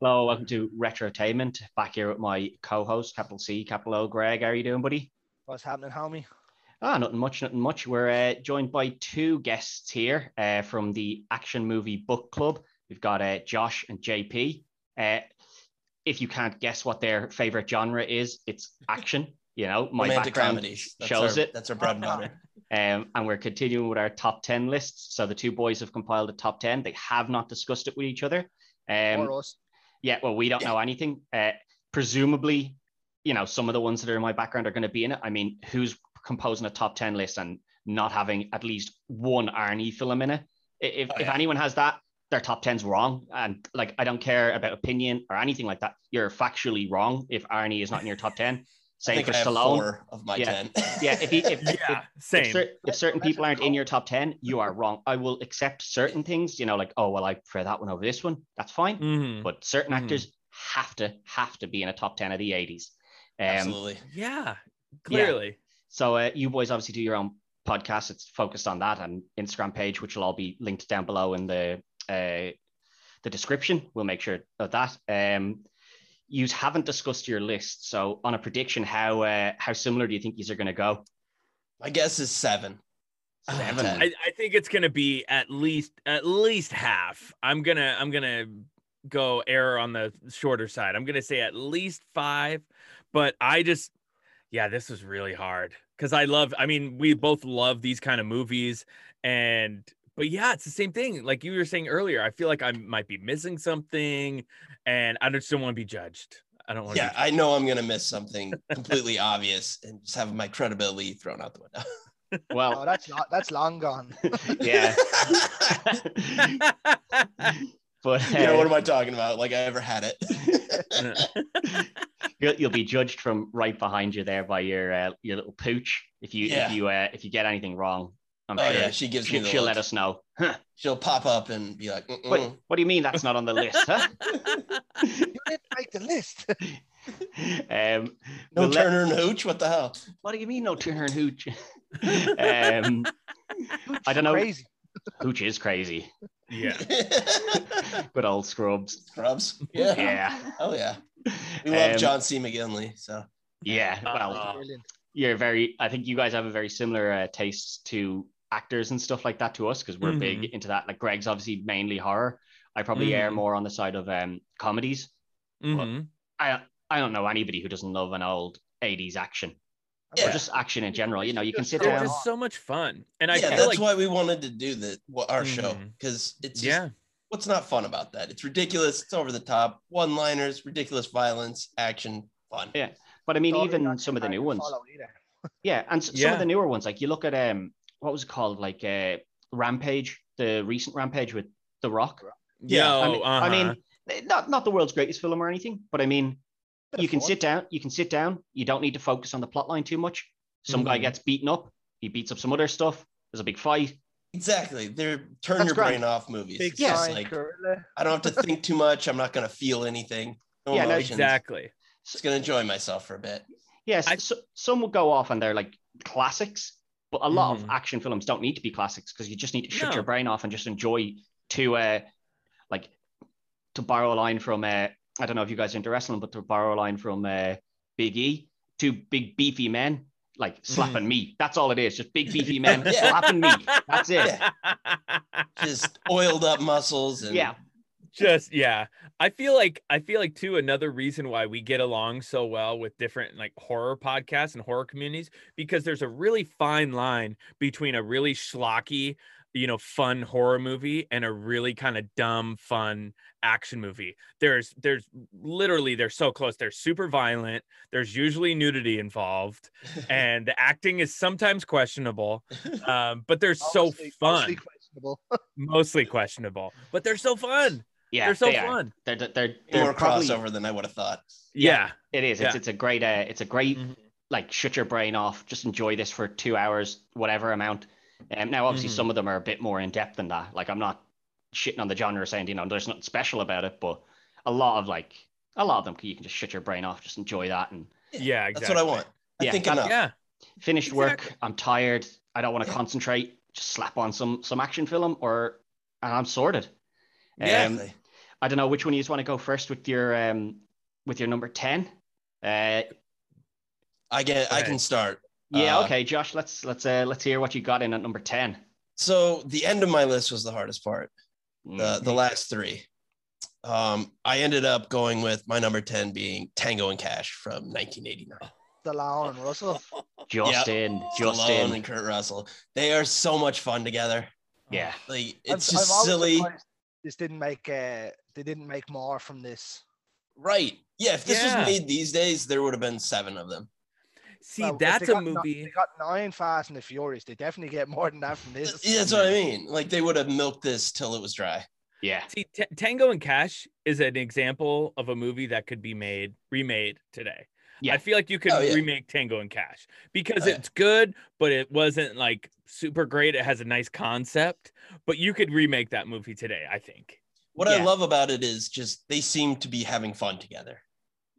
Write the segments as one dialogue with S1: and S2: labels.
S1: Hello, welcome to Retrotainment. Back here with my co-host, capital C, capital O, Greg. How are you doing, buddy?
S2: What's happening, homie?
S1: Ah, nothing much, nothing much. We're uh, joined by two guests here uh, from the Action Movie Book Club. We've got uh, Josh and JP. Uh, if you can't guess what their favorite genre is, it's action. You know, my
S3: romantic
S1: background.
S3: comedies That's
S1: shows
S3: our-
S1: it.
S3: That's our bread and butter.
S1: Um, and we're continuing with our top 10 lists. So the two boys have compiled a top 10. They have not discussed it with each other. Um,
S2: or us?
S1: yeah, well, we don't
S3: Yeah.
S1: know anything. Uh, presumably, you know, some of the ones that are in my background are going to be in it. I mean, who's composing a top 10 list and not having at least one Arnie film in it? I- If,
S3: Oh,
S1: if
S3: yeah.
S1: anyone has that, their top 10's wrong. And like, I don't care about opinion or anything like that. You're factually wrong if Arnie is not in your top 10. Same
S3: I think
S1: for
S3: I have
S1: Stallone.
S3: four of my
S1: Yeah.
S3: ten.
S1: Yeah, if, he, if, if
S4: Yeah,
S1: if,
S4: same.
S1: cer- if certain
S2: That's
S1: people aren't in
S2: cool.
S1: your top 10 you are wrong i will accept certain things you know like oh well i prefer that one over this one that's fine
S4: Mhm.
S1: but certain
S4: Mhm.
S1: actors have to have to be in a top 10 of the 80s um,
S3: Absolutely.
S4: Yeah, clearly.
S1: so uh, you boys obviously do your own podcast it's focused on that and instagram page which will all be linked down below in the uh, the description we'll make sure of that um, you haven't discussed your list so on a prediction how uh, how similar do you think these are going to go
S3: My guess is seven. Out of
S1: Seven.
S3: 10.
S4: Oh, I, I think it's gonna be at least at least half. I'm gonna I'm gonna go error on the shorter side. I'm gonna say at least five, but I just yeah, this was really hard because I love. I mean, we both love these kind of movies, and but yeah, it's the same thing. Like you were saying earlier, I feel like I might be missing something, and I just don't want to be judged. I don't want to.
S3: yeah, I know I'm gonna miss something completely obvious and just have my credibility thrown out the window.
S1: well
S2: No, Oh, that's not. That's long gone.
S1: yeah but
S3: you know
S1: uh,
S3: what am I talking about? Like I ever had it.
S1: you'll, you'll be judged from right behind you there by your uh, your little pooch if you
S3: Yeah.
S1: if you uh, if you get anything wrong i'm
S3: oh
S1: sure
S3: yeah, she gives
S1: she,
S3: me the
S1: she'll let
S3: look.
S1: us know huh,
S3: She'll pop up and be like, "Mm-mm."
S1: what, what do you mean that's not on the list huh
S2: you didn't make the list.
S1: um
S3: "No
S1: we'll let-
S3: Turner and Hooch, what the hell?"
S1: what do you mean no turner and hooch um i don't know
S2: Crazy.
S1: hooch is crazy
S4: yeah.
S1: good old scrubs
S3: Scrubs. Yeah.
S1: yeah
S3: Oh yeah. We love
S1: Um,
S3: John C. McGinley. So
S1: yeah well
S4: Uh,
S2: Brilliant.
S1: you're very i think you guys have a very similar uh, tastes to actors and stuff like that to us because we're big into that like greg's obviously mainly horror i probably err
S4: Mhm.
S1: more on the side of um comedies
S4: Mhm.
S1: i i don't know anybody who doesn't love an old 80s action or
S3: Yeah.
S1: just action in general you know you can sit
S4: They're
S1: down
S4: just so much fun, and I
S3: yeah,
S4: feel
S3: that's
S4: like
S3: why we wanted to do the wh- our show
S1: Mm.
S4: Mhm.
S3: because it's yeah.
S4: yeah,
S3: what's not fun about that? It's ridiculous. It's over the top. One liners, ridiculous violence, action, fun.
S1: Yeah. but i mean
S2: Sorry,
S1: even
S2: not
S1: some of the
S2: hard
S1: new
S2: to
S1: ones
S2: follow either.
S1: yeah and s- some
S4: Yeah.
S1: of the newer ones like you look at um what was it called like uh rampage the recent rampage with the rock
S4: yeah.
S1: I mean, I
S4: uh-huh.
S1: mean, not not the world's greatest film or anything, but I mean,
S2: Bit of
S1: you can
S2: fun.
S1: sit down. You can sit down. You don't need to focus on the plot line too much. Some guy
S4: Mhm.
S1: gets beaten up. He beats up some other stuff. There's a big fight.
S3: Exactly. They're turn
S2: That's
S3: your
S2: grand.
S3: brain off movies.
S2: Big
S3: It's just
S2: sign,
S3: like
S2: gorilla.
S3: I don't have to think too much. I'm not gonna feel anything. No
S1: Yeah, no,
S3: emotions.
S4: exactly.
S3: Just gonna enjoy myself for a bit.
S1: Yes,
S4: I-
S1: so, some will go off and they're like classics, but a lot of
S4: Mhm.
S1: action films don't need to be classics because you just need to shut
S4: No.
S1: your brain off and just enjoy to uh like to borrow a line from uh I don't know if you guys are into wrestling, but to borrow a line from uh Big E, two big beefy men like slapping me. That's all it is, just big beefy men
S3: Yeah.
S1: slapping me. That's it.
S3: Yeah. Just oiled up muscles and
S1: Yeah.
S4: Just yeah. I feel like I feel like too another reason why we get along so well with different like horror podcasts and horror communities because there's a really fine line between a really schlocky, you know, fun horror movie and a really kind of dumb fun action movie. There's there's literally they're so close. They're super violent. There's usually nudity involved and the acting is sometimes questionable. Um, but they're so
S2: Mostly-
S4: fun.
S2: mostly questionable.
S4: mostly questionable, but they're so fun.
S1: Yeah.
S4: they're so
S1: they are.
S4: fun.
S1: They're they're, they're,
S3: more
S1: probably-
S3: crossover than I would have thought.
S4: Yeah.
S1: It is. It's,
S4: Yeah.
S1: it's a great uh, it's a great
S4: Mhm.
S1: like shut your brain off, just enjoy this for two hours, whatever amount. Um, now, obviously,
S4: Mhm.
S1: some of them are a bit more in depth than that. Like, I'm not shitting on the genre, saying you know there's nothing special about it, but a lot of like a lot of them you can just shut your brain off, just enjoy that, and
S4: Yeah.
S3: That's
S4: exactly.
S3: what I want. I
S1: Yeah,
S3: think
S1: that-
S3: enough.
S4: Yeah.
S1: finished work.
S4: Exactly.
S1: I'm tired. I don't want to
S3: Yeah.
S1: concentrate. Just slap on some some action film, or and I'm sorted.
S4: Yeah.
S1: Um,
S3: Exactly.
S1: I don't know which one you just want to go first with your um with your number ten. Uh,
S3: I get. I
S4: Okay.
S3: can start.
S1: yeah,
S3: Uh,
S1: okay, Josh. Let's let's uh, let's hear what you got in at number ten.
S3: So the end of my list was the hardest part.
S1: Mm.
S4: Uh,
S3: The
S1: Mm-hmm.
S3: the last three. Um, I ended up going with my number ten being Tango and Cash from 1989.
S2: Stallone and Russell.
S1: Justin, Justin.
S3: Stallone and Kurt Russell. They are so much fun together.
S1: Yeah.
S3: Like it's
S2: I've- I've
S3: just
S2: always
S3: silly.
S2: surprised This didn't make. Uh, they didn't make more from this.
S3: Right. Yeah. If this
S4: Yeah.
S3: was made these days, there would have been seven of them.
S4: See,
S2: Well, if
S4: that's
S2: they
S4: a
S2: got ni-
S4: movie.
S2: they got nine Fast and the Furious. They definitely get more than that from this.
S3: Yeah, that's what I mean. Like they would have milked this till it was dry.
S1: Yeah.
S4: See, T- Tango and Cash is an example of a movie that could be made remade today.
S1: Yeah.
S4: I feel like you could
S3: Oh, yeah.
S4: remake Tango and Cash because
S3: Oh, yeah.
S4: it's good, but it wasn't like super great. It has a nice concept, but you could remake that movie today. I think.
S3: What I
S1: Yeah.
S3: love about it is just they seem to be having fun together.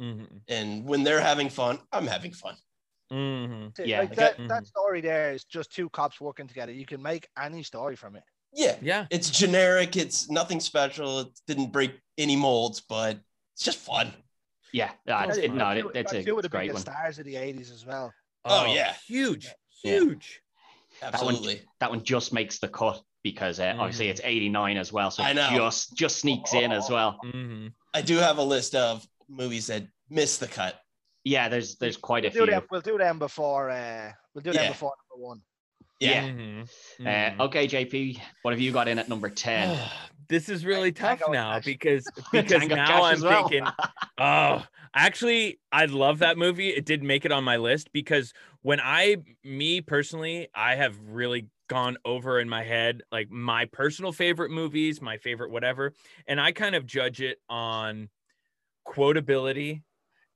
S4: Mhm.
S3: And when they're having fun, I'm having fun.
S4: Mhm.
S2: So,
S1: Yeah.
S2: like that,
S4: Okay.
S2: that story there is just two cops working together. You can make any story from it.
S3: Yeah.
S4: Yeah.
S3: It's generic. It's nothing special. It didn't break any molds, but it's just fun.
S1: Yeah. Ah, it's-
S4: That's
S1: it-
S4: fine.
S1: no,
S2: Two-
S1: it- it's
S2: like
S1: a
S2: two of
S1: it's a
S2: the
S1: great
S2: biggest
S1: one.
S2: stars of the '80s as well.
S3: Oh, yeah.
S4: Huge.
S1: Yeah.
S4: Huge.
S1: one-
S3: Absolutely.
S1: That one just makes the cut because uh, obviously
S4: Mhm.
S1: it's 89 as well. So
S3: I
S1: I
S3: know.
S1: just just sneaks in as well.
S4: Mhm.
S3: I do have a list of movies that missed the cut.
S1: Yeah, there's there's quite a
S2: We'll do
S1: few.
S2: them. We'll do them before. Uh, we'll do them
S3: Yeah.
S2: before number one.
S3: Yeah. Eh,
S4: Mhm.
S1: Uh,
S4: Mhm.
S1: okay, JP, what have you got in at number 10?
S4: this is really tough
S2: Tango and
S4: now
S2: Cash.
S4: because because
S1: Tango
S4: now
S1: Cash
S4: I'm
S1: as well.
S4: thinking, oh, actually, I love that movie. It did make it on my list because when I, me personally, I have really gone over in my head like my personal favorite movies, my favorite whatever, and I kind of judge it on quotability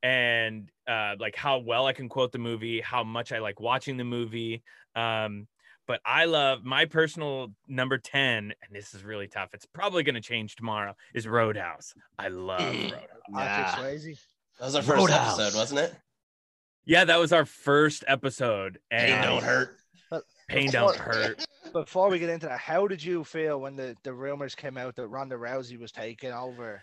S4: and uh, like how well I can quote the movie, how much I like watching the movie. Um, but I love my personal number 10, and this is really tough. It's probably going to change tomorrow. Is Roadhouse. I love
S3: Mm.
S4: Roadhouse.
S1: Nah.
S2: Patrick Swayze.
S3: That was our first
S1: Roadhouse.
S3: episode, wasn't it?
S4: Yeah, that was our first episode. And
S3: Pain don't hurt.
S4: Pain don't hurt.
S2: Before we get into that, how did you feel when the, the rumors came out that Ronda Rousey was taking over?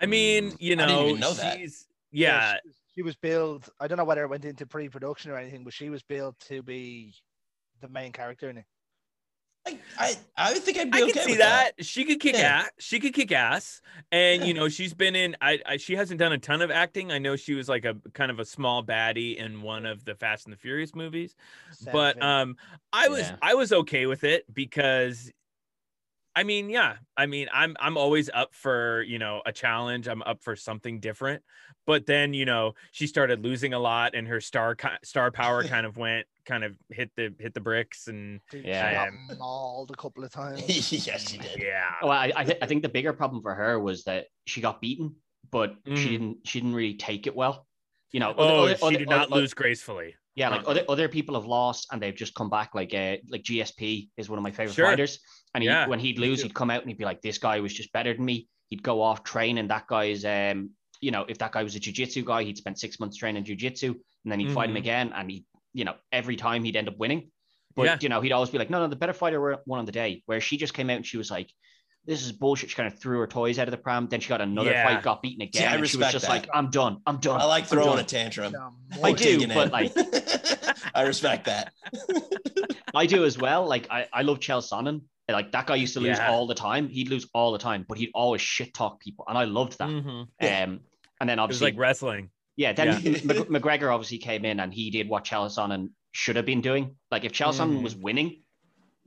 S4: I mean, you know,
S3: I didn't even know that.
S4: she's-
S2: Yeah,
S4: yeah,
S2: she, she was billed. I don't know whether it went into pre-production or anything, but she was billed to be the main character in it.
S3: I, I, I think I'd be
S4: I
S3: okay
S4: can see
S3: with
S4: that. She could kick
S3: Yeah.
S4: ass. She could kick ass, and
S3: Yeah.
S4: you know she's been in. I, I she hasn't done a ton of acting. I know she was like a kind of a small baddie in one of the Fast and the Furious movies, but
S2: Seven.
S4: um, I was
S1: Yeah.
S4: I was okay with it because, I mean, yeah, I mean, I'm I'm always up for you know a challenge. I'm up for something different, but then you know she started losing a lot, and her star ki- star power kind of went kind of hit the hit the bricks and
S2: She- she
S1: yeah.
S2: got mauled a couple of times.
S3: yes, she did.
S4: yeah.
S1: well, I, I, th- I think the bigger problem for her was that she got beaten, but
S4: Mm.
S1: she didn't she didn't really take it well. You know,
S4: Oh,
S1: other-
S4: she
S1: other-
S4: did
S1: other-
S4: not
S1: other-
S4: lose gracefully.
S1: Yeah, like
S4: Huh.
S1: other, other people have lost and they've just come back. Like uh, like GSP is one of my favorite
S4: Sure.
S1: fighters, and he,
S4: Yeah,
S1: when he'd
S4: me
S1: lose,
S4: too.
S1: he'd come out and he'd be like, "This guy was just better than me." He'd go off train, and that guy's um, you know, if that guy was a jujitsu guy, he'd spend six months training jujitsu, and then he'd fight him
S4: Mhm.
S1: again, and he, you know, every time he'd end up winning. But
S4: Yeah.
S1: you know, he'd always be like, "No, no, the better fighter were- won on the day." Where she just came out and she was like. This is bullshit. She kind of threw her toys out of the pram. Then she got another
S4: Yeah.
S1: fight, got beaten
S3: I
S1: again. and she was
S3: respect
S1: just
S3: that.
S1: like, "I'm done. I'm done."
S3: I like
S1: I'm
S3: throwing
S1: done."
S3: a tantrum.
S2: Um,
S1: I
S3: Or
S2: one-
S1: do,
S3: taking
S1: but,
S3: it.
S1: like-
S3: I respect that.
S1: I do as well. Like I, I love Chael Sonnen. Like that guy used to lose
S4: Yeah.
S1: all the time. He'd lose all the time, but he'd always shit talk people, and I loved that.
S4: Mhm.
S3: Yeah.
S1: Um, and then
S4: It was
S1: obviously,
S4: like wrestling.
S1: yeah, then
S3: Yeah.
S1: Mc- McGregor obviously came in and he did what Chael Sonnen should have been doing. Like if Chael Sonnen
S4: Mhm.
S1: was winning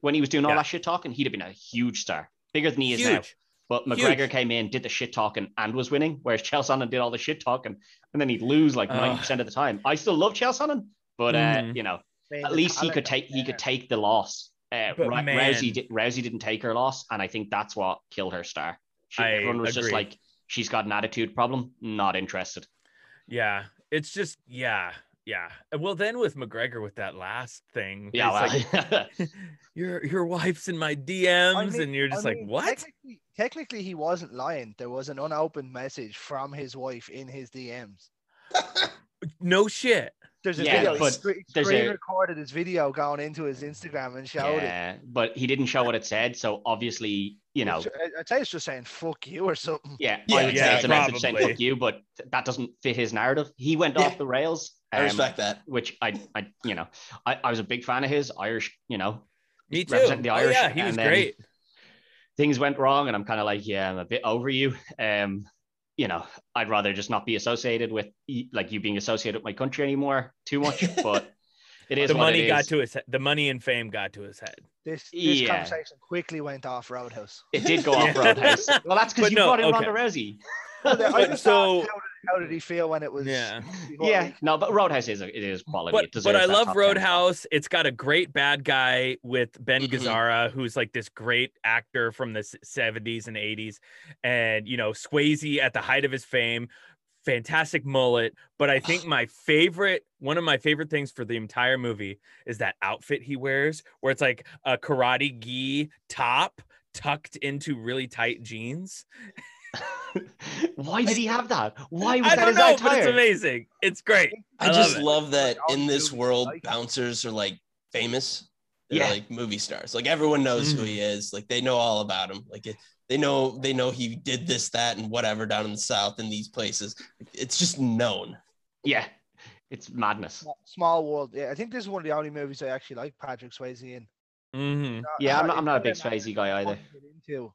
S1: when he was doing all
S4: Yeah.
S1: that shit talking, he'd have been a huge star, bigger than he is now.
S4: Huge.
S1: But
S4: Huge.
S1: McGregor came in, did the shit talking, and was winning, whereas Chael Sonnen did all the shit talking, and then he'd lose like
S4: Ugh.
S1: ninety percent of the time. I still love Chael Sonnen, but uh,
S4: Mhm.
S1: you know
S2: being
S1: at
S2: the
S1: least he
S2: talent
S1: could
S2: that's
S1: take he
S2: there.
S1: could take the loss. Uh,
S4: But
S1: Ra-
S4: man.
S1: Rousey, di- Rousey didn't take her loss, and I think that's what killed her star. She,
S4: I
S1: everyone was just
S4: agree.
S1: like, she's got an attitude problem, not interested.
S4: Yeah. It's just yeah. Yeah. Well, then with McGregor with that last thing,
S1: Yeah, well,
S4: it's like, your your wife's in my DMs,
S2: mean-
S4: and you're
S2: I
S4: just like,
S2: mean,
S4: what?
S2: Technically, technically, he wasn't lying. There was an unopened message from his wife in his DMs.
S4: No shit.
S2: There's a
S1: Yeah,
S2: video.
S1: but
S2: He screen,
S1: there's
S2: screen
S1: a-
S2: recorded his video going into his Instagram and showed it.
S1: yeah, but he didn't show what it said. So obviously, you know,
S2: I, I'd say it's just saying "fuck you" or something.
S1: yeah,
S3: Yeah,
S1: I would say
S4: yeah,
S1: it's a message saying
S4: probably.
S1: "fuck you," but th- that doesn't fit his narrative. He went
S3: Yeah.
S1: off the rails.
S3: I
S1: um,
S3: respect that.
S1: Which I, I, you know, I, I was a big fan of his Irish. You know,
S4: Me too.
S1: Represent the
S4: oh,
S1: Irish,
S4: yeah, he was
S1: and then-
S4: great.
S1: things went wrong, and I'm kind of like, yeah, I'm a bit over you. Um, you know, I'd rather just not be associated with y- like you being associated with my country anymore too much. But it is
S4: The
S1: what
S4: money
S1: it
S4: got
S1: is.
S4: to his he- the money and fame got to his head.
S2: This, this
S1: Yeah.
S2: conversation quickly went off roadhouse.
S1: It did go off
S4: Yeah.
S1: roadhouse. Well, that's because
S4: But
S1: you
S4: no,
S1: brought in
S4: okay.
S1: Ronda Rousey.
S2: I just
S4: so-
S2: asked how, did, how did he feel when it was?
S4: Yeah.
S2: before
S1: Yeah,
S2: he-
S1: no, but Roadhouse is a, it is quality.
S4: But
S1: it
S4: but
S1: deserves
S4: I
S1: that
S4: love
S1: top 10 spot.
S4: Roadhouse. It's got a great bad guy with Ben
S1: Mm-hmm.
S3: Mhm.
S4: Gazzara, who's like this great actor from the s- 70s and 80s. And you know, Swayze at the height of his fame, fantastic mullet. But I think my favorite, one of my favorite things for the entire movie is that outfit he wears, where it's like a karate gi top tucked into really tight jeans.
S1: Why did Oh, he have that? Why was
S4: I
S1: that
S4: don't
S1: his
S4: know, but
S1: attire?
S4: it's amazing. It's great.
S3: I,
S4: I love
S3: just
S4: it.
S3: love that
S2: All
S3: in
S2: the
S3: this
S2: movies
S3: world,
S2: like-
S3: bouncers are like famous. They're
S1: Yeah.
S3: like movie stars. Like everyone knows who
S4: Mhm.
S3: he is. Like they know all about him. Like it, they know they know he did this, that, and whatever down in the south in these places. It's just known.
S1: Yeah, it's madness.
S2: Small world. Yeah, I think this is one of the only movies I actually like Patrick Swayze in.
S4: Mhm.
S2: Not-
S1: Yeah, I'm not, I'm not a big
S2: it's an
S1: Swayze guy
S2: actor
S1: either.
S2: I get Into.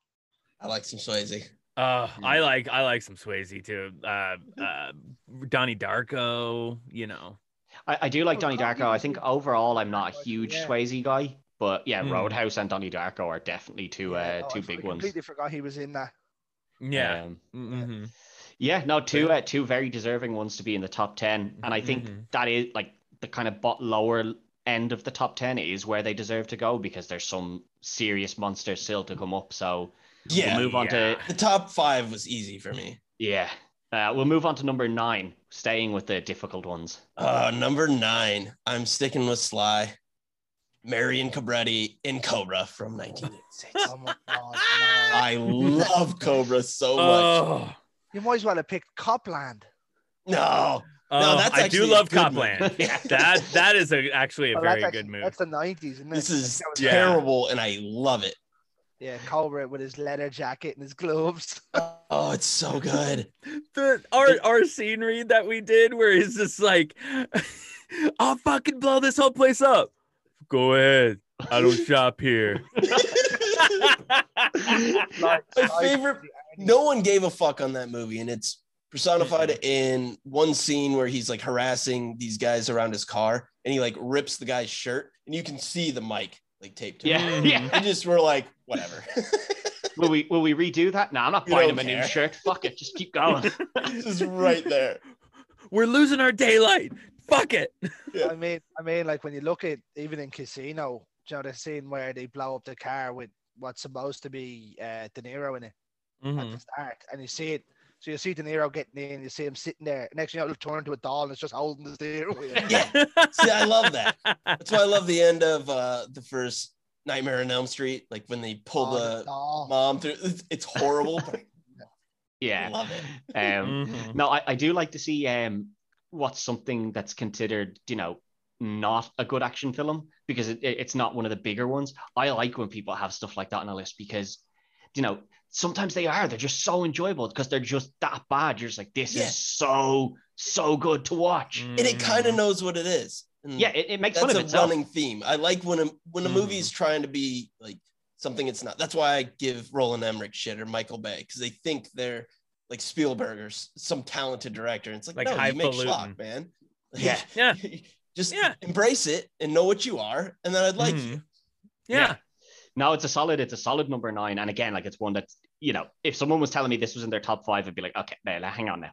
S3: I like some Swayze.
S4: Uh,
S1: Yeah.
S4: I like I like some Swayze too. Uh, uh, Donnie Darko, you know.
S1: I, I do like Donnie Darko. I think overall, I'm not a huge
S2: Oh, Yeah.
S1: Swayze guy, but yeah,
S4: Hmm.
S1: Roadhouse and Donnie Darko are definitely two
S2: Yeah,
S1: uh, two
S2: no, I
S1: big
S2: completely
S1: ones.
S2: Completely forgot he was in that.
S4: Yeah.
S1: Um,
S4: Mhm.
S1: yeah, no, two
S4: Yeah.
S1: uh, two very deserving ones to be in the top ten, and I think
S4: Mhm.
S1: that is like the kind of bot lower end of the top ten is where they deserve to go because there's some serious monsters still to come up. So
S3: Yeah,
S1: we'll move on to
S3: the top five was easy for me.
S1: Yeah. Uh, we'll move on to number nine, staying with the difficult ones.
S3: Uh, number nine, I'm sticking with Sly, Marion Cabretti in Cobra from 1986.
S2: Oh my god. no.
S3: I love Cobra so much.
S4: Oh,
S2: You might as well have picked Copland.
S3: No,
S4: oh,
S3: that's
S4: I do
S3: actually a
S4: love
S3: good one.
S4: Copland.
S1: Yeah.
S4: that that is a, actually a
S2: Well,
S4: very
S2: actually-
S4: good movie.
S2: Oh, That's the 90s, isn't it?
S3: this is
S2: That was-
S4: yeah.
S3: terrible, and I love it.
S2: Yeah, Cobra with his leather jacket and his gloves.
S3: Oh, it's so good.
S4: the our our scene read that we did where he's just like I'll fucking blow this whole place up. Go ahead. I don't shop here.
S2: Like,
S3: My
S2: like-
S3: favorite. No one gave a fuck on that movie, and it's personified in one scene where he's like harassing these guys around his car, and he like rips the guy's shirt, and you can see the mic like taped. To it.
S1: Yeah,
S4: Mhm.
S1: yeah.
S3: I just were like, whatever.
S1: Will we will we redo that? No, I'm not
S3: You
S1: buying him
S3: don't
S1: a new
S3: care.
S1: shirt. Fuck it, just keep going.
S3: It's just right there.
S4: We're losing our daylight. Fuck it.
S2: I mean, I mean, like when you look at even in Casino, do you know the scene where they blow up the car with what's supposed to be uh, De Niro in it at
S4: Hmm.
S3: Mm-hmm.
S2: the start, and you see it. So you see De Niro getting in, you see him sitting there. Next, thing you know, it'll turn to a doll and it's just holding the steering wheel.
S3: Yeah. See, I love that. That's why I love the end of uh, the first Nightmare on Elm Street, like when they
S2: Oh,
S3: pull the
S2: doll.
S3: mom through. It's, it's horrible, but I
S1: Yeah.
S3: love it.
S1: Um,
S3: Mm-hmm.
S4: Mhm.
S1: no, I, I do like to see um what's something that's considered, you know, not a good action film because it, it- it's not one of the bigger ones. I like when people have stuff like that on a list because, you know, sometimes they are. They're just so enjoyable because they're just that bad. You're just like, this
S3: Yeah.
S1: is so so good to watch.
S3: And it kind of
S4: Mhm.
S3: knows what it is. And
S1: Yeah, it, it makes fun
S3: Mm. that's
S1: of
S3: a
S1: itself.
S3: running theme. I like when a when a
S4: Mhm.
S3: movie's trying to be like something it's not. That's why I give Roland Emmerich shit or Michael Bay because they think they're like Spielberg or s- some talented director. And it's like,
S4: Like
S3: no, you make
S4: highfalutin.
S3: schlock, man. Like,
S1: Yeah.
S4: Yeah.
S3: Just
S4: Yeah.
S3: embrace it and know what you are, and then I'd like
S4: Mm-hmm.
S3: you.
S4: Yeah.
S1: No, it's a solid. It's a solid number nine. And again, like it's one that you know, if someone was telling me this was in their top five, I'd be like, okay, no, no, hang on now.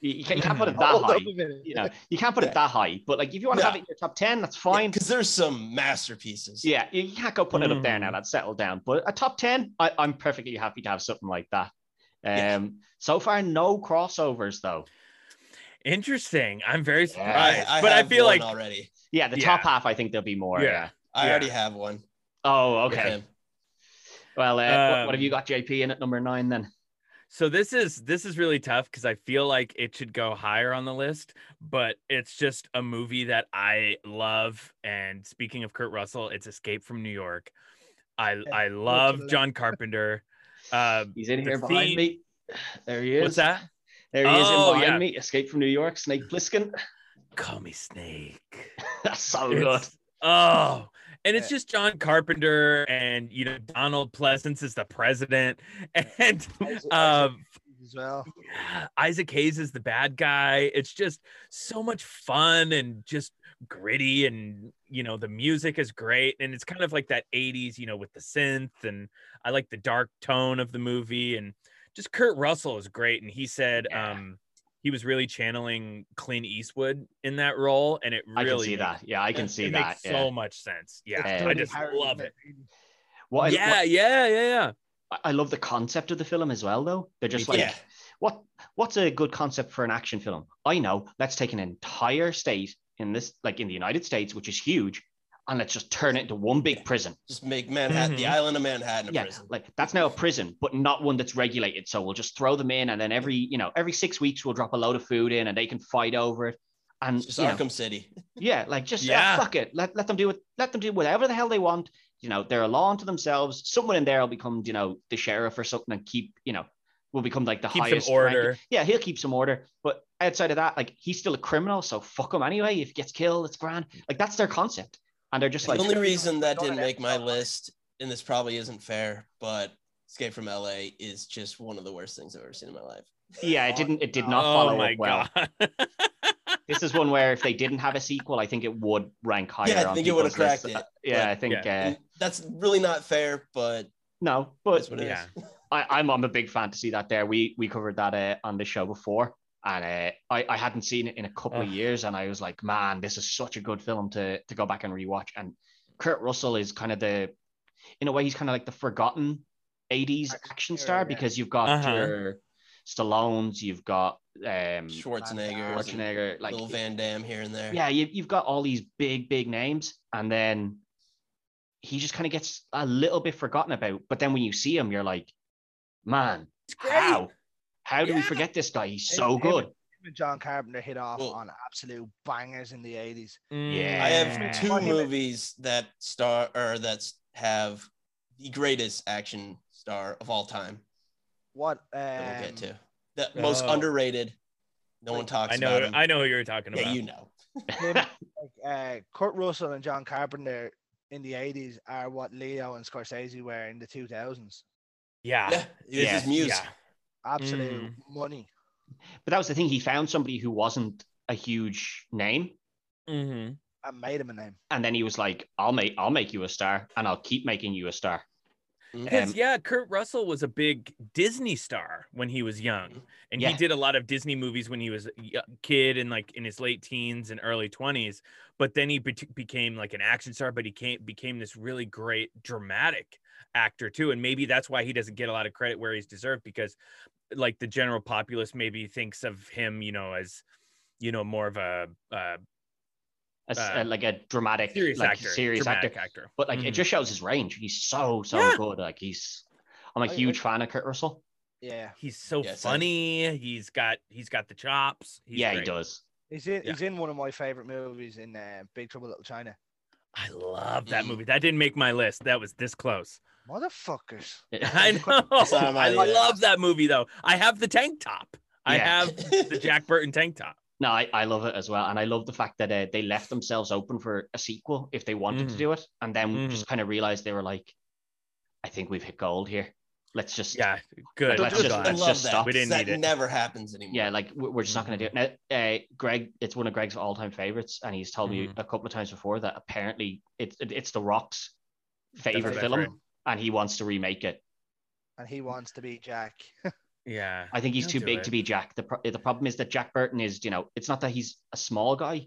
S1: You, you can't, you can't put it that
S2: Hold
S1: high.
S2: up a minute.
S1: You know, you can't put it that high. But like, if you want to
S3: No.
S1: have it in your top ten, that's fine.
S3: Because there's some masterpieces.
S1: Yeah, you you can't go put it up there now.
S4: Mm.
S1: That's settled down. But a top ten, I, I'm perfectly happy to have something like that. Um,
S3: Yeah.
S1: so far no crossovers though.
S4: Interesting. I'm very
S1: Yeah.
S4: surprised.
S3: I, I
S4: but I
S3: have
S4: feel
S3: one
S4: like
S3: already.
S1: Yeah, the top
S4: Yeah.
S1: half, I think there'll be more.
S4: Yeah.
S1: Yeah.
S3: I
S4: Yeah.
S3: already have one.
S1: Oh,
S3: with
S1: okay.
S3: him.
S1: Well, uh, what, what have
S4: Um,
S1: you got, JP, in at number nine then?
S4: So this is this is really tough because I feel like it should go higher on the list, but it's just a movie that I love. And speaking of Kurt Russell, it's Escape from New York. I I love John Carpenter. Uh,
S1: He's in
S4: The
S1: here behind
S4: theme-
S1: me. There he is.
S4: what's that?
S1: There he is in
S4: Oh,
S1: behind
S4: yeah.
S1: me. Escape from New York, Snake Plissken.
S4: Call me Snake.
S1: That's so good.
S4: It's- Oh, and it's
S2: Yeah.
S4: just John Carpenter, and you know Donald Pleasance is the president, and
S2: Isaac- Isaac
S4: um,
S2: as well.
S4: Isaac Hayes is the bad guy. It's just so much fun and just gritty, and you know the music is great, and it's kind of like that '80s, you know, with the synth, and I like the dark tone of the movie, and just Kurt Russell is great, and he said.
S1: Yeah.
S4: um he was really channeling Clint Eastwood in that role, and it
S1: I
S4: really
S1: can see that. Yeah, I can
S4: it
S1: see that.
S4: makes
S1: Yeah.
S4: so much sense. Yeah,
S1: It's
S4: I
S1: really
S4: just
S2: Harry
S4: love it.
S2: Maguire.
S1: What I-
S4: yeah, yeah, yeah, yeah.
S1: what- I love the concept of the film as well, though. They're just like,
S3: yeah.
S1: what what's a good concept for an action film i know let's take an entire state in this like in the united states which is huge and let's just turn it into one big prison
S3: Just make Manhattan, the
S4: Mhm.
S3: island of Manhattan, a
S1: yeah
S3: prison.
S1: like that's now a prison but not one that's regulated so we'll just throw them in and then every you know every six weeks we'll drop a load of food in and they can fight over it and
S3: It's just
S1: you know,
S3: Arkham City.
S1: yeah like just yeah.
S4: Yeah.
S1: fuck it let, let them do it let them do whatever the hell they want you know they're a law unto themselves someone in there will become you know the sheriff or something and keep you know will become like the
S4: Keep some
S1: highest
S4: order.
S1: ranking- yeah he'll keep some order but outside of that like he's still a criminal so fuck him anyway if he gets killed it's grand like that's their concept and they're just
S3: the
S1: like
S3: only reason that
S2: Don't
S3: didn't
S2: have
S3: make my
S2: to-
S3: list, and this probably isn't fair, but Escape from LA is just one of the worst things I've ever seen in my life.
S1: yeah it didn't it did not follow
S4: Oh my
S1: up well
S4: god.
S1: this is one where if they didn't have a sequel i think it would rank higher
S3: Yeah, I
S1: on
S3: think it would have
S1: um, people's lists.
S3: cracked it.
S1: yeah
S3: but-
S1: i think
S3: And
S1: uh,
S3: that's really not fair, but
S1: no
S3: that's
S1: but
S3: what it is.
S4: yeah.
S1: I, I'm I'm a big fan to see that there. We we covered that uh, on the show before, and uh, I I hadn't seen it in a couple of
S4: Ugh.
S1: years, and I was like, man, this is such a good film to to go back and rewatch. And Kurt Russell is kind of the, in a way, he's kind of like the forgotten '80s
S2: Action
S1: action
S2: hero,
S1: star
S2: yeah.
S1: because you've got
S4: Uh-huh.
S1: your Stallones, you've got um,
S3: Schwarzenegger, Schwarzenegger
S1: Schwarzenegger, like
S3: little Van Damme here and there.
S1: yeah, you, you've got all these big, big names, and then he just kind of gets a little bit forgotten about. But then when you see him, you're like, man, how? How do we
S4: Yeah.
S1: forget this guy? He's
S2: Him-
S1: so
S2: him
S1: good.
S2: Him and John Carpenter hit off
S3: Well-
S2: on absolute bangers in the 80s.
S4: Mm.
S3: I
S1: Yeah.
S3: have two
S2: Fucking-
S3: movies that star or that have the greatest action star of all time
S2: What um,
S3: that we'll get to. The most
S4: Oh.
S3: underrated. No one talks
S4: I know
S3: about him.
S4: I know who you're talking
S3: yeah,
S4: about.
S3: you know.
S2: like, uh, Kurt Russell and John Carpenter in the 80s are what Leo and Scorsese were in the 2000s.
S3: Yeah,
S4: yeah.
S3: this
S1: Yeah,
S3: is Muse.
S4: Ah, yeah.
S2: Absolute
S3: Mm.
S2: money.
S1: But that was the thing. He found somebody who wasn't a huge name,
S4: Mhm.
S2: I made him a name.
S1: and then he was like, "I'll make, I'll make you a star, and I'll keep making you a star."
S4: Because
S3: Mm-hmm.
S1: Um,
S4: yeah, Kurt Russell was a big Disney star when he was
S3: Mm-hmm.
S4: young, and
S1: Yeah.
S4: he did a lot of Disney movies when he was a y- uh, kid and like in his late teens and early twenties. But then he bet- became like an action star, but he came, became this really great dramatic actor too, and maybe that's why he doesn't get a lot of credit where he's deserved because, like the general populace maybe thinks of him, you know, as you know more of a uh,
S1: As,
S4: Uh,
S1: uh, like a dramatic,
S4: serious
S1: like
S4: actor,
S1: serious actor.
S4: dramatic actor.
S1: But like, it
S4: Mhm.
S1: just shows his range. He's so, so
S4: Yeah. Oh,
S1: good. Like he's, I'm a
S2: I- I-
S1: huge fan of Kurt Russell.
S2: Yeah.
S4: he's so
S3: Yes, I-
S4: funny. he's got he's got the chops. He's
S1: yeah,
S4: great.
S1: he does.
S2: He's in,
S4: Yeah.
S2: he's in one of my favorite movies in uh, Big Trouble in Little China.
S4: I love that
S3: Mm.
S4: movie. That didn't make my list. That was this close.
S2: Motherfuckers.
S4: I know.
S3: It's not on my
S4: I
S3: list.
S4: love that movie though. I have the tank top. I
S1: Yeah.
S4: have the Jack Burton tank top.
S1: No, I, I love it as well. And I love the fact that uh, they left themselves open for a sequel if they wanted to
S4: Mhm.
S1: do it. And then just kind of realized they were like, I think we've hit gold here. Let's just, yeah,
S4: Yeah, good.
S1: Let's
S4: I'm
S1: just-
S4: glad.
S3: I
S1: let's
S3: love
S1: just
S3: that.
S1: stop.
S4: We didn't
S3: that
S4: need it.
S3: never happens anymore.
S1: like we're we're just not going to do it. Now, uh, Greg, it's one of Greg's all time favorites. And he's told me
S4: Mhm.
S1: a couple of times before that apparently it's, it, it's The Rock's favorite
S4: That's
S1: film.
S4: right.
S1: And he wants to remake it.
S2: And he wants to be Jack.
S4: yeah.
S1: I think he's
S4: He'll
S1: too
S4: do
S1: big
S4: it.
S1: to be Jack. The, pro- the problem is that Jack Burton is, you know, it's not that he's a small guy,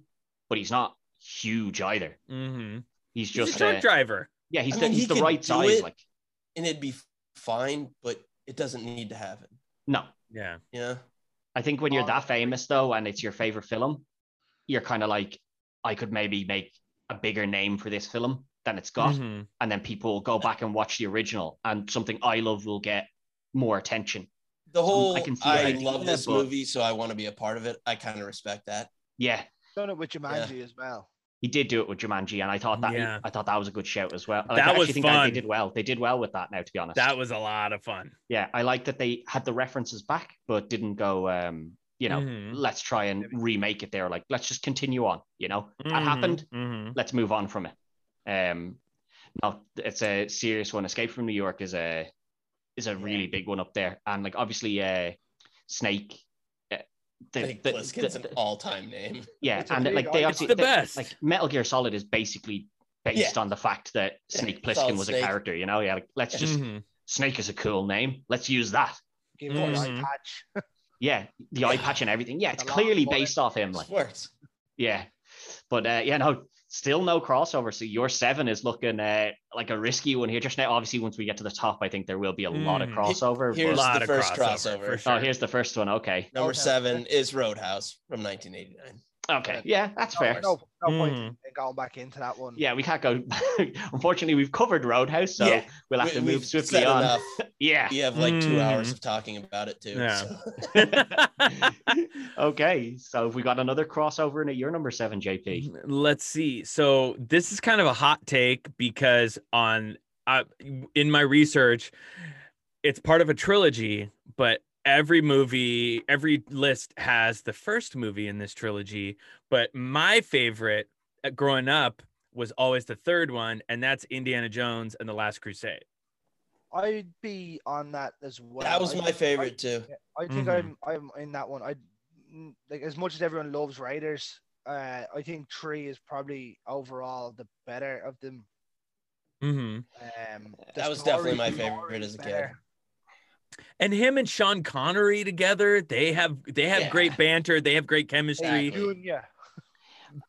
S1: but he's not huge either.
S4: Mm-hmm.
S1: He's
S4: He's
S1: just
S4: a truck
S1: uh,
S4: driver.
S1: Yeah, he's
S3: I
S1: the,
S3: mean,
S1: he's
S3: he
S1: the
S3: could
S1: right
S3: do
S1: size.
S3: it.
S1: Like,
S3: and it'd be fine, but it doesn't need to happen.
S1: no,
S4: Yeah.
S3: Yeah.
S1: I think when you're
S2: Oh,
S1: that famous though, and it's your favorite film, you're kind of like, I could maybe make a bigger name for this film than it's got,
S4: Mhm.
S1: and then people will go back and watch the original, and something Mm, I love will get more attention.
S3: the whole
S1: I
S3: I,
S1: can see the idea,
S3: love this
S1: but-
S3: movie, so I want to be a part of it. I kind of respect that.
S1: Yeah,
S2: Done it with Jumanji as well.
S1: he did do it with Jumanji, and I thought that
S4: Yeah.
S1: I thought that was a good shout as well. Like,
S4: That
S1: I actually
S4: was
S1: think that
S4: fun.
S1: they did well. They did well with that. Now, to be honest,
S4: That was a lot of fun.
S1: yeah, I like that they had the references back, but didn't go. um, You know,
S4: Mhm.
S1: let's try and remake it. They were like, let's just continue on. You know, that
S4: Mhm.
S1: happened.
S4: Mhm.
S1: Let's move on from it. Um, no, it's a serious one. Escape from New York is a is a really big one up there, and like obviously, uh, Snake. uh, the-
S3: I think
S1: the-
S3: Bliskin's
S1: the-
S3: an all-time name.
S1: yeah,
S2: It's a
S1: and
S2: big
S1: like they
S2: argument.
S4: It's
S1: obviously
S4: the
S1: they-
S4: best.
S1: Like Metal Gear Solid is basically based on the fact that Snake
S3: Yeah, Solid
S1: Plissken was a
S3: Snake.
S1: character. You know, yeah, like let's just
S4: Mhm.
S1: Snake is a cool name. Let's use that.
S2: Give him an eye
S3: Mm.
S4: Mhm.
S2: patch.
S1: Yeah, the eye patch and everything. Yeah, it's
S2: The long
S1: clearly
S2: bullet.
S1: based off him. Like
S3: It works.
S1: yeah, but uh, yeah, no, still no crossover. So your seven is looking uh, like a risky one here just now. Obviously, once we get to the top, I think there will be a lot of
S4: Mm.
S1: crossover.
S3: Here's
S1: but-
S4: Lot
S3: the
S4: of
S3: first crossover.
S4: for
S1: Oh,
S4: sure.
S1: here's the first one. Okay,
S3: Number
S2: Roadhouse.
S3: seven is Roadhouse from 1989.
S1: okay, yeah, that's fair.
S2: No, no point
S3: Mm.
S4: Mhm.
S2: in going back into that one.
S1: Yeah, we can't go. Unfortunately, we've covered Roadhouse, so
S3: Yeah.
S1: we'll have
S3: We-
S1: to
S3: we've
S1: move swiftly
S3: said
S1: on.
S3: enough.
S1: Yeah.
S3: We have like two
S4: Mhm.
S3: hours of talking about it too.
S4: Yeah.
S3: so.
S1: Oh, okay. So have we got another crossover in a year number seven, JP?
S4: Let's see. So this is kind of a hot take because on I, in my research, it's part of a trilogy, but every movie, every list has the first movie in this trilogy. But my favorite uh, growing up was always the third one, and that's Indiana Jones and the Last Crusade.
S2: I'd be on that as well.
S3: That was
S2: I-
S3: my favorite too.
S2: I, I think
S4: Mhm.
S1: Mm-hmm.
S2: I'm I'm in that one. I like as much as everyone loves Raiders, uh, I think three is probably overall the better of them.
S4: hmm
S3: Mm-hmm.
S2: Um, the
S3: That was definitely
S2: story-
S3: my
S2: story
S3: favorite as a
S2: is
S3: kid.
S2: better.
S4: And him and Sean Connery together, they have they have
S3: Yeah.
S4: great banter, they have great chemistry.
S3: Exactly.
S2: You and yeah,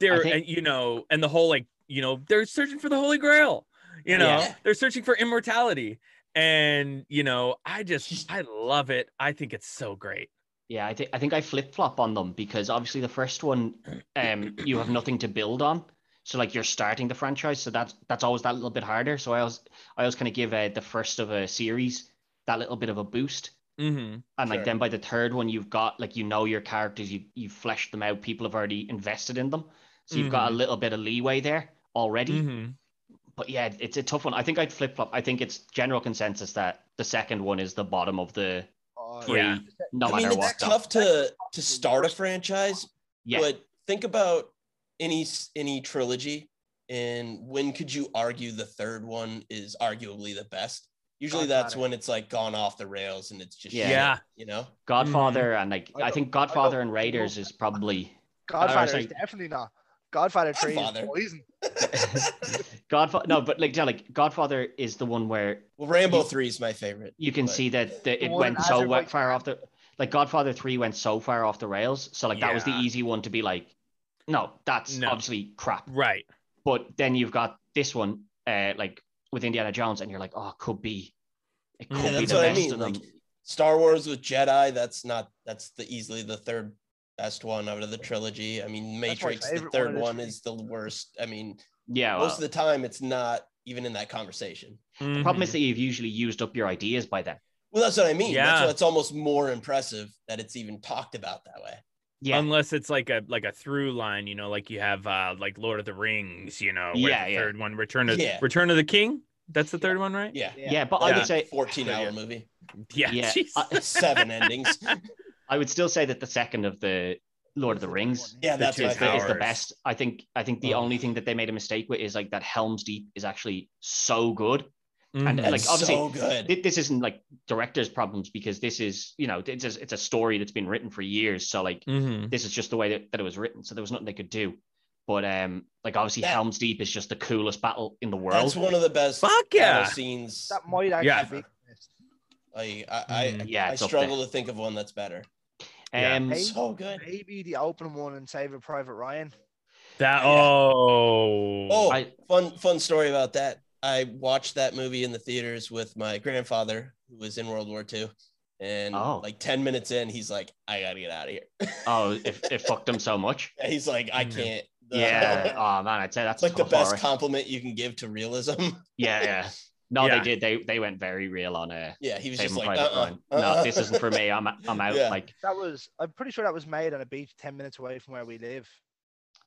S4: they're
S1: think-
S4: and, you know and the whole like you know they're searching for the holy grail you know
S3: Yeah.
S4: they're searching for immortality and you know i just i love it i think it's so great
S1: Yeah, I think I think I flip flop on them because obviously the first one, um, you have nothing to build on. So like you're starting the franchise, so that's that's always that little bit harder. So I always I always kind of give uh, the first of a series that little bit of a boost.
S4: hmm
S1: And like
S3: Sure.
S1: then by the third one, you've got like you know your characters, you you've fleshed them out. People have already invested in them, so you've
S3: Mm-hmm.
S1: got a little bit of leeway there already.
S4: hmm
S1: but yeah, it's a tough one. I think I'd flip flop. I think it's general consensus that the second one is the bottom of the
S2: or-
S1: three,
S4: Yeah.
S1: no
S3: I
S1: matter
S3: mean, it's
S1: what. though.
S3: tough to to start a franchise,
S1: yeah,
S3: but think about any any trilogy, and when could you argue the third one is arguably the best? Usually,
S2: Godfather.
S3: that's when it's like gone off the rails and it's just
S1: Yeah.
S3: shit,
S4: Yeah.
S3: you know.
S1: Godfather and like
S2: I
S1: I,
S2: don't-
S1: think Godfather and
S2: I
S1: Raiders is probably
S2: Godfather
S1: sorry.
S2: is definitely not. Godfather three
S3: Godfather.
S2: is poison.
S1: Godfather. No, but like yeah, like Godfather is the one where
S3: Well, Rambo Three is my favorite.
S1: you can
S3: But-
S1: see that the,
S2: The
S1: it
S2: one
S1: went
S2: in
S1: so wa-
S2: Azerbaijan.
S1: far off the like Godfather three went so far off the rails. So like that was the
S4: Yeah.
S1: easy one to be like, no, that's
S4: No.
S1: obviously crap.
S4: right
S1: but then you've got this one uh like with indiana jones and you're like oh it could be it
S4: Yeah,
S1: could be
S3: that's
S1: the
S3: what I
S1: best
S3: mean,
S1: of them
S3: like- Star Wars with Jedi. That's not. That's the easily the third best one out of the trilogy. I mean,
S2: my
S3: Matrix, the
S2: favorite one
S3: third
S2: of the
S3: one
S2: three.
S3: is the worst. I mean,
S1: yeah well,
S3: most of the time it's not even in that conversation.
S4: Mm-hmm.
S1: the problem is that you've usually used up your ideas by then
S3: Well, that's what I mean. That's
S4: Yeah.
S3: why it's almost more impressive that it's even talked about that way.
S1: yeah
S4: unless it's like a like a through line you know like you have uh like lord of the rings you know where
S1: Yeah,
S4: the
S1: yeah.
S4: third one return of
S3: Yeah.
S4: return of the king that's the third one right
S3: Yeah.
S1: yeah, but
S3: Like
S1: i
S3: a
S1: would say
S3: 14 hour movie,
S4: yeah,
S1: Yeah, Uh,
S4: Jesus.
S1: I-
S3: seven endings.
S1: i would still say that the second of the lord of the rings
S3: Yeah, that's
S4: two
S3: my
S1: is the, is
S3: favorite.
S1: the
S4: towers.
S1: best i think i think the
S4: Oh.
S1: only thing that they made a mistake with is like that helms deep is actually so good and
S4: Mhm.
S1: like
S3: That's
S1: obviously
S3: Mm-hmm. so good.
S1: thi- this isn't like director's problems because this is you know it's a, it's a story that's been written for years so like
S3: Mm-hmm.
S4: Mhm.
S1: this is just the way that, that it was written. So there was nothing they could do. But um, like obviously
S3: That-
S1: Helm's Deep is just the coolest battle in the world.
S3: That's one of the best
S4: fuck
S3: battle
S4: yeah
S3: scenes.
S2: That might actually
S4: Yeah.
S2: be. the best.
S3: Like, I, I,
S4: Mhm.
S1: Mm, yeah,
S3: I
S1: it's struggle.
S3: struggle to think of one that's better.
S4: Yeah.
S1: Um,
S2: Hey.
S3: So good.
S2: Maybe the open one and Saving Private Ryan.
S4: that
S3: Yeah.
S4: oh
S3: Oh,
S1: I-
S3: fun fun story about that. I watched that movie in the theaters with my grandfather, who was in World War II. And
S1: Oh.
S3: like 10 minutes in, he's like, I gotta get out of here.
S1: oh, it, it fucked him so much.
S3: He's like, I
S4: Mhm.
S3: can't.
S1: Yeah. Oh man, I'd say that's
S3: It's like the
S1: tough,
S3: best
S1: alright.
S3: compliment you can give to realism.
S1: yeah, yeah. No,
S4: Yeah.
S1: they did. They they went very real on a.
S3: Yeah, he was
S1: Saving
S3: just like,
S1: Private
S3: uh-uh,
S1: Ryan. No,
S3: uh-uh."
S1: this isn't for me. I'm I'm out.
S3: Yeah.
S1: Like,
S2: That was. I'm pretty sure that was made on a beach ten minutes away from where we live.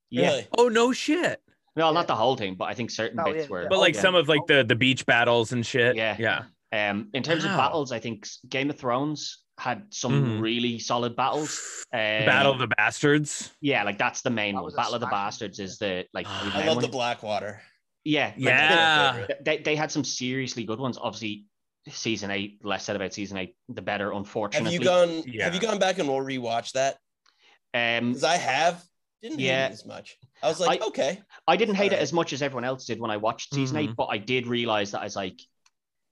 S1: yeah,
S3: Really?
S4: Oh no shit.
S1: no,
S2: Yeah.
S1: not the whole thing, but I think certain
S2: No,
S1: bits
S2: Oh, yeah,
S1: were.
S2: yeah.
S4: But like
S1: yeah.
S4: some of like the the beach battles and shit.
S1: Yeah.
S4: Yeah.
S1: Um, in terms
S4: Wow.
S1: of battles, I think s- Game of Thrones had some
S4: Mhm.
S1: really solid battles. Um,
S4: Battle of the Bastards.
S1: yeah, like that's the main
S2: That
S1: one.
S2: was a
S1: Battle of the
S2: smashing,
S1: Bastards is the like.
S4: I
S1: the
S3: I
S1: main
S3: love
S1: one.
S3: the Blackwater.
S1: yeah, like,
S4: Yeah.
S1: they they had some seriously good ones. Obviously, season eight. Less said about season eight, the better.
S3: Have
S1: Unfortunately,
S3: you gone?
S4: Yeah.
S3: Have you gone back and we'll rewatch that?
S1: um,
S3: Because I have. Didn't hate
S1: Yeah.
S3: it as much. I was like,
S1: I-
S3: okay,
S1: I didn't hate it
S3: Alright.
S1: as much as everyone else did when I watched season
S3: Mm-hmm.
S1: eight, but I did realize that I was like,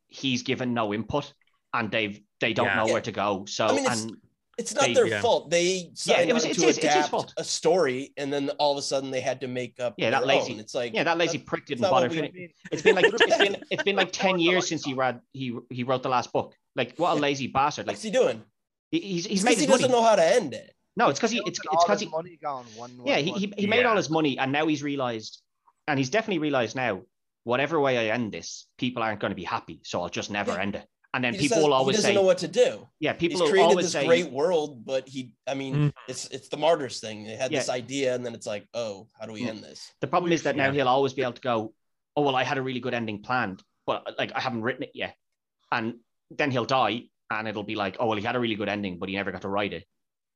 S1: he's given no input, and they've they don't
S4: Yeah.
S1: know
S3: Yeah.
S1: where to go. So
S3: I mean, it's-
S1: and
S3: it's not
S1: They-
S3: their
S4: yeah.
S3: fault. They signed
S1: it was-
S3: on
S1: it's
S3: to
S1: his- it's his
S3: adapt
S1: fault.
S3: a story, and then all of a sudden they had to make up.
S1: Yeah, that
S3: their
S1: lazy-
S3: own. It's like
S1: yeah, that lazy
S3: that's-
S1: prick didn't
S3: not
S1: bother.
S3: what we-
S1: Fin-
S2: I mean,
S1: it's been like it's been it's been like
S2: That
S1: ten
S2: was
S1: years
S2: the
S1: since he
S2: light
S1: read he he wrote the last book. Like what a lazy bastard! Like
S3: what's he doing?
S1: he- he's he's
S3: He's
S1: made
S3: he
S1: his
S3: doesn't
S1: money.
S3: know how to end it.
S1: No, it's because he
S2: All
S1: it's it's because he
S2: his money gone one way.
S1: yeah he he, he made
S4: Yeah.
S1: all his money and now he's realized and he's definitely realized now whatever way I end this people aren't going to be happy so I'll just never
S3: Yeah.
S1: end it and then
S3: He just
S1: people
S3: doesn't-
S1: will always
S3: he doesn't
S1: say
S3: know what to do.
S1: yeah people
S3: he's
S1: will
S3: created
S1: always
S3: this
S1: say
S3: great world, but he, I mean,
S4: Mm.
S3: it's it's the martyrs thing. They had
S1: Yeah.
S3: this idea, and then it's like, oh, how do we
S1: Mm.
S3: end this?
S1: the problem is that now
S4: Yeah.
S1: he'll always be able to go oh well I had a really good ending planned but like I haven't written it yet and then he'll die and it'll be like oh well he had a really good ending but he never got to write it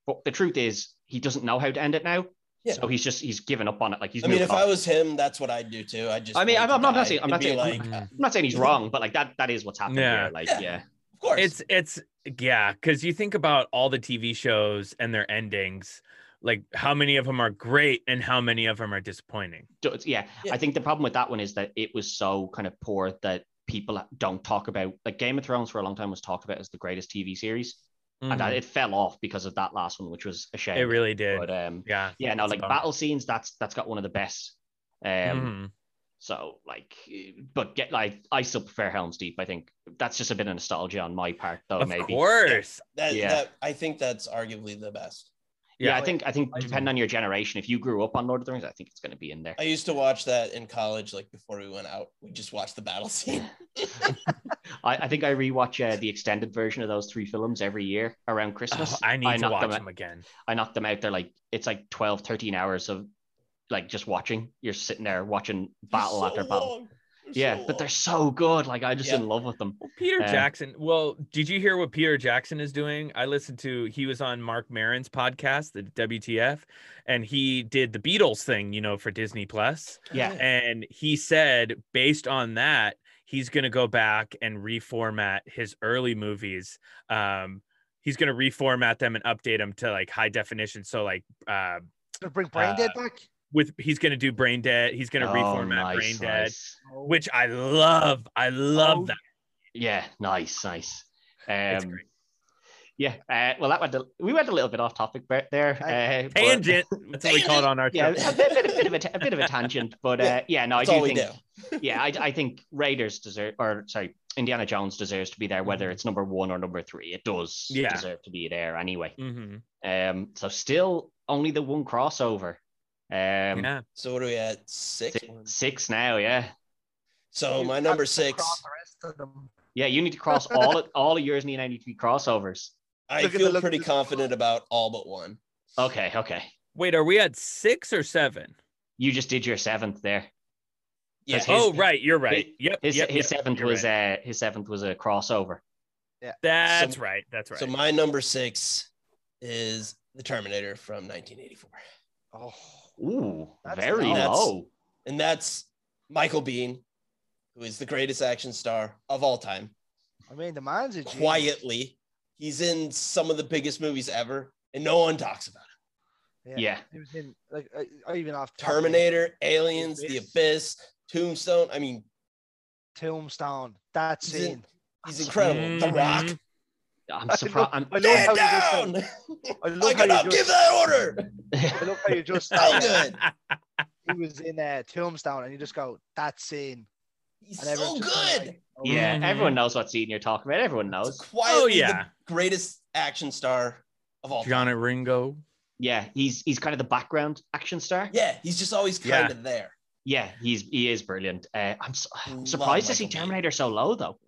S1: but the truth is he doesn't know how to end it now
S3: Yeah.
S1: so he's just he's given up on it like he's
S3: I mean,
S1: moved
S3: if
S1: on.
S3: I was him, that's what I'd do too. I just,
S1: I mean,
S3: wait
S1: I'm-
S3: to
S1: I'm not- I'm not
S3: die
S1: saying- I'm
S3: and
S1: not
S3: be
S1: saying- Mm.
S3: like,
S4: Mhm.
S1: I'm not saying he's wrong, but like that that is what's happening
S4: Yeah.
S1: here. Like,
S3: Yeah.
S1: yeah.
S3: of course,
S4: It's it's yeah, because you think about all the TV shows and their endings, like how many of them are great and how many of them are disappointing.
S1: So it's- yeah.
S3: Yeah.
S1: I think the problem with that one is that it was so kind of poor that people don't talk about like Game of Thrones for a long time was talked about as the greatest TV series. And that
S4: Mhm.
S1: it fell off because of that last one, which was a shame.
S4: it really did.
S1: but um
S4: yeah.
S1: yeah, no,
S4: it's a
S1: like
S4: bummer.
S1: battle scenes, that's that's got one of the best. Um
S3: Mm-hmm.
S4: Mhm.
S1: so like but get like I still prefer Helm's Deep, I think. That's just a bit of nostalgia on my part though,
S4: Of
S1: maybe.
S4: course.
S3: that,
S1: yeah.
S3: that. I think that's arguably the best.
S1: Yeah, I
S4: Yeah.
S1: think I think
S2: I-
S1: depending on your generation, if you grew up on Lord of the Rings, I think it's gonna be in there.
S3: I used to watch that in college, like before we went out. We just watched the battle scene.
S1: I, I think I rewatch uh, the extended version of those three films every year around
S3: Uh-huh.
S1: Christmas.
S4: Oh, I need to
S1: knocked
S4: watch
S1: them out-
S4: them again.
S1: I knock them out. They're like, it's like 12, 13 hours of like just watching. You're sitting there watching battle
S3: They're so
S1: after battle.
S3: long. They're so
S1: yeah, but they're
S3: long.
S1: so good. Like, I'm just
S3: Yeah.
S1: in love with them.
S4: Well, Peter
S1: Uh,
S4: Jackson. Well, did you hear what Peter Jackson is doing? I listened to he was on Mark Marin's podcast, the WTF, and he did the Beatles thing, you know, for Disney Plus.
S1: Yeah.
S4: And he said based on that, he's going to go back and reformat his early movies. Um he's going to reformat them and update them to like high definition so like uh
S2: To bring brain dead
S3: Uh,
S2: back.
S4: with he's going to do Brain Dead, he's going to
S1: Oh,
S4: reformat Brain
S1: nice,
S4: Dead,
S1: nice.
S2: Oh,
S4: which I love. I love
S2: Oh,
S4: that.
S1: Yeah, nice, nice.
S4: It's
S1: Um, yeah, uh, well, that went a, we went a little bit off topic there.
S2: Hey,
S1: Uh, but-
S4: Tangent. That's what we call it on our
S1: Yeah,
S4: show.
S1: a bit, bit, bit of a, a bit of a tangent, but
S3: Yeah,
S1: uh, yeah, no, I
S3: That's
S1: do
S3: all we
S1: think
S3: do.
S1: yeah, I, I think Raiders deserve, or sorry, Indiana Jones deserves to be there,
S3: Mm-hmm.
S1: whether it's number one or number three. It does
S4: Yeah.
S1: deserve to be there anyway.
S4: Mm-hmm.
S3: Mm.
S1: Um, so still only the one crossover. Um,
S4: yeah.
S3: So what are we at? Six.
S1: si- six now, yeah,
S3: So
S2: you
S3: my
S2: have
S3: number
S2: to
S3: six.
S2: cross the rest of them.
S1: yeah. You need to cross all of- all of yours, and I need to be crossovers.
S3: I
S2: Look at the
S3: feel
S2: look
S3: pretty
S2: at the-
S3: confident about all but one.
S1: Okay, okay.
S4: Wait, are we at six or seven?
S1: You just did your seventh there.
S3: Yeah.
S1: That's
S4: oh,
S1: his-
S4: right. You're right. yep.
S1: His
S4: yep,
S1: his
S4: yep,
S1: seventh
S4: you're
S1: was
S4: right.
S1: uh his seventh was a crossover.
S4: That's
S3: So-
S4: right. That's right.
S3: So my number six is the Terminator from 1984,
S2: Oh,
S1: Ooh,
S2: That's
S1: very
S2: low.
S3: That's-
S1: low.
S3: and that's Michael Bean, who is the greatest action star of all time.
S2: I mean the man's a genius.
S3: Quietly, he's in some of the biggest movies ever, and no one talks about it.
S1: yeah.
S2: He was in like I, I even off top of my head,
S3: Terminator, Aliens, The Abyss, Tombstone. I mean,
S2: Tombstone. That
S3: He's in-
S2: scene.
S3: he's incredible. The Rock.
S4: Mhm.
S1: I'm
S2: I
S1: surprised. I'm,
S2: I love
S3: Stand
S2: how you
S3: down!
S2: just. I
S3: I
S2: love how
S3: cannot
S2: you
S3: give
S2: just.
S3: that order.
S2: I love how you just.
S3: So good.
S2: he was in uh, Tombstone, and you just go that scene.
S3: He's
S2: And everyone's
S3: so
S2: just kinda
S3: good.
S2: like, oh,
S1: yeah,
S4: Mhm.
S1: everyone knows what scene you're talking about. Everyone knows.
S3: quietly
S4: Oh yeah.
S3: the greatest action star of all time.
S4: John and Ringo.
S1: Yeah, he's he's kind of the background action star.
S3: Yeah, he's just always
S4: Yeah.
S3: kind of there.
S1: Yeah, he's he is brilliant. Uh, I'm, su- I'm surprised to see
S3: Michael Bay.
S1: Terminator so low though.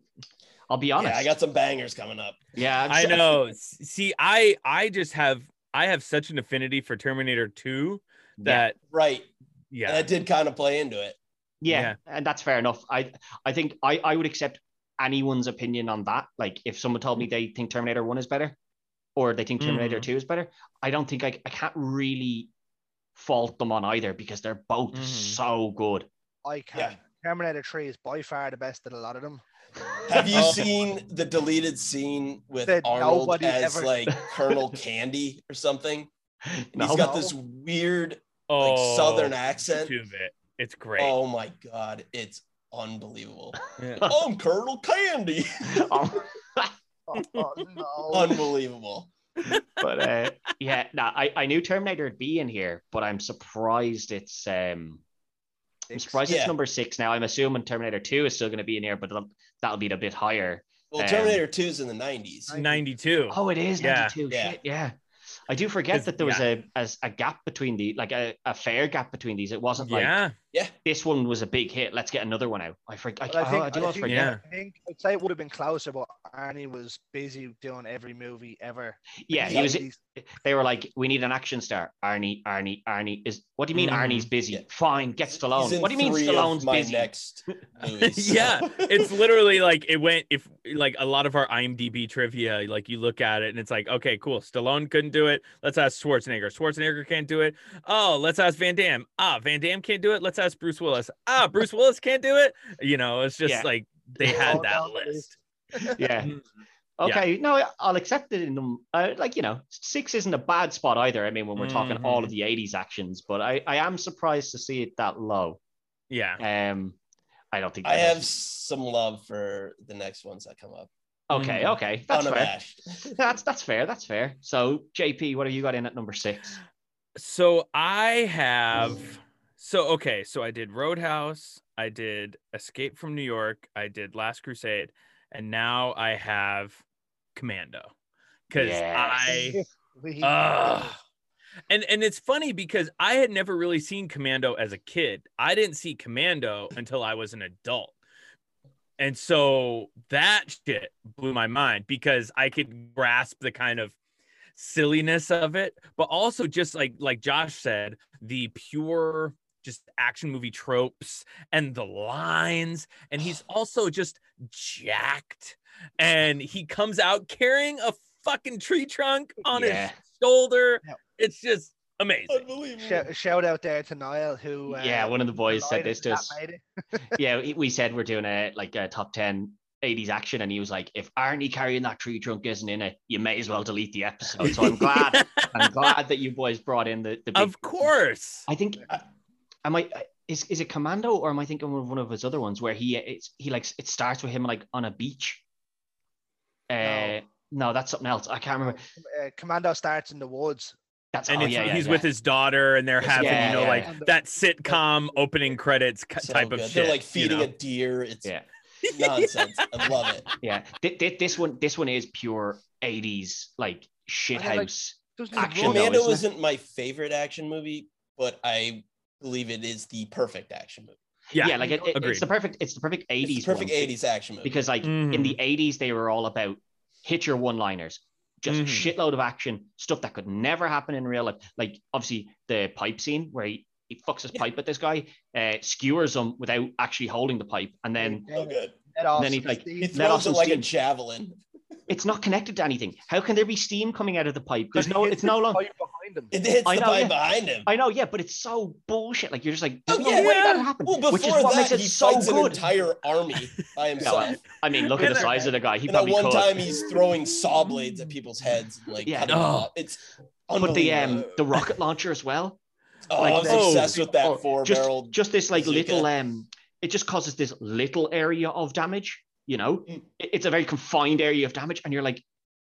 S1: I'll be honest.
S3: Yeah, I got some bangers coming up.
S1: Yeah, I'm
S4: I
S1: su-
S4: know. S- See, I I just have I have such an affinity for Terminator 2
S1: Yeah.
S4: that
S3: Right.
S4: yeah.
S3: That did kind of play into it.
S1: yeah,
S4: Yeah.
S1: and that's fair enough. I I think I I would accept anyone's opinion on that. Like if someone told me they think Terminator One is better, or they think Terminator
S4: Mhm.
S1: Two is better, I don't think I I can't really fault them on either because they're both
S4: Mhm.
S1: so good.
S2: I can.
S3: Yeah.
S2: Terminator 3 is by far the best of a lot of them.
S3: Have you
S4: Oh.
S3: seen the deleted scene with
S2: That
S3: Arnold
S2: nobody
S3: as
S2: ever-
S3: like Colonel Candy or something? And
S1: No.
S3: He's got this weird like
S4: oh,
S3: southern accent.
S4: YouTube it. It's great.
S3: Oh my god, it's unbelievable.
S4: Yeah.
S3: I'm Colonel Candy.
S1: Um,
S2: Oh, oh, no.
S3: unbelievable.
S1: but uh, yeah, no, I I knew Terminator would be in here, but I'm surprised it's um. I'm
S2: Six.
S1: surprised
S3: Yeah.
S1: it's number six now. I'm assuming Terminator Two is still going to be in here, but that'll- that'll be a bit higher.
S3: Well,
S1: Um,
S3: Terminator 2 is in the 90s.
S4: 92.
S1: Oh, it is
S4: Yeah.
S1: 92.
S3: Yeah.
S1: Shit, yeah. I do forget
S4: 'Cause-
S1: that there was a, as a gap between the like a, a fair gap between these. It wasn't like
S4: yeah.
S1: this one was a big hit. Let's get another one out. I forget.
S2: But
S1: I,
S2: I
S1: oh,
S2: think-
S1: I do
S2: I
S1: always
S2: think-
S1: forget.
S4: Yeah.
S2: I think I'd say it would have been closer, but Arnie was busy doing every movie ever.
S1: Yeah, he
S3: Yeah.
S1: was.
S2: He's-
S1: They were like, "We need an action star." Arnie, Arnie, Arnie is. What do you mean
S4: Mhm.
S1: Arnie's busy?
S3: Mm. Yeah.
S1: Fine, get
S3: He's
S1: Stallone.
S3: in
S1: What do you mean
S3: three of
S1: Stallone's
S3: my
S1: busy?
S3: next movies.
S4: Yeah,
S3: so.
S4: it's literally like it went if like a lot of our IMDb trivia, like you look at it and it's like, okay, cool. Stallone couldn't do it. Let's ask Schwarzenegger. Schwarzenegger can't do it. Oh, let's ask Van Damme. Ah, Van Damme can't do it. Let's ask Bruce Willis. Ah, Bruce Willis can't do it. You know, it's just
S1: Yeah.
S4: like they
S2: Oh,
S4: had that
S2: no,
S4: list.
S1: Yeah.
S4: Mhm.
S1: Okay. No, I'll accept it in them. Uh, like you know, six isn't a bad spot either. I mean, when we're talking
S4: Mm-hmm.
S1: all of the '80s actions, but I, I am surprised to see it that low.
S4: Yeah.
S1: Um, I don't think
S3: I
S1: that
S3: have
S1: is-
S3: some love for the next ones that come up.
S1: Okay,
S2: Mm-hmm.
S4: Mm.
S1: okay, that's fair.
S3: Unabashed.
S1: That's that's fair. That's fair. So, JP, what have you got in at number six?
S4: So I have so okay, so I did Roadhouse, I did Escape from New York, I did Last Crusade, and now I have Commando. Cuz
S1: Yes.
S4: I
S2: We-
S4: Ugh. and and it's funny because I had never really seen Commando as a kid. I didn't see Commando until I was an adult. And so that shit blew my mind because I could grasp the kind of silliness of it, but also just like like Josh said, the pure just action movie tropes and the lines and he's also just jacked and he comes out carrying a fucking tree trunk on
S1: Yeah.
S4: his shoulder.
S2: Yeah.
S4: It's just amazing.
S3: Unbelievable.
S2: Shout, shout out there to Niall, who uh,
S1: yeah, one of the boys said
S2: delighted
S1: this to
S2: that
S1: us.
S2: made it.
S1: Yeah, we- we said we're doing a like a top ten. 80s action, and he was like, If Arnie carrying that tree trunk isn't in it, you may as well delete the episode. So I'm glad, I'm glad that you boys brought in the, the big
S4: Of course.
S1: I think I, am I is is it Commando or am I thinking of one of his other ones where he it's he like it starts with him like on a beach. Uh, no.
S2: No.
S1: that's something else. I can't remember.
S2: Uh, Commando starts in the woods.
S1: That's
S4: And
S1: oh,
S4: it's,
S1: yeah, yeah,
S4: he's
S1: yeah.
S4: with his daughter, and they're having,
S1: Yeah,
S4: you know,
S1: yeah.
S4: like that sitcom opening credits ki-
S3: So
S4: type of
S3: good.
S4: shit.
S3: They're like feeding
S4: you
S3: a deer. It's
S1: Yeah.
S3: nonsense. I love it.
S1: yeah. Th- th- this one this one is pure 80s like shithouse.
S2: like, Doesn't he
S1: Action,
S2: run?
S1: though,
S3: Commando
S1: isn't it?
S3: isn't my favorite action movie, but I believe it is the perfect action movie.
S1: yeah,
S4: yeah.
S1: like it, it- it's
S4: agreed.
S1: the perfect it's the perfect 80s
S3: It's the perfect
S1: one.
S3: 80s action movie.
S1: because like in
S4: Mhm.
S1: the 80s they were all about hit your one liners just
S4: Mhm.
S1: shitload of action stuff that could never happen in real life like obviously the pipe scene where he, he fucks his
S3: Yeah.
S1: pipe at this guy uh, skewers him without actually holding the pipe and then
S3: so good.
S2: Let off
S1: then he's
S2: some
S1: like,
S3: He
S2: steam.
S1: Let off
S3: throws it
S1: some
S3: like a
S1: steam.
S3: javelin.
S1: it's not connected to anything how can there be steam coming out of the pipe there's no it's no longer
S2: Right behind him.
S3: It hits
S1: I
S3: the
S1: know,
S3: guy
S1: yeah.
S3: behind him.
S1: I know, yeah, but it's so bullshit. Like you're just like, there's
S3: Oh,
S1: no
S3: yeah.
S1: way that happened.
S3: Well, before
S1: which is what
S3: that,
S1: makes it
S3: he
S1: so
S3: fights an
S1: good.
S3: entire army by himself.
S1: I mean, look at the
S4: Yeah.
S1: size of the guy. He
S3: and at
S1: probably
S3: one
S1: could.
S3: time, he's throwing saw blades at people's heads. Like,
S1: Yeah.
S3: cutting them
S4: Oh.
S3: off. it's
S1: but the um
S3: unbelievable.
S1: the rocket launcher as well.
S3: oh,
S1: like
S3: I was
S1: the-
S3: obsessed with that
S1: Oh,
S3: four-barreled.
S1: just this like
S3: bazooka.
S1: little um it just causes this little area of damage you know
S3: Mm.
S1: It- it's a very confined area of damage and you're like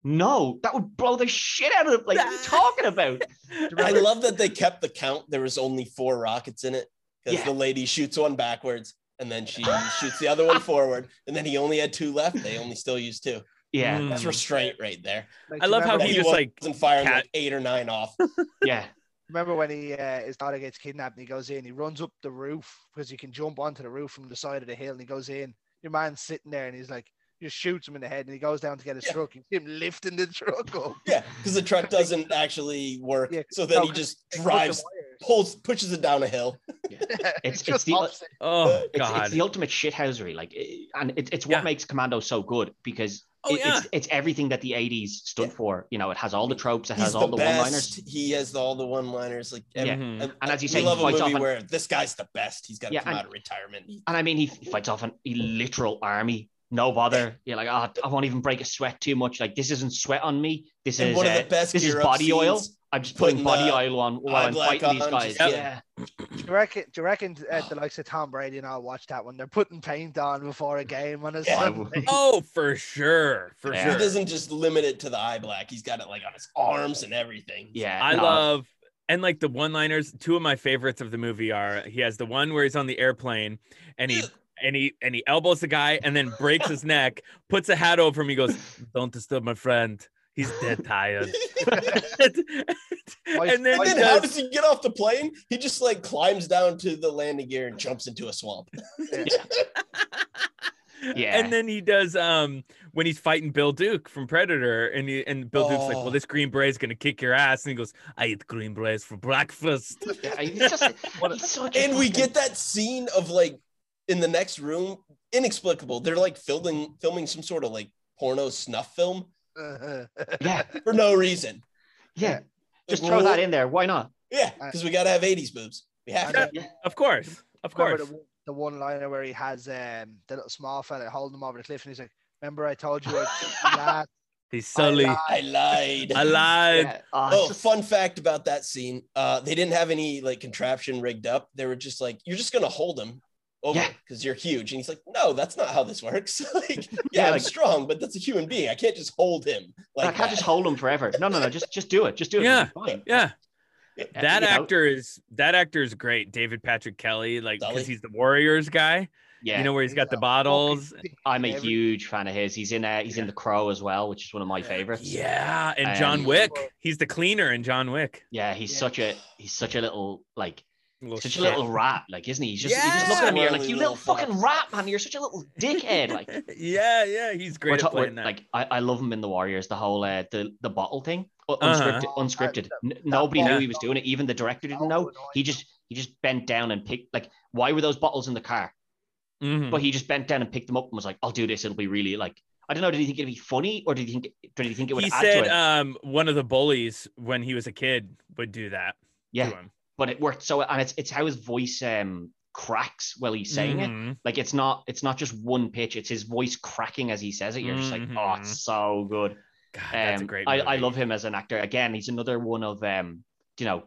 S1: no that would blow the shit out of it like what are you talking about
S3: I love that they kept the count. There was only four rockets in it because
S1: Yeah.
S3: the lady shoots one backwards and then she shoots the other one forward, and then he only had two left. They only still used two.
S1: yeah
S4: Mm.
S2: Hmm.
S3: That's restraint right there.
S2: Like,
S4: I
S2: do you
S4: love how
S2: remember
S3: That
S4: he
S3: he
S4: just,
S3: wasn't
S4: like,
S3: firing
S4: cat-
S3: like eight or nine off.
S1: yeah
S2: Remember when he uh, his daughter gets kidnapped and he goes in, he runs up the roof because he can jump onto the roof from the side of the hill and he goes in. Your man's sitting there and he's like, just shoots him in the head and he goes down to get his
S3: Yeah.
S2: truck. You see him lifting the truck up.
S3: Yeah, because the truck doesn't actually work.
S2: Yeah,
S3: So then
S2: no,
S3: he
S2: 'cause
S3: just
S2: They cut the
S3: drives,
S2: wires.
S3: pulls, pushes it down a hill.
S1: It's- it's
S2: just
S1: the-
S2: opposite.
S4: Oh
S1: It's,
S4: God.
S1: it's the ultimate shithousery, like, it- and it, it's what
S4: Yeah.
S1: makes Commando so good because
S4: oh
S1: it-
S4: yeah.
S1: it's it's everything that the '80s stood
S3: Yeah.
S1: for. You know, it has all the tropes, it
S3: He's
S1: has
S3: the,
S1: all the, one-liners.
S3: best. He has the, all the one-liners. Like,
S1: Yeah.
S4: Mhm.
S3: and,
S1: And as you
S3: we
S1: say, he
S3: love a
S1: fights
S3: movie
S1: off an-
S3: where this guy's the best. He's got to
S1: Yeah,
S3: come
S1: and-
S3: out of retirement.
S1: And I mean, he fights off an a literal army. No bother. You're like, oh, I won't even break a sweat too much. Like this isn't sweat on me. This
S3: And
S1: is
S3: one of
S1: uh,
S3: the best
S1: this is
S3: gear-up
S1: body oil.
S3: scenes-
S1: I'm just putting
S3: putting
S1: body
S3: the
S1: oil on while
S3: eye
S1: I'm
S3: black
S1: fighting these
S3: on,
S1: guys.
S3: just-
S4: Yep.
S1: Yeah.
S2: Do you reckon, do you reckon uh, the likes of Tom Brady and I'll watch that one? They're putting paint on before a game on a
S3: Yeah.
S2: Sunday.
S4: Oh, for sure, for
S1: Yeah.
S3: He
S4: sure.
S3: doesn't just limit it to the eye black. He's got it like on his arms and everything.
S1: Yeah.
S4: I
S1: no,
S4: love and like the one-liners. Two of my favorites of the movie are he has the one where he's on the airplane and he and he and he elbows the guy and then breaks his neck, puts a hat over him. He goes, "Don't disturb my friend. He's dead tired." and then
S3: And
S2: Like
S4: he
S3: then how
S4: does,
S3: does he get off the plane? He just like climbs down to the landing gear and jumps into a swamp.
S1: Yeah.
S4: And then he does um when he's fighting Bill Duke from Predator, and he, and Bill Duke's like,
S3: Oh.
S4: "Well, this Green Braid's gonna kick your ass," and he goes, "I eat Green Braids for breakfast."
S1: Yeah, he's just- he's such a
S3: And we
S1: fucking-
S3: get that scene of like in the next room, inexplicable. They're like filming filming some sort of like porno snuff film
S1: yeah,
S3: for no reason.
S1: yeah. Just
S3: Like,
S1: throw
S3: we're-
S1: that in there. Why not?
S3: Yeah, because we gotta have 80s boobs. We have to.
S4: Of course, of
S2: Remember
S4: course.
S2: The, one- the one liner where he has um, the little small fella holding him over the cliff and he's like, Remember I told you I'd shoot you last?
S4: He's Sully.
S2: lied.
S3: I lied.
S4: I lied.
S1: Yeah. Oh, it's
S3: Oh,
S1: just-
S3: fun fact about that scene. Uh, they didn't have any like contraption rigged up. They were just like, you're just gonna hold him over
S1: Yeah.
S3: because you're huge. And he's like, no, that's not how this works. like, yeah,
S1: Yeah,
S3: I'm
S1: like-
S3: strong, but that's a human being. I can't just hold him
S1: I
S3: like
S1: can't
S3: that.
S1: just hold him forever. No, no, no. Just, just do it. Just do it.
S4: Yeah.
S1: It'll be fine.
S4: Yeah,
S1: Uh,
S4: that
S1: you know,
S4: actor is that actor is great. David Patrick Kelly, like
S3: Sully.
S4: because he's the Warriors guy.
S1: yeah.
S4: You know where he's
S2: He's
S4: got the
S2: a
S4: bottles.
S2: fucking-
S1: I'm a
S2: Every-
S1: huge fan of his. He's in uh, he's in The Crow as well, which is one of my
S2: Yeah.
S1: favorites.
S4: Yeah, and
S1: And-
S4: John Wick. He's the cleaner in John Wick.
S1: Yeah, he's
S2: Yeah.
S1: such a he's such a little like
S4: Little
S1: such a
S4: shit.
S1: little rat, like isn't he? He's just he's just
S4: Yeah.
S1: looking at me you're like
S3: Squirrely
S1: you
S3: little
S1: little fucking rat man, you're such a little dickhead. Like
S4: yeah, yeah, he's great
S1: we're
S4: at
S1: ta- we're-
S4: playing that.
S1: like I, I love him in the Warriors. The whole uh, the the bottle thing, U- unscripted,
S2: Uh-huh.
S1: unscripted.
S2: That-
S1: N- Nobody
S2: bottle-
S1: knew he was doing it. Even the director didn't
S2: Oh,
S1: know.
S2: annoying.
S1: He just he just bent down and picked like why were those bottles in the car?
S4: Mhm.
S1: But he just bent down and picked them up and was like, I'll do this. It'll be really like I don't know. Did he think it'd be funny or did he think did he think it would
S4: he
S1: add
S4: said
S1: to it?
S4: um one of the bullies when he was a kid would do that
S1: yeah,
S4: to him.
S1: but it worked so and it's it's how his voice um cracks while he's saying it
S4: Mhm.
S1: like it's not it's not just one pitch it's his voice cracking as he says it you're just like oh
S4: Mhm.
S1: it's so good
S4: God, that's a
S1: um,
S4: great
S1: I, I
S4: movie.
S1: love him as an actor again he's another one of um you know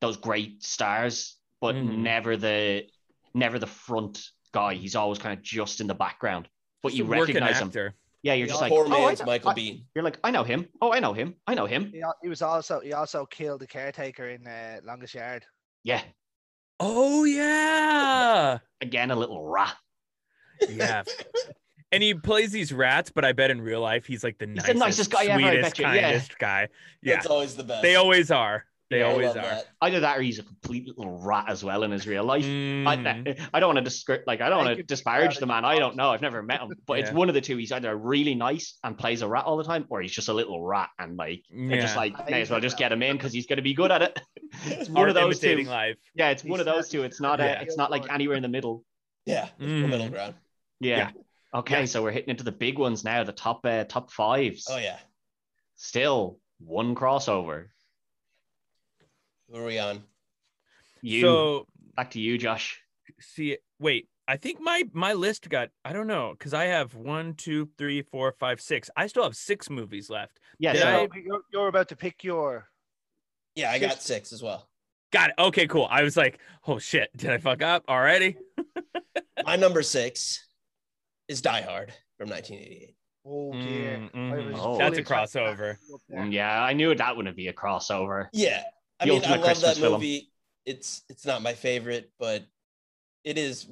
S1: those great stars but
S4: Mhm.
S1: never the never the front guy he's always kind of just in the background but
S4: Just
S1: you
S4: a working
S1: recognize him
S4: actor.
S1: yeah you're just like
S3: poor
S1: oh, I
S3: man's
S1: know-
S3: Michael
S1: I-
S3: Bean.
S1: you're like i know him oh i know him i know him
S2: He, al- he was also he also killed the caretaker in uh, Longest Yard.
S1: yeah
S4: Oh yeah.
S1: again a little rat
S4: Yeah. and he plays these rats, but I bet in real life he's like the
S1: He's
S4: nicest,
S1: the nicest guy ever, I
S4: sweetest,
S1: bet you, yeah.
S4: kindest guy. Yeah.
S3: That's always the best.
S4: They always are. They
S1: Yeah, I
S4: always
S3: love
S4: are.
S3: that.
S1: either that or he's a complete little rat as well in his real life
S4: Mhm.
S1: I, I don't want to describe, like I don't
S2: I
S1: want to
S2: could be
S1: disparage
S2: proud
S1: the
S2: of
S1: man.
S2: you.
S1: I don't know. I've never met him, but it's
S4: Yeah.
S1: one of the two. He's either really nice and plays a rat all the time, or he's just a little rat and like they're just
S4: Mm, Yeah.
S1: like
S2: I
S1: may as well
S2: think
S1: just
S2: that-
S1: get him in because he's going to be good at it. it's one
S4: Art
S1: of those two.
S4: imitating life.
S1: Yeah, it's one
S2: He's
S1: of those two. It's not. uh
S4: Yeah.
S1: it's not like anywhere in the middle.
S3: Yeah, it's the middle
S4: Mhm.
S3: ground.
S1: Yeah.
S4: Yeah.
S1: Okay,
S4: Yeah.
S1: so we're hitting into the big ones now. The top uh, top fives.
S3: Oh yeah.
S1: Still one crossover.
S3: Who are we on?
S1: You
S4: So
S1: back to you, Josh.
S4: see wait i think my my list got i don't know because i have one two three four five six i still have six movies left
S1: Yeah.
S4: Did
S1: so
S4: I-
S2: you're, you're about to pick your.
S3: Yeah, I got six as well.
S4: got it okay cool i was like oh shit did i fuck up already
S3: My number six is Die Hard from 1988.
S2: Oh dear.
S4: Mm,
S2: I
S4: mhm.
S2: was
S1: Oh.
S4: that's
S2: fully trying
S4: a
S2: to wrap
S4: crossover
S2: you up there.
S1: mm, yeah, I knew that wouldn't be a crossover.
S3: Yeah, I
S1: The
S3: mean, I
S1: ultimate
S3: love
S1: Christmas
S3: that
S1: film.
S3: movie. It's it's not my favorite, but it is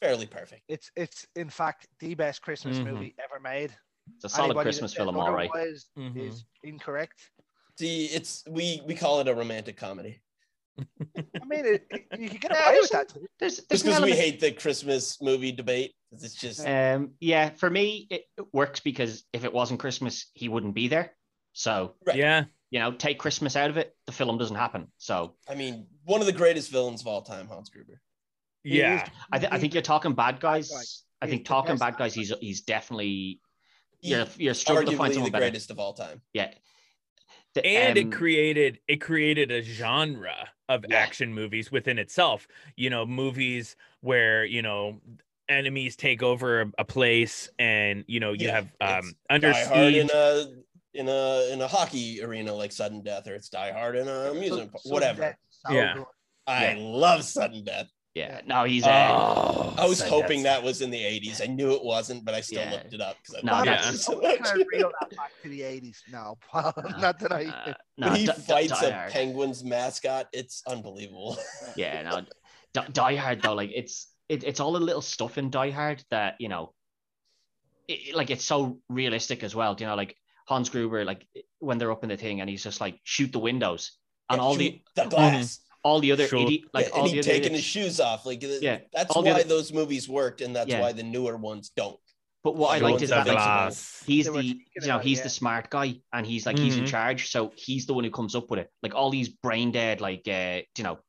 S3: fairly perfect.
S2: It's it's in fact the best Christmas
S4: Mhm.
S2: movie ever made.
S1: It's a solid
S2: Anybody that
S1: Christmas
S2: says
S1: film, all right.
S2: otherwise
S4: Mhm.
S2: Is incorrect.
S3: See, it's we we call it a romantic comedy.
S2: I mean, it, it- you can get away with that. too.
S1: There's, there's
S3: Just
S1: an
S3: because we
S1: element-
S3: hate the Christmas movie debate. 'cause It's just
S1: Um, yeah, for me, it it works because if it wasn't Christmas, he wouldn't be there. So,
S3: Right.
S4: Yeah.
S1: you know, take Christmas out of it, the film doesn't happen. So,
S3: I mean, one of the greatest villains of all time, Hans Gruber.
S2: He is-
S4: Yeah.
S1: I, th- I think you're talking bad guys.
S2: Right.
S1: I
S2: He's
S1: think
S2: the
S1: talking
S2: best.
S1: bad guys, he's he's definitely,
S3: He's
S1: you're, you're struggling to find
S3: arguably the
S1: someone better.
S3: greatest of all time.
S1: Yeah. The-
S4: and
S1: um,
S4: it created it created a genre of
S1: Yeah.
S4: action movies within itself you know movies where you know enemies take over a- a place and you know you
S3: Yeah,
S4: have um
S3: it's
S4: under
S3: Die Hard
S4: siege
S3: in a in a in a hockey arena like sudden death, or it's Die Hard in a amusement park,
S2: Sudden
S3: whatever.
S2: Death is so
S4: Yeah.
S2: good.
S3: I love sudden death.
S1: Yeah, no, he's. Uh,
S4: oh,
S3: I was
S1: Sudden
S3: hoping
S1: Death.
S3: that was in the '80s. I knew it wasn't, but I still
S1: Yeah.
S3: looked it up because I
S1: No,
S3: love
S4: yeah.
S3: it so
S2: Can I
S3: much.
S2: reel that back to the 80s? No, Paul, not that I.
S1: uh,
S3: When
S1: no,
S3: he
S1: Di- Di-
S3: fights
S1: Die
S3: a
S1: Hard.
S3: penguin's mascot. It's unbelievable.
S1: yeah, no, Die, Die Hard though, like it's it, it's all the little stuff in Die Hard that you know, it, like it's so realistic as well. Do you know, like Hans Gruber, like when they're up in the thing and he's just like shoot the windows and
S3: Yeah,
S1: all
S3: shoot
S1: the
S3: the glass.
S1: all the other
S4: Sure.
S1: idiot, like
S3: Yeah,
S1: all
S3: and
S1: the
S3: he
S1: other
S3: taking his
S1: idiots-
S3: shoes off. Like th-
S1: Yeah,
S3: that's
S1: all the
S3: why
S1: other-
S3: those movies worked, and that's
S1: Yeah.
S3: why the newer ones don't.
S1: But what I
S3: Everyone's
S1: liked is that
S3: having
S1: like,
S3: fun.
S1: he's
S2: They were
S1: the you
S2: thinking
S1: know
S2: about it,
S1: he's
S2: yeah.
S1: the smart guy and he's like he's in
S4: Mhm.
S1: charge, so he's the one who comes up with it. Like all these brain dead like uh you know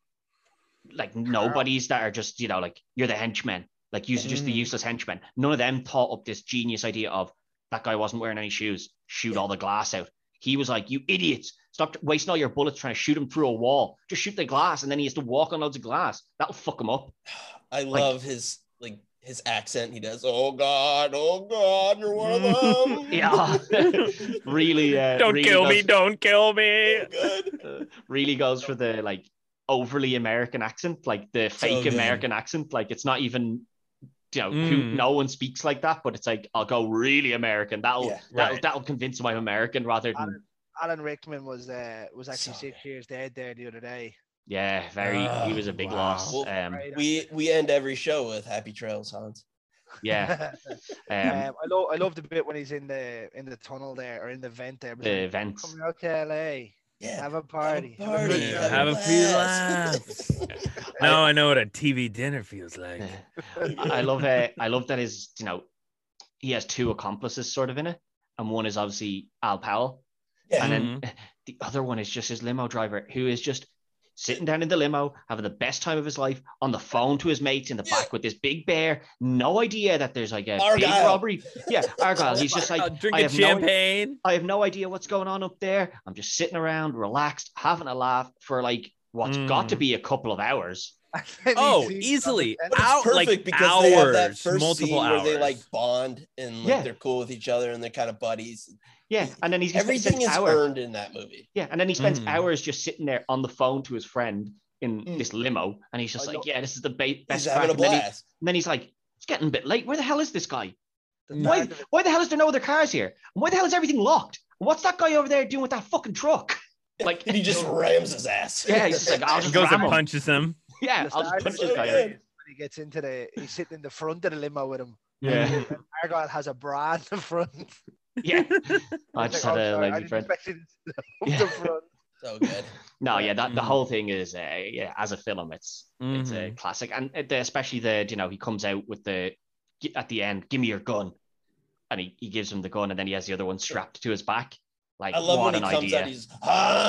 S1: like nobodies that are just you know like you're the henchmen, like you just
S2: Mm.
S1: the
S4: Mhm.
S1: useless henchmen. None of them thought up this genius idea of that guy wasn't wearing any shoes, shoot all the glass out. He was like, you idiots, stop wasting all your bullets trying to shoot him through a wall. Just shoot the glass, and then he has to walk on loads of glass. That'll fuck him up.
S3: I love his like his accent he does. Oh God, oh God, you're one of them.
S1: Yeah, really. Uh,
S4: don't
S1: really
S4: kill me
S1: does-
S4: don't kill me
S3: So good.
S1: really goes for the like overly American accent, like the
S3: So
S1: fake
S3: good.
S1: American accent. Like it's not even you know who,
S4: Mm.
S1: no one speaks like that, but it's like I'll go really American. That'll
S3: Yeah,
S1: that'll,
S4: right.
S1: that'll convince him I'm American rather than
S2: Alan Rickman was uh, was actually
S3: So
S2: six years dead there the other day.
S1: yeah. Very he
S4: Oh,
S1: was a big
S4: wow.
S1: loss.
S3: Well,
S1: um,
S2: Right?
S3: We we end every show with happy trails, Hans.
S1: yeah. Um,
S2: um, I love I love the bit when he's in the in the tunnel there or in the vent there. but
S1: the
S2: he's
S1: event.
S2: like, Coming out to LA,
S3: Yeah.
S2: have a party, have a
S3: party,
S2: good
S4: Yeah,
S2: time."
S4: have a few
S3: blast.
S4: now i know what a tv dinner feels like
S1: I love it. I love that his you know he has two accomplices sort of in it, and one is obviously Al Powell.
S3: Yeah.
S1: And then the other one is just his limo driver, who is just sitting down in the limo, having the best time of his life, on the phone to his mates in the
S3: Yeah.
S1: back with this big bear. No idea that there's like a big
S3: Argyle.
S1: robbery. Yeah, Argyle. He's just like,
S4: Uh,
S1: I
S4: drinking
S1: have no idea-
S4: champagne
S1: I have no idea what's going on up there. I'm just sitting around, relaxed, having a laugh for like what's got to
S4: Mm.
S1: be a couple of hours.
S2: And then he
S4: Oh,
S2: sees
S4: easily.
S2: on the
S3: But
S2: fence,
S3: it's
S4: Out, like,
S3: perfect because they have that
S4: hours,
S3: first
S4: multiple
S3: scene where they
S4: hours.
S3: like bond and like
S1: Yeah.
S3: they're cool with each other and they're kind of buddies.
S1: Yeah, and then he's just
S3: Everything
S1: spends
S3: is
S1: hours.
S3: earned in that movie.
S1: Yeah, and then he spends
S4: Mm.
S1: hours just sitting there on the phone to his friend in
S3: Mm.
S1: this limo, and he's just
S2: I
S1: like,
S2: know.
S1: "Yeah, this is the ba-
S3: He's
S1: best."
S3: having
S1: crack."
S3: a
S1: And then he-
S3: blast.
S1: And then he's like, it's getting a bit late. Where the hell is this guy?
S2: the
S1: Why,
S2: sound of it.
S1: why the hell is there no other cars here? And why the hell is everything locked? And what's that guy over there doing with that fucking truck? Like,
S3: and he just rams his ass.
S1: yeah, he's just like, I'll
S4: he
S1: just
S4: goes
S1: ram
S4: and
S1: him.
S4: punches him
S1: Yeah,
S2: The
S1: I'll just
S2: stars
S1: punch
S3: are
S1: this
S3: so
S1: guy.
S3: good.
S1: out.
S2: when he gets into the he's sitting in the front of the limo with him.
S1: Yeah,
S2: Argyle has a bra in the front.
S1: yeah. I
S2: He's
S1: just had
S2: like,
S1: a
S2: "Oh, sorry, I
S1: lady
S2: didn't
S1: friend.
S2: expect it to be
S1: Yeah.
S2: up the front.
S3: so good.
S1: No, yeah, that the
S4: Mm.
S1: whole thing is, uh, yeah, as a film, it's it's a
S4: Mhm.
S1: classic, and it- especially the you know he comes out with the gi- at the end, give me your gun, and he, he gives him the gun, and then he has the other one strapped to his back. Like,
S3: I love
S1: what
S3: when he
S1: an
S3: comes
S1: idea.
S3: out. He's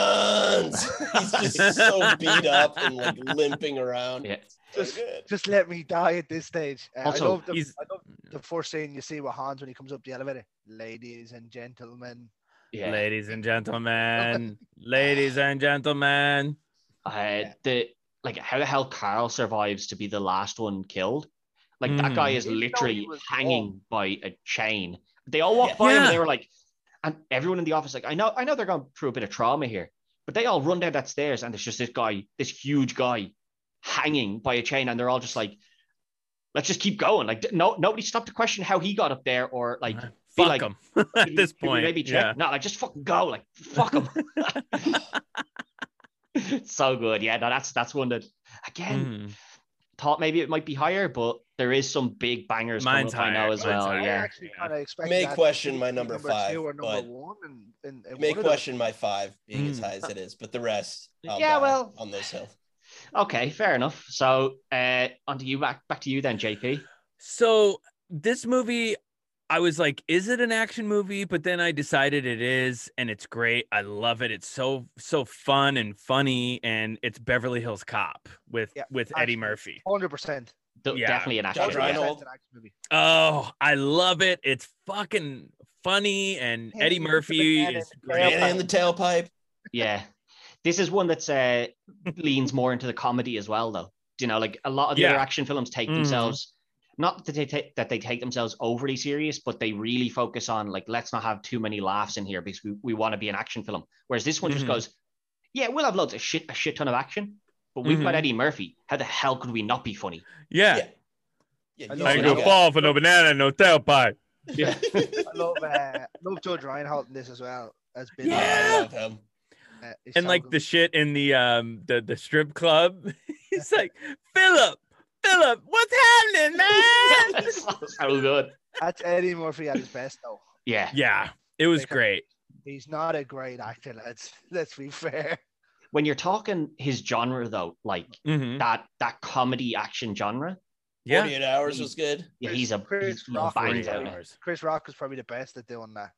S3: Hans. he's just so beat up and like limping around.
S1: Yeah.
S3: So
S2: Just-
S3: good.
S2: Just let me die at this stage. Uh,
S1: Also,
S2: I love the,
S4: he's-
S2: I love the first scene you see with Hans when he comes up the elevator. Ladies and gentlemen,
S1: yeah.
S4: ladies and gentlemen ladies and gentlemen
S1: Uh, the like how the hell Carl survives to be the last one killed. Like that guy
S4: Mhm.
S1: is
S2: Even though he
S1: literally
S2: was
S1: hanging by a chain. They all walked
S3: Yeah.
S1: by him
S4: Yeah.
S1: and they were like, and everyone in the office, like, I know, I know they're going through a bit of trauma here, but they all run down that stairs and there's just this guy, this huge guy hanging by a chain, and they're all just like, let's just keep going. Like no nobody stopped to question how he got up there or like
S4: Uh,
S1: be
S4: fuck
S1: like,
S4: him
S1: should
S4: at
S1: we-
S4: this
S1: should we
S4: point
S1: maybe check.
S4: yeah.
S1: No, like just fucking go. Like fuck them. so good. Yeah, no, that's that's one that again
S4: Mhm.
S1: thought maybe it might be higher, but there is some big bangers coming
S4: Mine's
S1: up I know
S4: higher,
S1: as
S4: mine's
S1: well.
S4: higher.
S2: I
S1: Yeah,
S2: actually
S4: yeah.
S2: kind of expect.
S3: May
S2: that to
S3: question
S2: be
S3: my number five,
S2: two or number
S3: but-
S2: one, and, and,
S3: You
S2: one
S3: may
S2: of them.
S3: question my five being as
S4: Mm.
S3: high as it is, but the rest, I'll
S1: Hmm. Yeah,
S3: die
S1: well-
S3: on this hill.
S1: Okay, fair enough. So uh, on to you back back to you then, JP.
S4: So this movie, I was like, is it an action movie? But then I decided it is, and it's great. I love it. It's so so fun and funny, and it's Beverly Hills Cop with
S2: Yeah,
S4: with
S2: action.
S4: Eddie Murphy.
S2: Hundred percent.
S1: D-
S4: Yeah.
S1: Definitely an action.
S3: Judge
S1: Yeah.
S3: Reinhold.
S4: Oh, I love it. It's fucking funny, and
S2: Yeah,
S4: Eddie
S2: it's a
S4: Murphy
S2: banana
S4: is
S2: and a
S4: great.
S3: Banana in the tailpipe.
S1: Yeah. This is one that's uh, leans more into the comedy as well, though. Do You know, like a lot of the
S4: Yeah.
S1: other action films take
S4: Mhm.
S1: themselves not that they take that they take themselves overly serious, but they really focus on like let's not have too many laughs in here because we, we want to be an action film. Whereas this one
S4: Mhm.
S1: just goes, yeah, we'll have loads of shit, a shit ton of action, but we've got
S4: Mhm.
S1: Eddie Murphy. How the hell could we not be funny?
S4: Yeah,
S3: Yeah. Yeah,
S2: I
S3: you
S2: love
S4: I
S3: should
S4: ain't
S2: go
S3: know
S4: gonna fall for no banana, and no tailpipe.
S1: Yeah.
S3: that.
S2: I love uh, love George Reinhold in this as well as Billy.
S3: Yeah, I love him.
S2: Uh, he's
S4: and
S2: so
S4: like
S2: good.
S4: the shit in the um the the strip club. He's like, Philip, Philip, what's happening, man?
S1: so, so good.
S2: that's Eddie Murphy at his best though.
S1: Yeah.
S4: yeah, it was
S2: Like-
S4: great.
S2: He's not a great actor. Let's let's be fair.
S1: When you're talking his genre though, like
S4: Mhm.
S1: that that comedy action genre,
S4: Yeah, Mm.
S3: 48 hours was good.
S1: yeah, he's a
S2: Chris
S1: he's, you know,
S2: Rock.
S1: banged
S4: 48
S1: out.
S4: hours.
S2: Chris Rock was probably the best at doing that.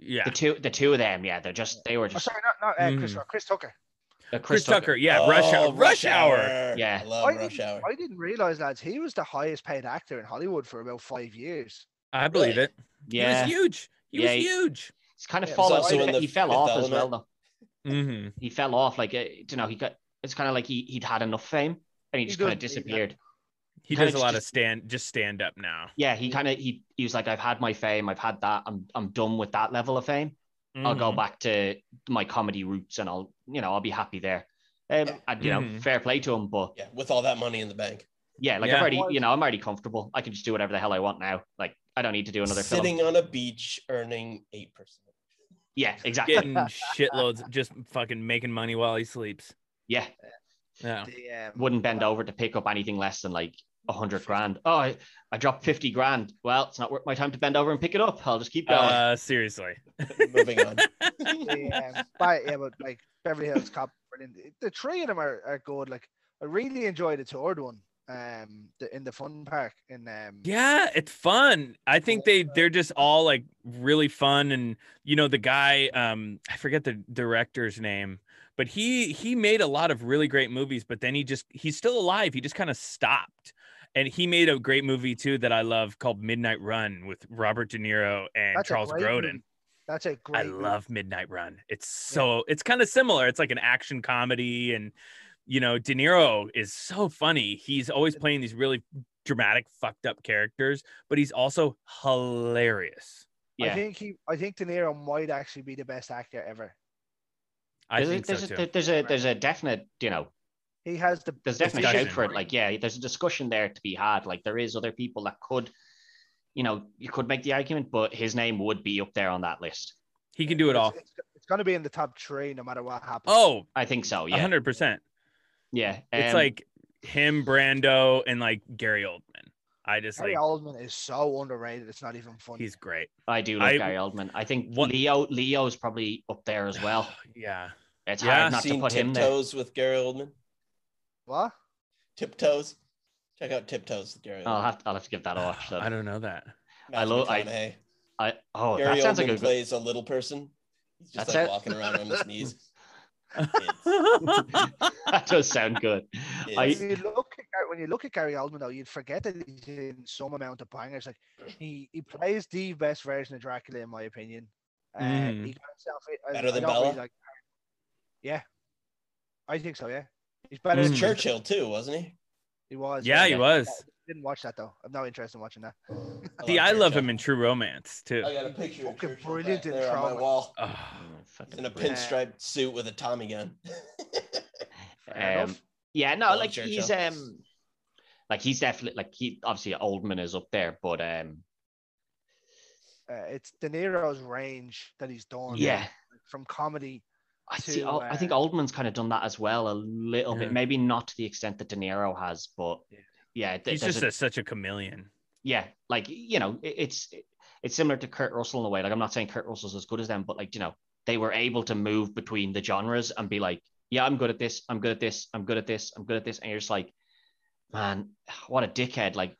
S4: Yeah,
S1: The two, the two of them, yeah, they're just they were
S2: Oh,
S1: just
S2: sorry, not not uh, Chris
S4: Mm.
S2: Rock. Chris Tucker.
S1: uh,
S4: Chris, Tucker. Yeah,
S3: Oh,
S4: rush hour. Rush hour.
S1: Yeah.
S3: I love
S2: I
S3: rush
S2: didn't-
S3: hour.
S2: I didn't realize, lads, he was the highest paid actor in Hollywood for about five years.
S4: I believe
S3: Really?
S4: it.
S1: Yeah,
S4: He was huge. He
S1: Yeah,
S4: was
S1: he-
S4: huge.
S1: it's kind of
S2: Yeah,
S1: fall
S2: so
S1: off.
S2: also
S1: He,
S3: in the
S1: he fell
S3: Fifth
S1: off as
S3: Element.
S1: well though.
S4: hmm
S1: He fell off like uh, you know he got. It's kind of like he he'd had enough fame and he
S2: He
S1: just kind of
S2: doesn't need that.
S1: disappeared.
S4: He
S1: Kinda
S4: does a lot of
S1: just-
S4: stand, just stand up now.
S1: Yeah, he kind of he he was like, I've had my fame, I've had that, I'm I'm done with that level of fame. I'll go
S4: Mhm.
S1: back to my comedy roots and I'll you know I'll be happy there. Um,
S3: Yeah.
S1: and, you know,
S4: Mhm.
S1: fair play to him, but
S3: Yeah, with all that money in the bank.
S1: yeah, like
S4: Yeah.
S1: I've already you know I'm already comfortable. I can just do whatever the hell I want now. Like I don't need to do another
S3: Sitting
S1: film.
S3: on a beach earning 8%.
S1: Yeah, exactly.
S4: Getting shitloads, just fucking making money while he sleeps.
S1: yeah.
S4: Yeah.
S2: The, um,
S1: wouldn't bend over to pick up anything less than like a hundred grand. Oh, I, I dropped fifty grand. Well, it's not worth my time to bend over and pick it up. I'll just keep going.
S4: Uh, seriously.
S3: Moving on.
S2: the, um, but yeah, but like Beverly Hills Cop, brilliant. The three of them are, are good. Like I really enjoyed the third one, um, the, in the fun park in um.
S4: Yeah, it's fun. I think they they're just all like really fun and you know the guy um I forget the director's name, but he he made a lot of really great movies, but then he just he's still alive. He just kind of stopped. And he made a great movie too that I love called Midnight Run with Robert De Niro and
S2: that's a
S4: Charles
S2: great
S4: Grodin.
S2: movie. That's a great.
S4: I
S1: uh
S2: movie.
S4: love Midnight Run. It's so it's kind of similar. It's like an action comedy, and you know, De Niro is so funny. He's always playing these really dramatic, fucked up characters, but he's also hilarious.
S2: I
S1: yeah,
S2: think he. I think De Niro might actually be the best actor ever.
S4: I
S1: there's,
S4: think
S1: a, there's,
S4: so too.
S1: a, there's a there's a definite you know
S2: He has the.
S1: there's
S2: the
S1: definite
S4: Discussion.
S1: shout for it. Like yeah, there's a discussion there to be had. Like there is other people that could, you know, you could make the argument, but his name would be up there on that list.
S4: he can do it
S2: it's-
S4: all.
S2: It's, it's going to be in the top three no matter what happens.
S4: Oh,
S1: I think so.
S4: hundred
S1: Yeah,
S4: percent.
S1: yeah.
S4: It's
S1: Um,
S4: like him, Brando, and like Gary Oldman. I just
S2: Gary
S4: like
S2: Oldman is so underrated. It's not even funny.
S4: he's great.
S1: I do love
S4: I-
S1: Gary Oldman. I think
S4: What-
S1: Leo Leo's probably up there as well.
S4: yeah.
S1: It's
S4: Yeah.
S1: hard not to
S3: Seen
S1: put him there.
S3: Tiptoes with Gary Oldman.
S2: what?
S3: Tiptoes. Check out Tiptoes with Gary
S1: I'll
S3: Oldman.
S1: have to, I'll have to give that a watch. Though.
S4: I don't know that.
S1: I
S3: Matthew
S1: love- I-
S3: McConaughey.
S1: I oh,
S3: Gary
S1: that
S3: Oldman
S1: sounds like a good.
S3: plays a little person. He's just
S1: That's
S3: like
S1: it.
S3: walking around on his knees.
S1: that does sound good.
S2: When
S1: I
S2: you look at Gar- when you look at Gary Oldman though, you'd forget that he's in some amount of bangers. Like he, he plays the best version of Dracula in my opinion. Uh,
S4: Mm.
S2: He got himself I- I-
S3: Better
S2: I
S3: than
S2: don't really
S3: Bella?
S2: like- yeah, I think so. Yeah, he's better.
S4: Mm.
S2: Than Church.
S3: Churchill too, wasn't he?
S2: He was.
S4: yeah, he
S1: Yeah.
S4: was.
S2: Didn't watch that though. I'm not interested in watching that.
S4: See, I love him
S3: Churchill.
S4: in True Romance too.
S1: Oh,
S3: I got a picture of
S2: Fucking
S3: Churchill
S2: brilliant
S3: back
S2: in
S3: there on my
S2: trauma.
S3: wall.
S4: Oh.
S3: He's in a
S1: Fair
S3: pinstripe suit with a Tommy gun.
S4: Um,
S1: enough. yeah, no,
S3: Colin
S1: like he's
S3: Churchill.
S1: um, like he's definitely like he obviously Oldman is up there, but um,
S2: Uh, it's De Niro's range that he's done.
S1: yeah,
S2: like, from comedy.
S1: I see.
S2: To,
S1: Ol- I think
S2: uh,
S1: Oldman's kind of done that as well a little
S4: Yeah.
S1: bit, maybe not to the extent that De Niro has, but
S2: Yeah.
S1: yeah, th-
S4: He's
S1: there's
S4: just
S1: a-
S4: a, such a chameleon.
S1: yeah, like you know, it, it's it's similar to Kurt Russell in a way. Like I'm not saying Kurt Russell's as good as them, but like you know, they were able to move between the genres and be like, yeah, I'm good at this, I'm good at this, I'm good at this, I'm good at this, and you're just like, man, what a dickhead! Like,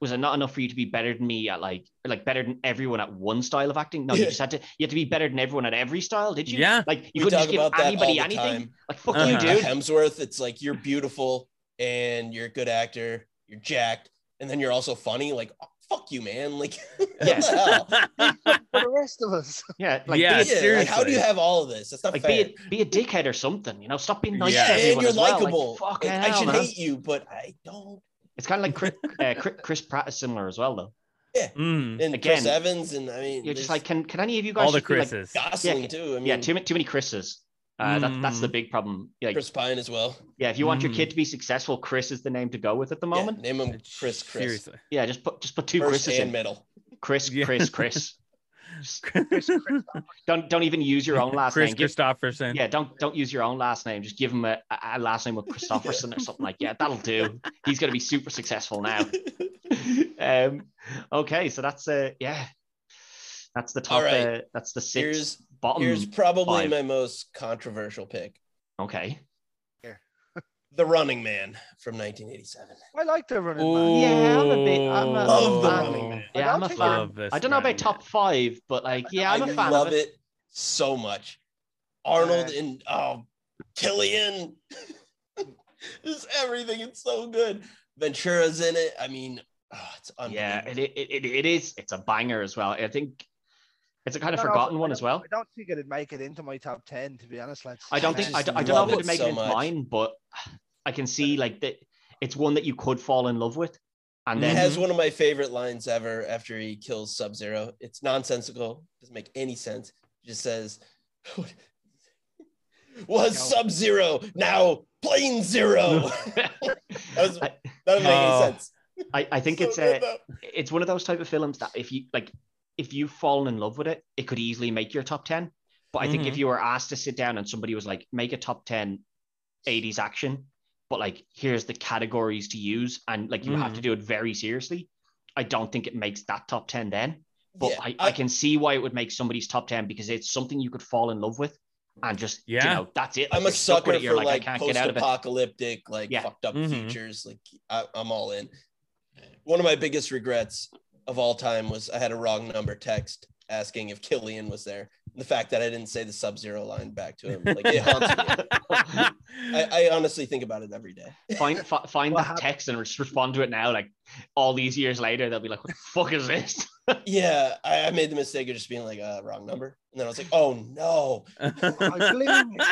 S1: was it not enough for you to be better than me at like, or like better than everyone at one style of acting? No, you
S3: Yeah.
S1: just had to, you had to be better than everyone at every style, did you?
S4: Yeah.
S1: Like you
S3: We
S1: couldn't
S3: talk
S1: just give
S3: about that all
S1: anybody
S3: the
S1: anything.
S3: time.
S1: Like fuck
S4: Uh-huh.
S1: you,
S3: Like
S1: dude.
S3: Hemsworth, it's like you're beautiful and you're a good actor, you're jacked, and then you're also funny. Like, oh, fuck you, man. Like, what the
S1: Yeah.
S3: hell?
S2: For the rest of us.
S1: Yeah, like
S4: Yeah,
S1: be a-
S4: it's-
S3: yeah, like, how do
S4: seriously.
S3: you have all of this? That's not
S1: like
S3: fair.
S1: be a, be a dickhead or something. You know, stop being nice.
S4: Yeah.
S1: to
S3: yeah, and
S1: everyone
S3: you're
S1: as well.
S3: likable.
S1: Like, fuck
S3: Like, I should
S1: man.
S3: hate you, but I don't.
S1: It's kind of like Chris, uh, Chris- Chris Pratt is similar as well, though.
S4: Mm.
S3: And
S1: Again,
S3: Chris Evans, and I mean,
S1: You're just
S3: there's
S1: like, can can any of you guys
S4: All the
S1: just be like-
S4: Chris's.
S3: Gosling
S1: yeah,
S3: too. I mean,
S1: yeah, too many too many Chris's. Uh, that, that's the
S4: Mm.
S1: big problem. Like,
S3: Chris Pine as well.
S1: yeah, if you want your
S4: Mm.
S1: kid to be successful, Chris is the name to go with at the
S3: Yeah,
S1: moment.
S3: name him Chris. Chris.
S4: Uh, Seriously.
S1: Yeah, just put just put two
S3: First
S1: Chris's
S3: and
S1: in.
S3: middle.
S1: Chris,
S4: Yeah.
S1: Chris, Chris. Just don't don't even use your own last
S4: Chris
S1: name. Give-
S4: Christopherson.
S1: yeah, don't don't use your own last name. Just give him a, a a last name of Christopherson or something like. Yeah, that'll do. He's gonna be super successful now. um, okay, so that's uh, yeah, that's the top.
S3: All right.
S1: Uh, that's the six
S3: here's
S1: bottom.
S3: here's probably
S1: five.
S3: my most controversial pick:
S1: Okay.
S3: The Running Man from 1987.
S2: I like the running man.
S1: Yeah, I'm a bit- I'm a-
S3: Love the
S1: Oh.
S3: Running Man.
S2: Um, I
S1: Yeah, I'm
S2: don't
S1: a
S2: think
S1: fan.
S4: Love this.
S1: I don't know
S4: running
S1: about top five, but like, yeah, I'm
S3: I
S1: a fan
S3: love
S1: of it.
S3: so much. Arnold and oh, Killian, just everything. It's so good. Ventura's in it. I mean, oh, it's
S1: Yeah,
S3: unbelievable.
S1: it, it, it, it is. It's a banger as well. I think it's a kind of
S2: I don't know if-
S1: forgotten one
S2: I
S1: as
S2: don't-
S1: well.
S2: I don't think it'd make it into my top ten, to be honest. Let's.
S1: I don't
S3: I
S1: think I
S3: just
S1: don't, I don't know
S3: love
S1: if it'd
S3: it
S1: make
S3: so
S1: it into
S3: much.
S1: mine, but I can see like that. It's one that you could fall in love with, and
S3: It
S1: then
S3: has one of my favorite lines ever after he kills Sub Zero. It's nonsensical, doesn't make any sense. It just says, Was
S2: No.
S3: Sub Zero now Plane Zero? That was-
S1: I,
S3: That doesn't make
S4: Oh.
S3: any sense.
S1: I, I think
S3: So
S1: it's uh,
S3: good,
S1: a.
S3: though.
S1: it's one of those type of films that if you like if you've fallen in love with it it could easily make your top 10 but i think if you were asked to sit down and somebody was like make a top 10 80s action but like here's the categories to use and like you have to do it very seriously i don't think it makes that top 10 then but
S3: Yeah,
S1: I, I can see why it would make somebody's top 10 because it's something you could fall in love with and just yeah.
S4: Yeah.
S1: you know that's it
S3: I'm
S1: You're
S3: a
S1: stuck
S3: sucker
S1: with it.
S3: for like
S1: I can't get out of it
S3: post-apocalyptic, like
S1: Yeah. Mm-hmm.
S3: fucked up
S4: Mhm.
S3: futures. Like I, I'm all in. One of my biggest regrets of all time was I had a wrong number text asking if Killian was there. The fact that I didn't say the Sub Zero line back to him, like it haunts me.
S4: I,
S3: I, I honestly think about it every day.
S1: find fi- find
S2: What
S1: that
S2: hap-
S1: text and just respond to it now. Like all these years later, they'll be like, "What the fuck is this?"
S3: Yeah, I, I made the mistake of just being like, uh, wrong number, and then I was like, oh no,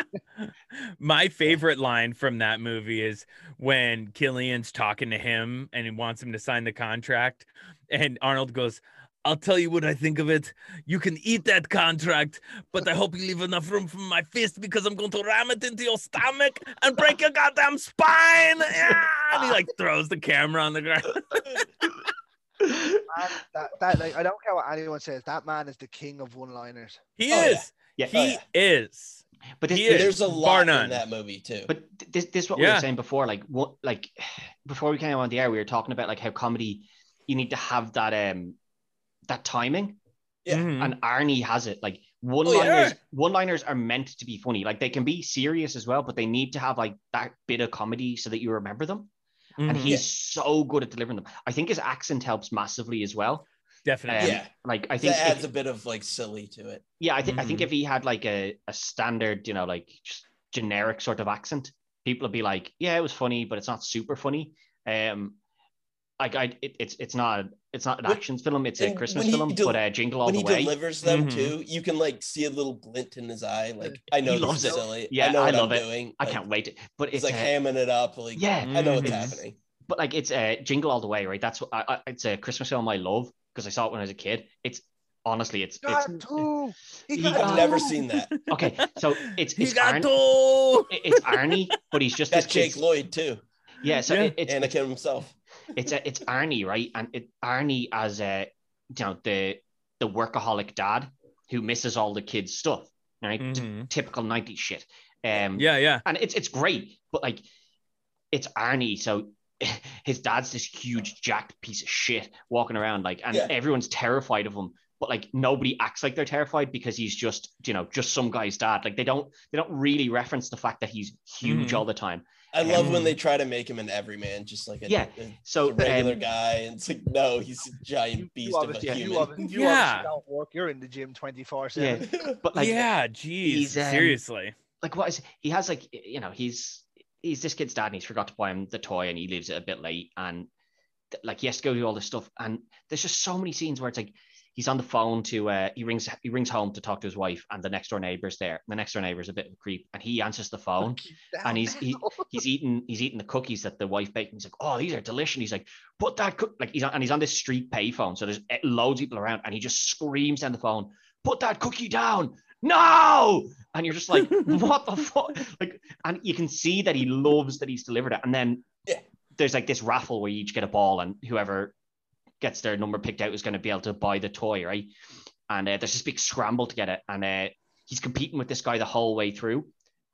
S4: My favorite line from that movie is when Killian's talking to him and he wants him to sign the contract, and Arnold goes, "I'll tell you what I think of it. You can eat that contract, but I hope you leave enough room for my fist because I'm going to ram it into your stomach and break your goddamn spine." Yeah! And he like throws the camera on the ground.
S2: Man, that, that, like, I don't care what anyone says. That man is the king of one-liners.
S4: He
S3: Oh, yeah.
S4: is.
S1: Yeah.
S4: He
S3: Oh, yeah.
S4: is.
S1: But this,
S4: He
S1: this-
S4: is.
S3: there's a
S4: Bar
S3: lot
S4: none.
S3: in that movie too.
S1: but th- this this is what we
S4: Yeah.
S1: were saying before. Like what like before we came on the air, we were talking about like how comedy you need to have that um that timing,
S3: Yeah.
S4: Mhm.
S1: and Arnie has it. Like one liners, one liners are meant to be funny. Like they can be serious as well, but they need to have like that bit of comedy so that you remember them. And
S4: Mhm.
S1: he's so good at delivering them. I think his accent helps massively as well.
S4: definitely.
S1: um,
S3: yeah,
S1: Like I think
S3: that
S1: if-
S3: adds a bit of like silly to it.
S1: Yeah, I think I think
S3: Mm.
S4: Mhm.
S1: if he had like a, a standard, you know, like just generic sort of accent, people would be like, "Yeah, it was funny, but it's not super funny." Um, like I, it, it's it's not it's not an
S3: When-
S1: action film; it's a
S3: and
S1: Christmas
S3: when he
S1: film.
S3: del-
S1: but uh, Jingle All
S3: when
S1: the
S3: he
S1: Way, Mm-hmm.
S3: delivers them
S4: Mhm.
S3: too, you can like see a little glint in his eye. Like I know
S1: He
S3: this
S1: loves
S3: is
S1: it.
S3: silly.
S1: Yeah,
S3: I know
S1: I
S3: what
S1: love
S3: I'm
S1: it.
S3: doing.
S1: I
S3: Like,
S1: can't wait. But
S3: It's
S1: it's
S3: like
S1: uh,
S3: hamming it up. Like
S1: yeah,
S3: I know what's
S1: it's-
S3: happening.
S1: but like it's a uh, Jingle All the Way, right? That's what I, I, it's a Christmas film I love because I saw it when I was a kid. It's honestly, it's
S2: Got
S1: it's
S2: two. He
S1: He
S2: got
S1: got-
S3: I've
S2: two.
S3: never seen that.
S1: okay. So it's
S4: He
S1: it's
S4: got
S1: Arnie,
S4: two.
S1: it's Arnie, but he's just
S3: That's
S1: this
S3: Jake
S1: kid's-
S3: Lloyd too.
S1: Yeah, so
S4: Yeah.
S1: it- it's
S3: Anakin himself.
S1: it's a, it's Arnie, right? And it Arnie as a you know the the workaholic dad who misses all the kids' stuff, right? T-
S4: Mhm.
S1: typical 90s shit. Um
S4: Yeah, yeah.
S1: and it's it's great, but like it's Arnie, so his dad's this huge jacked piece of shit walking around like and
S3: Yeah.
S1: everyone's terrified of him. but like nobody acts like they're terrified because he's just you know just some guy's dad. Like they don't they don't really reference the fact that he's huge
S4: Mhm.
S1: all the time.
S3: I
S1: Um,
S3: love when they try to make him an everyman, just like a,
S1: Yeah,
S3: a-
S1: So
S3: a regular
S1: um,
S3: guy. And it's like, no, he's a
S2: You,
S3: giant beast
S2: you,
S3: of a
S2: obviously, yeah, you,
S3: human.
S2: obviously, you
S4: Yeah.
S2: obviously don't work. You're in the gym 24
S1: yeah,
S2: 7.
S1: but like
S4: yeah, geez,
S1: he's, um,
S4: seriously.
S1: like what is he has like you know he's he's this kid's dad and he's forgot to buy him the toy and he leaves it a bit late and th- like he has to go do all this stuff and there's just so many scenes where it's like he's on the phone to uh he rings he rings home to talk to his wife and the next door neighbor's there the next door neighbor's a bit of a creep and he answers the phone and he's he, he's eating he's eating the cookies that the wife baked. And he's like, oh, these are delicious. He's like, put that cook like he's on, and he's on this street payphone, so there's eh, loads of people around, and he just screams down the phone, put that cookie down. No, and you're just like, what the fuck? Like, and you can see that he loves that he's delivered it. And then
S3: Yeah.
S1: there's like this raffle where you each get a ball, and whoever gets their number picked out is going to be able to buy the toy, right? And uh, there's this big scramble to get it, and uh, he's competing with this guy the whole way through.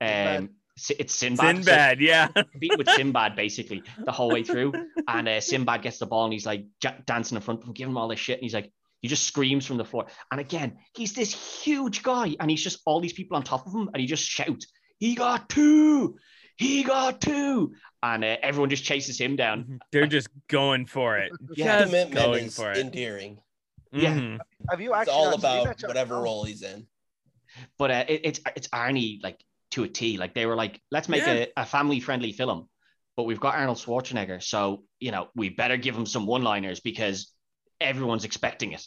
S1: Um, Si- it's Sinbad. So-
S4: Sinbad, yeah.
S1: beat with Sinbad basically the whole way through. And uh, Sinbad gets the ball and he's like ja- dancing in front of him, giving him all this shit. And he's like, he just screams from the floor. And again, he's this huge guy and he's just all these people on top of him. And he just shouts, he got two, he got two. And uh, everyone just chases him down.
S4: They're just going for it.
S1: Yeah.
S4: Just
S3: Commitment
S4: going
S3: is
S4: for it.
S3: endearing.
S1: Yeah.
S4: Mhm.
S2: Have you
S3: It's
S2: actually
S3: all
S2: not seen
S3: about
S2: that, John?
S3: whatever
S2: No.
S3: role he's in.
S1: But uh, it, it's, it's Arnie like to a T. Like they were like, let's make
S4: Yeah.
S1: a, a family friendly film. But we've got Arnold Schwarzenegger. So, you know, we better give him some one liners because everyone's expecting it.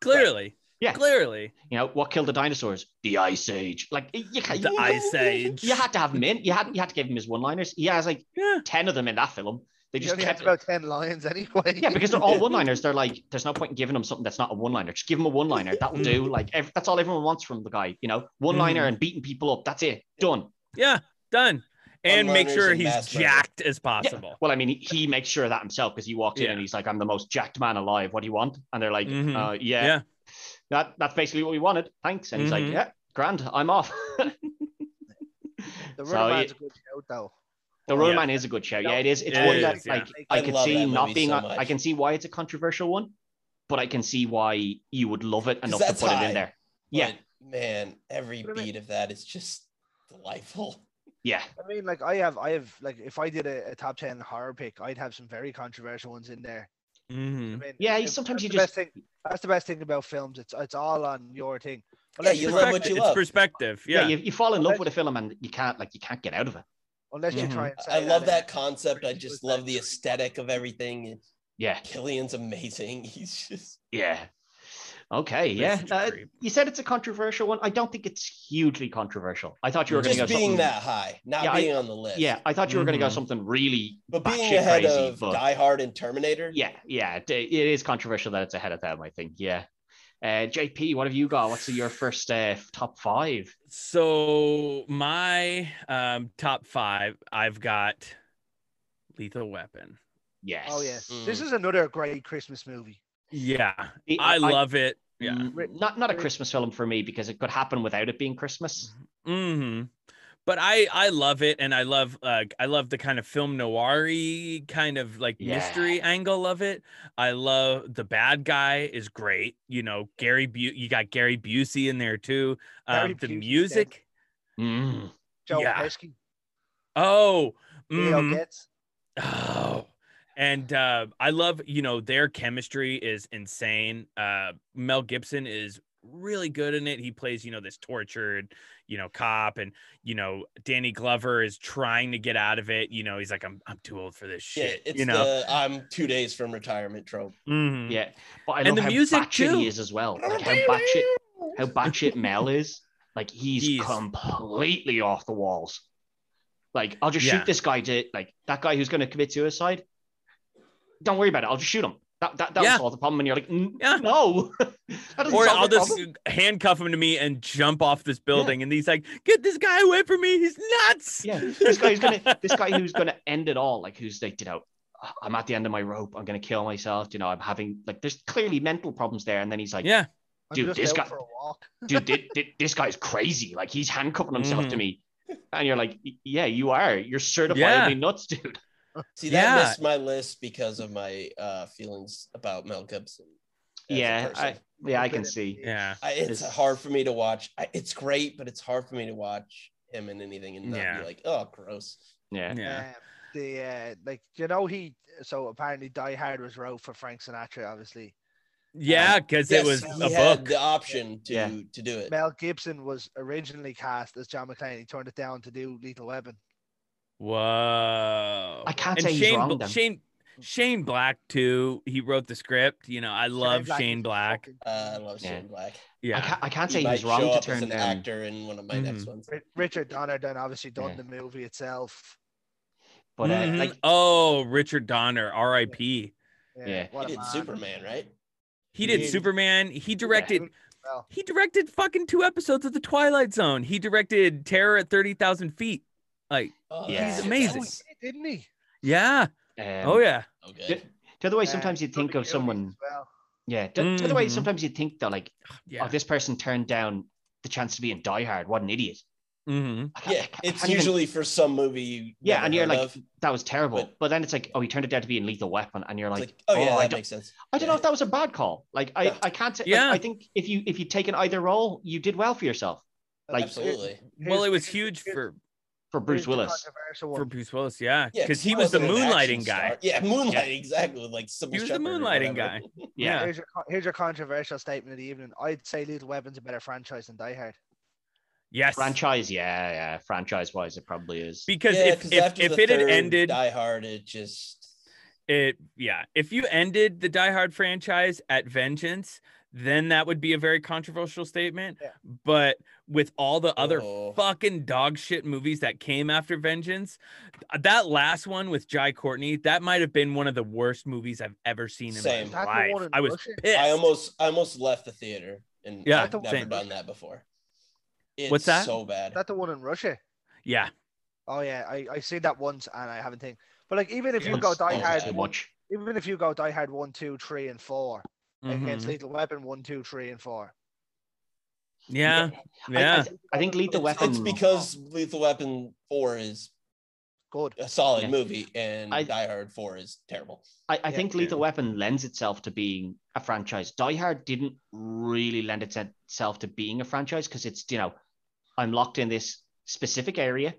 S4: Clearly.
S1: Yeah.
S4: Clearly.
S1: You know, what killed the dinosaurs? The Ice Age. Like you, ca-
S4: The
S1: you,
S4: Ice Age.
S1: you had to have him in. You had you had to give him his one-liners. He has like
S4: Yeah.
S1: ten of them in that film. They
S2: He
S1: just
S2: only
S1: kept
S2: has
S1: it.
S2: about 10 lines anyway.
S1: Yeah, because they're all one-liners. They're like, there's no point in giving him something that's not a one-liner. Just give him a one-liner. That'll
S4: Mm.
S1: do. Like ev- that's all everyone wants from the guy. You know, one-liner and beating people up. That's it. Done.
S4: Yeah. Done. And make
S3: One-liners
S4: sure
S3: and
S4: he's
S3: mass murder.
S4: jacked as possible.
S1: Well, I mean, he, he makes sure of that himself because he walks in
S4: Yeah.
S1: and he's like, "I'm the most jacked man alive. What do you want?" And they're like,
S4: Mhm.
S1: uh, yeah,
S4: Yeah.
S1: that that's basically what we wanted. Thanks." And he's
S4: Mhm.
S1: like, "Yeah, grand. I'm off."
S2: The
S1: So,
S2: Runnerman's
S1: yeah.
S2: a good shout, though.
S1: The
S4: Yeah.
S1: Road Man is a good show. Yeah, it is. It's
S4: It
S1: one
S4: is,
S1: that
S4: yeah.
S1: like
S2: Like,
S1: I
S3: I
S1: can
S3: love
S1: see
S3: that
S1: not
S3: movie
S1: being.
S3: so
S1: a- I
S3: much.
S1: can see why it's a controversial one, but I can see why you would love it enough to
S3: that's
S1: put it
S3: high.
S1: in there.
S3: But,
S1: Yeah,
S3: man, every
S2: What do you
S3: beat of that is just delightful.
S1: yeah,
S2: I mean, like, I have, I have, like, if I did a, a top 10 horror pick, I'd have some very controversial ones in there. I
S4: Mhm.
S2: mean,
S1: yeah.
S2: if-
S1: Sometimes
S2: that's
S1: you
S2: the
S1: just
S2: best thing, that's the best thing about films. It's it's all on your thing.
S3: Yeah,
S2: Unless you
S3: you love what
S4: Perspective-
S3: you
S4: it's
S3: love.
S4: perspective.
S1: yeah.
S4: Yeah.
S1: you, you fall in love
S2: Unless-
S1: with a film and you can't like you can't get out of it.
S2: unless you
S4: Mhm.
S2: try. And
S1: Mm-hmm.
S3: I
S2: say
S3: love
S2: it.
S3: that concept. I just
S2: Really
S3: love the
S2: good.
S3: aesthetic of everything.
S1: Yeah,
S3: Killian's amazing. He's just
S1: yeah. Okay, yeah.
S4: Message
S1: Uh,
S4: creep.
S1: you said it's a controversial one. I don't think it's hugely controversial. I thought you were going to go
S3: just being
S1: something-
S3: that high, not
S1: Yeah, I-
S3: being on the list.
S1: Yeah, I thought you were going to go
S4: Mhm.
S1: something really
S3: but being
S1: batshit
S3: ahead
S1: crazy.
S3: of
S1: but...
S3: Die Hard and Terminator.
S1: Yeah, yeah, it, it is controversial that it's ahead of them. I think, yeah. Uh, JP, what have you got? What's your first uh, top five?
S4: So my um top five, I've got Lethal Weapon.
S1: Yes.
S2: Oh yes,
S3: Mm.
S2: this is another great Christmas movie.
S4: Yeah.
S1: The-
S4: I,
S1: I-
S4: love it. Yeah.
S1: Mm, Not not a Christmas film for me because it could happen without it being Christmas.
S4: hmm But I I love it, and I love uh, I love the kind of film noir kind of like
S1: Yeah.
S4: mystery angle of it. I love the bad guy is great. You know Gary Bu- you got Gary Busey in there too.
S2: Gary
S4: Um, the
S2: Busey's dead.
S4: music.
S2: Mm-hmm.
S1: Mm.
S4: Mm-hmm.
S2: Joe
S4: Yeah.
S2: Pesci,
S4: Oh,
S2: Leo
S1: Mm-hmm.
S4: mhm.
S2: Getz.
S4: Oh, and uh, I love, you know, their chemistry is insane. Uh, Mel Gibson is really good in it. He plays, you know, this tortured, you know, cop, and you know, Danny Glover is trying to get out of it. You know, he's like, I'm, I'm too old for this
S3: Yeah,
S4: shit.
S3: it's
S4: you know,
S3: the I'm two days from retirement trope.
S4: Mhm.
S1: Yeah, but I
S4: And
S1: love
S4: the
S1: how
S4: music
S1: batshit
S4: too.
S1: he is as well. Like how batshit how batshit Mel is. Like he's
S4: Jeez.
S1: completely off the walls. Like I'll just
S4: Yeah.
S1: shoot this guy to like that guy who's going to commit suicide. Don't worry about it. I'll just shoot him. That that that
S4: Yeah.
S1: will solve the problem. And you're like, "N-
S4: Yeah.
S1: no. that doesn't
S4: Or
S1: solve
S4: I'll
S1: the
S4: just
S1: problem.
S4: handcuff him to me and jump off this building. And he's like, get this guy away from me. He's nuts.
S1: yeah. This guy's gonna this guy who's gonna end it all. Like who's like you know. I'm at the end of my rope. I'm gonna kill myself. You know, I'm having like there's clearly mental problems there. And then he's like,
S4: yeah.
S2: I'm
S1: Dude,
S2: just
S1: this
S2: out
S1: guy-
S2: for a walk.
S1: dude, thi- thi- this guy's crazy. Like he's handcuffing himself
S4: Mhm.
S3: Mm.
S1: to me. And you're like, yeah, you are. You're certifiably
S4: Yeah.
S1: nuts, dude.
S3: See, that
S4: Yeah.
S3: missed my list because of my uh, feelings about Mel Gibson. as a
S1: yeah,
S3: person.
S1: I, yeah, I
S2: Look
S1: can
S2: at it.
S1: see.
S4: Yeah.
S3: I, it's
S1: It's-
S3: hard for me to watch. I, it's great, but it's hard for me to watch him in anything and not
S4: Yeah.
S3: be like, oh, gross.
S1: Yeah,
S4: Yeah.
S2: Um, the uh, like you know he so apparently Die Hard was wrote for Frank Sinatra obviously.
S4: Yeah. Because it was
S3: he
S4: a
S3: had
S4: book.
S3: the option to
S1: Yeah.
S3: to do it.
S2: Mel Gibson was originally cast as John McClane. He turned it down to do Lethal Weapon.
S4: Whoa.
S1: I can't
S4: and
S1: say he's
S4: Shane,
S1: wrong.
S4: Bla-
S1: Then.
S4: Shane, Shane Black too. He wrote the script. You know, I love
S2: is
S4: Shane Black.
S2: fucking-
S3: Uh, I love
S1: Yeah.
S3: Shane Black.
S1: I,
S4: Mm, Yeah.
S1: can't, I can't
S3: He
S1: say he
S3: might
S1: was wrong
S3: show
S1: to
S3: up as
S1: turn
S3: an
S1: down. Mm-hmm.
S3: actor in one of my next ones.
S2: Ri- Richard Donner then obviously done
S1: Yeah.
S2: the movie itself.
S1: But uh,
S3: Mm-hmm.
S4: Mhm.
S1: like,
S4: oh, Richard Donner, R.I.P.
S1: Yeah.
S2: what
S3: He
S2: a
S3: did
S2: man.
S3: Superman, right?
S4: He did
S2: Yeah.
S4: Superman. He directed.
S2: Well,
S4: He directed fucking two episodes of The Twilight Zone. He directed Terror at Thirty Thousand Feet. Like,
S3: Oh,
S1: Yeah.
S3: that's-
S4: He's amazing.
S2: oh, he did, didn't he?
S4: yeah.
S1: um,
S4: Oh yeah.
S3: Oh, good.
S1: The other way,
S2: Uh,
S1: sometimes you think
S2: Cuba
S1: of
S2: Gooding
S1: someone.
S2: as Well,
S1: Yeah, the, the other way,
S3: Mm-hmm.
S4: Mhm.
S1: sometimes you think though, like,
S4: Yeah.
S1: oh, this person turned down the chance to be in Die Hard. What an idiot!
S4: hmm
S1: I can't- I
S3: Yeah,
S1: can't- I
S3: it's
S1: can't even-
S3: usually for some movie. You
S1: Yeah,
S3: never
S1: and you're
S3: heard
S1: like,
S3: of. It's
S1: that was terrible. But,
S3: But-
S1: then it's like, oh, he turned it out to be in Lethal Weapon, and you're like,
S3: like, oh yeah,
S1: I
S3: that
S1: don't-
S3: makes sense.
S1: I don't know if that was a bad call. Like I,
S3: Yeah.
S1: I can't say.
S4: Yeah.
S1: Like, I think if you if you taken either role, you did well for yourself like-
S3: Absolutely.
S4: Well,
S2: Here's-
S4: it
S2: here's-
S4: was huge for
S1: for Bruce
S2: here's the
S1: Willis.
S2: controversial one.
S4: for Bruce Willis. Yeah,
S3: Yeah,
S4: because he was the
S3: wasn't an action
S4: moonlighting guy.
S3: star. Yeah, moonlighting exactly. with, Like
S4: He was the moonlighting guy. Yeah.
S2: Here's your con- here's your controversial statement of the evening. I'd say Lethal Weapon's a better franchise than Die Hard.
S4: Yes.
S1: Franchise, yeah, yeah. Franchise wise, it probably is.
S4: Because
S3: Yeah,
S4: if
S3: 'cause
S4: if,
S3: after
S4: if
S3: the
S4: it had
S3: third
S4: ended
S3: Die Hard, it just
S4: it yeah if you ended the die hard franchise at vengeance then that would be a very controversial statement
S2: Yeah.
S4: but with all the other
S3: Oh.
S4: fucking dog shit movies that came after vengeance uh, that last one with jai courtney that might have been one of the worst movies i've ever seen in
S3: Same.
S4: my
S2: That the
S4: life
S2: one in
S4: i was
S2: Russia?
S4: pissed
S3: I almost I almost left the theater and
S4: Yeah,
S3: I've never
S4: same.
S3: done that before. It's
S4: What's that?
S3: So bad.
S2: Is that the one in Russia?
S4: yeah
S2: Oh yeah, I I seen that once and I haven't think. But like even if you
S1: Once-
S2: go Die
S1: once
S3: yeah.
S2: Hard,
S1: too Oh, much.
S2: even if you go Die Hard one, two, three, and 4 against
S4: mhm.
S2: Lethal Weapon one, two, three, and four.
S4: yeah
S1: I- I-
S4: yeah
S1: I, think Lethal
S3: it's,
S1: Weapon.
S3: it's because Lethal Weapon Four is
S2: Good.
S3: a solid
S1: Yeah.
S3: movie and
S1: I-
S3: Die Hard Four is terrible.
S1: I, I
S2: Yeah.
S1: think Lethal Weapon lends itself to being a franchise. Die Hard didn't really lend itself to being a franchise because it's you know, I'm locked in this specific area,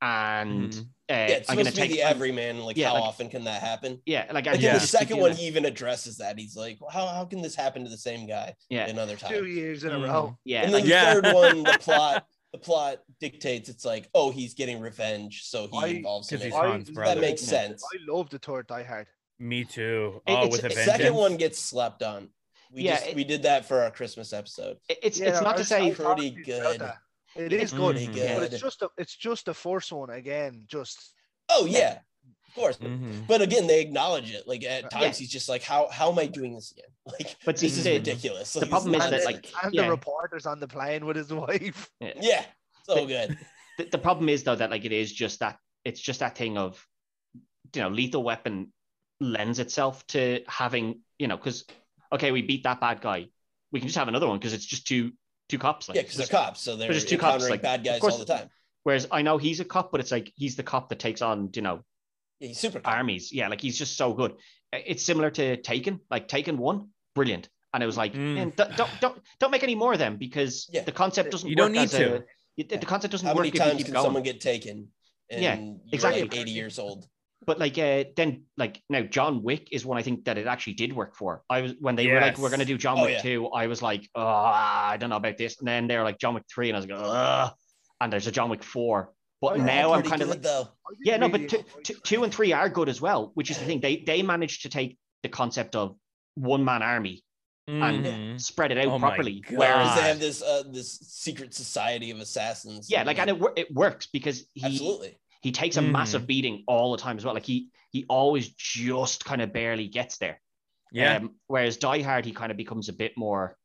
S1: and
S4: Mhm.
S1: uh,
S3: Yeah, it's
S1: I'm
S3: supposed
S1: gonna
S3: to be
S1: take
S3: the everyman. Like,
S1: Yeah,
S3: how
S1: like-
S3: often can that happen?
S1: Yeah, like I
S3: Like
S1: need
S3: in
S1: to
S3: the
S1: do
S3: second
S1: that.
S3: one, he even addresses that. He's like, well, how, how can this happen to the same guy
S1: Yeah,
S3: another time?
S2: Two years in a
S4: Mm.
S2: row.
S1: yeah,
S3: and
S1: like-
S3: then the
S4: Yeah.
S3: third one, the plot, the plot dictates it's like, oh, he's getting revenge, so he
S2: I-
S3: involves him.
S4: because he's
S3: in it.
S2: I-
S4: han's
S2: that
S4: brother
S3: That makes
S1: Yeah.
S3: sense.
S2: I love the third Die Hard.
S4: me too
S1: It-
S4: oh
S1: it's-
S4: with a
S3: The
S1: it's-
S4: vengeance
S3: second one gets slept on. We
S1: Yeah,
S3: just
S1: it-
S3: we did that for our Christmas episode.
S1: It- It's
S2: Yeah,
S1: it's
S2: no,
S1: not
S2: I
S1: to
S2: was-
S1: say
S2: I was happy
S3: Pretty
S2: about
S3: good.
S2: that. It is
S1: Mhm.
S2: good,
S3: Pretty
S4: Yeah.
S2: but
S3: good.
S2: it's just a, it's just the first one again. Just
S3: oh yeah, of course.
S4: Mhm.
S3: But again, they acknowledge it. Like at times,
S1: Uh, Yeah.
S3: he's just like, "How how am I doing this again? Like,
S1: But
S3: this
S1: see,
S3: is
S4: the-
S3: ridiculous."
S1: the
S3: Like,
S1: problem
S3: this
S1: is that
S3: nonsense.
S1: like
S2: and
S1: yeah,
S2: the reporter's on the plane with his wife.
S3: yeah, so good.
S1: the, the problem is though that like it is just that it's just that thing of you know lethal weapon lends itself to having you know because okay we beat that bad guy we can just have another one because it's just two two cops like
S3: Yeah, because they're cops, so they're
S1: there's two cops,
S3: encountering
S1: like,
S3: bad
S1: of
S3: guys
S1: course-
S3: all the time.
S1: whereas I know he's a cop but it's like he's the cop that takes on you know
S3: Yeah, he's super. Cop.
S1: armies yeah like he's just so good I- it's similar to Taken like Taken one brilliant and it was like
S4: Mm.
S1: man, don't don't don't don't make any more of them because
S3: Yeah.
S1: the concept doesn't
S4: You don't
S1: work
S4: need
S1: as
S4: to.
S1: a- it- the concept doesn't
S3: How
S1: work
S3: many
S1: if you
S3: times
S1: keep
S3: can
S1: going.
S3: someone get taken? And
S1: Yeah,
S3: you're, like,
S1: exactly.
S3: Eighty years old.
S1: but like uh, then like now John Wick is one I think that it actually did work for. I was when they were like
S4: Yes.
S1: we're gonna do John
S3: Oh,
S1: Wick
S3: yeah.
S1: two, I was like oh, I don't know about this, and then they're like John Wick three, and I was like Ugh. and there's a John Wick four, but
S2: Oh, yeah,
S1: now I'm
S3: Pretty
S1: kind of
S3: good,
S1: like
S3: though.
S2: I didn't
S1: yeah no,
S2: really
S1: but two,
S2: enjoy
S1: two,
S2: it.
S1: two and three are good as well, which is the thing they they managed to take the concept of one man army
S4: Mhm.
S1: and spread it out
S4: Oh my
S1: properly.
S4: God.
S1: Whereas
S3: Because they
S4: God.
S3: have this uh, this secret society of assassins.
S1: yeah, like and it wor- it works because he
S3: absolutely.
S1: he takes a
S4: Mhm.
S1: massive beating all the time as well. Like he he always just kind of barely gets there.
S4: yeah
S1: Um, whereas Die Hard, he kind of becomes a bit more.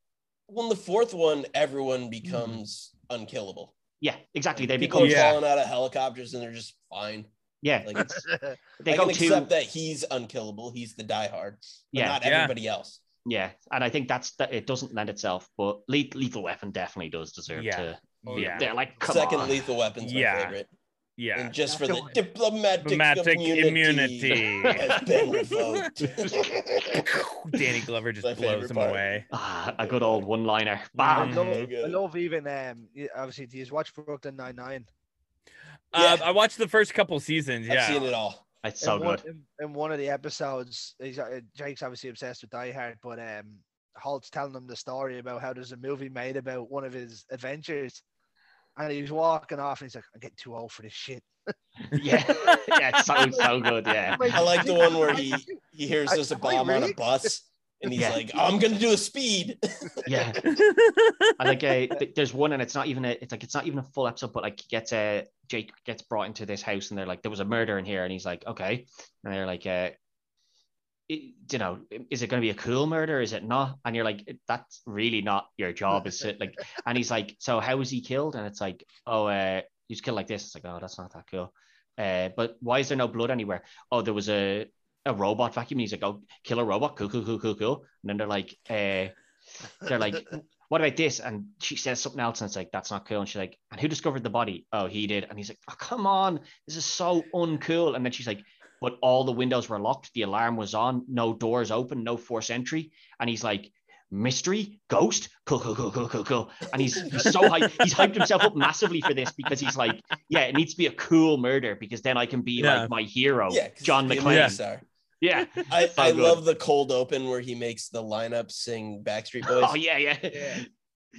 S3: Well, in the fourth one, everyone becomes unkillable.
S1: Yeah, exactly. Mm-hmm. They
S3: People
S1: become.
S3: are
S1: Yeah,
S4: Yeah.
S3: falling out of helicopters and they're just fine. Like it's,
S1: they
S3: I
S1: go
S3: can
S1: to.
S3: accept that he's unkillable. He's the diehard. But
S1: Yeah,
S3: not
S4: Yeah.
S3: everybody else.
S1: yeah, and I think that's that. It doesn't lend itself, but Le- Lethal Weapon definitely does deserve
S4: Yeah.
S1: to.
S4: Oh, yeah.
S1: They're like, come
S3: Second
S1: on.
S3: lethal weapons, my
S4: Yeah.
S3: favorite.
S4: yeah.
S3: and just for the
S2: Absolutely.
S3: diplomatic,
S4: Diplomatic
S3: immunity,
S4: immunity.
S3: has been revoked.
S4: Danny Glover just
S3: My
S4: blows
S3: favorite
S4: him
S3: part.
S4: away.
S1: Ah, a good old one liner.
S2: I
S1: Bam.
S4: Mhm.
S2: love, I
S3: Mhm.
S2: love even um y- obviously do you watch Brooklyn Nine Nine?
S4: Uh,
S3: Yeah.
S4: I watched the first couple seasons.
S3: I've seen
S4: Yeah.
S3: it all.
S1: It's so
S2: in one,
S1: good.
S2: In, in one of the episodes, he's, uh, Jake's obviously obsessed with Die Hard, but um, Holt's telling him the story about how there's a movie made about one of his adventures, and he's walking off, and he's like, "I'm getting too old for this shit."
S1: Yeah. yeah. It's so so good. Yeah.
S2: Wait,
S3: I like the
S2: did-
S3: one where he he hears
S2: I-
S3: there's a
S2: am I
S3: bomb on a
S2: rigged?
S3: bus, and he's
S1: Yeah.
S3: like, "I'm gonna do a speed."
S1: Yeah. I like uh, th- there's one and it's not even a it's like it's not even a full episode, but like he gets uh, Jake gets brought into this house and they're like there was a murder in here and he's like okay and they're like uh, i- you know is it going to be a cool murder is it not and you're like that's really not your job is it like and he's like so how was he killed and it's like oh uh, he was killed like this it's like oh that's not that cool uh, but why is there no blood anywhere oh there was a a robot vacuum and he's like oh kill a robot cool cool cool cool cool and then they're like uh, they're like what about this? And she says something else, and it's like, that's not cool. And she's like, and who discovered the body? Oh, he did. And he's like, oh, come on, this is so uncool. And then she's like, but all the windows were locked, the alarm was on, no doors open, no force entry. And he's like, mystery, ghost, cool, cool, cool, cool, cool, cool. And he's, he's so hyped. He's hyped himself up massively for this because he's like, yeah, it needs to be a cool murder because then I can be
S4: Yeah.
S1: like my hero,
S3: yeah, 'cause
S1: Oh, John
S3: he's a
S1: McClane.
S3: movie
S1: Yeah.
S3: star.
S1: It's
S3: I,
S1: so
S3: I
S1: good.
S3: love the cold open where he makes the lineup sing Backstreet Boys,
S1: Oh, yeah, yeah.
S2: Yeah.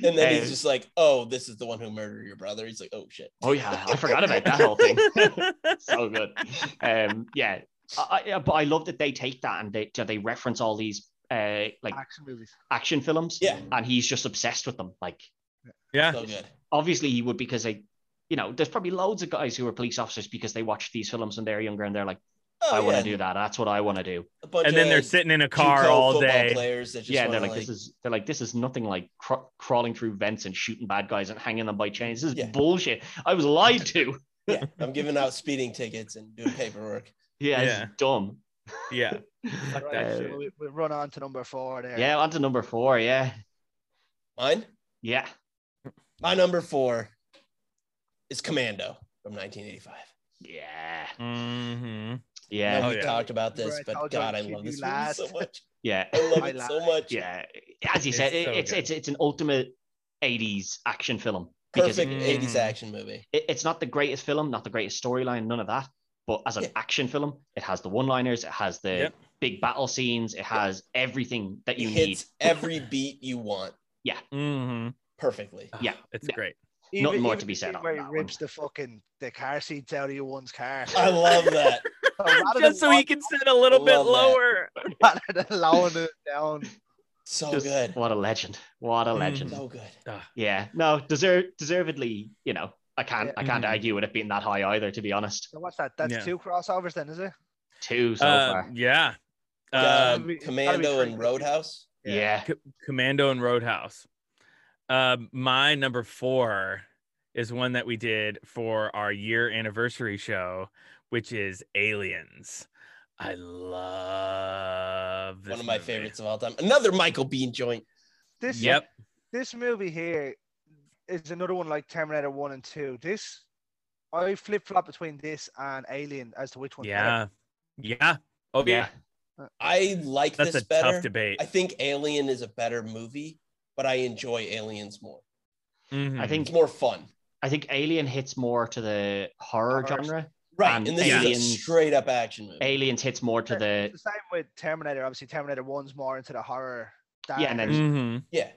S3: and then
S1: Um,
S3: he's just like, "Oh, this is the one who murdered your brother." He's like, "Oh shit."
S1: Oh, yeah. I forgot about that whole thing. so good. Um, yeah, I, I, but I love that they take that and they they reference all these uh, like
S2: Action movies.
S1: action films.
S3: Yeah.
S1: and he's just obsessed with them. Like
S4: yeah.
S3: So good.
S1: obviously he would because they, you know, there's probably loads of guys who are police officers because they watch these films when they're younger and they're like,
S3: Oh,
S1: I want
S3: yeah.
S1: to do that. That's what I want to do.
S3: A bunch
S4: And then
S3: of
S4: they're sitting in a
S3: JUCO
S4: car all
S3: football
S4: day.
S3: Players that just
S1: yeah, and they're
S3: wanna,
S1: like, this is they're like this is nothing like cr- crawling through vents and shooting bad guys and hanging them by chains. This is
S3: Yeah.
S1: bullshit. I was lied to.
S3: yeah, I'm giving out speeding tickets and doing paperwork.
S1: Yeah, this
S4: Yeah.
S1: is dumb. Uh,
S4: Yeah. Fuck that
S2: Right,
S1: shit.
S2: so we, we run on to number four there.
S1: Yeah, on to number four. Yeah,
S3: Mine,
S1: yeah.
S3: my number four is Commando from 1985.
S1: Yeah,
S4: hmm
S3: I
S1: yeah,
S3: know
S4: Oh,
S3: we
S4: yeah.
S3: talked about this,
S2: Remember I
S3: but
S2: told you I'd
S3: God, I
S2: keep
S3: love
S2: you
S3: this movie
S2: last.
S3: so much.
S1: yeah.
S3: I love
S2: I
S3: it so
S2: lied.
S3: much.
S1: yeah as you
S4: It's
S1: said it,
S4: so
S1: it's
S4: good.
S1: it's it's an ultimate 80s action film because
S3: Perfect
S2: Mm.
S1: it,
S4: it-
S3: 80s action movie.
S1: it- it's not the greatest film not the greatest storyline none of that but as an
S3: Yeah.
S1: action film it has the one liners it has the
S4: Yep.
S1: big battle scenes it has everything that
S3: It
S1: you need
S3: hits every beat you want
S4: hmm
S3: perfectly.
S1: Yeah.
S4: It's
S1: Yeah.
S4: great.
S1: Nothing more to
S2: the
S1: be said
S2: scene
S1: on
S2: Where
S1: that
S2: he
S1: one.
S2: rips the fucking the car seats out of your one's car.
S3: I love that.
S2: So rather
S4: Just
S2: than
S4: so he can sit a little bit
S3: Love that.
S4: lower.
S2: walking and allowing it down,
S3: So
S1: Just-
S3: good.
S1: what a legend what a
S4: Mm.
S1: legend
S3: So good.
S1: yeah no deserve deservedly you know i can't i can't
S4: Mhm.
S1: argue with it being that high either to be honest
S2: so what's that? That's
S4: Yeah.
S2: two crossovers then, is it?
S1: two so
S4: Uh,
S1: far
S4: yeah.
S3: Uh,
S4: Uh,
S2: gotta be- it's gotta be
S3: Commando
S2: pretty
S3: and
S2: good.
S3: Roadhouse.
S1: yeah,
S4: Commando and Roadhouse. Uh, my number four is one that we did for our year anniversary show, which is Aliens. I love this
S3: One of my
S4: movie.
S3: favorites of all time. Another Michael Bean joint.
S2: This
S4: Yep.
S2: this movie here is another one like Terminator One and Two. This I flip flop between this and Alien as to which one.
S4: Yeah. Yeah. Oh yeah.
S1: yeah.
S3: I like
S4: That's
S3: this
S4: a
S3: better.
S4: tough debate.
S3: I think Alien is a better movie, but I enjoy Aliens more.
S4: Mhm.
S1: i think
S3: It's more fun.
S1: i think alien hits more to the horror
S2: Horror.
S1: genre
S3: Right.
S1: And
S3: and this is
S1: Aliens-
S3: a straight up action movie.
S1: aliens hits more to the
S2: It's the same with Terminator. Obviously, Terminator One's more into the horror.
S1: Yeah, and then-
S2: darker-
S4: Mhm.
S3: Yeah.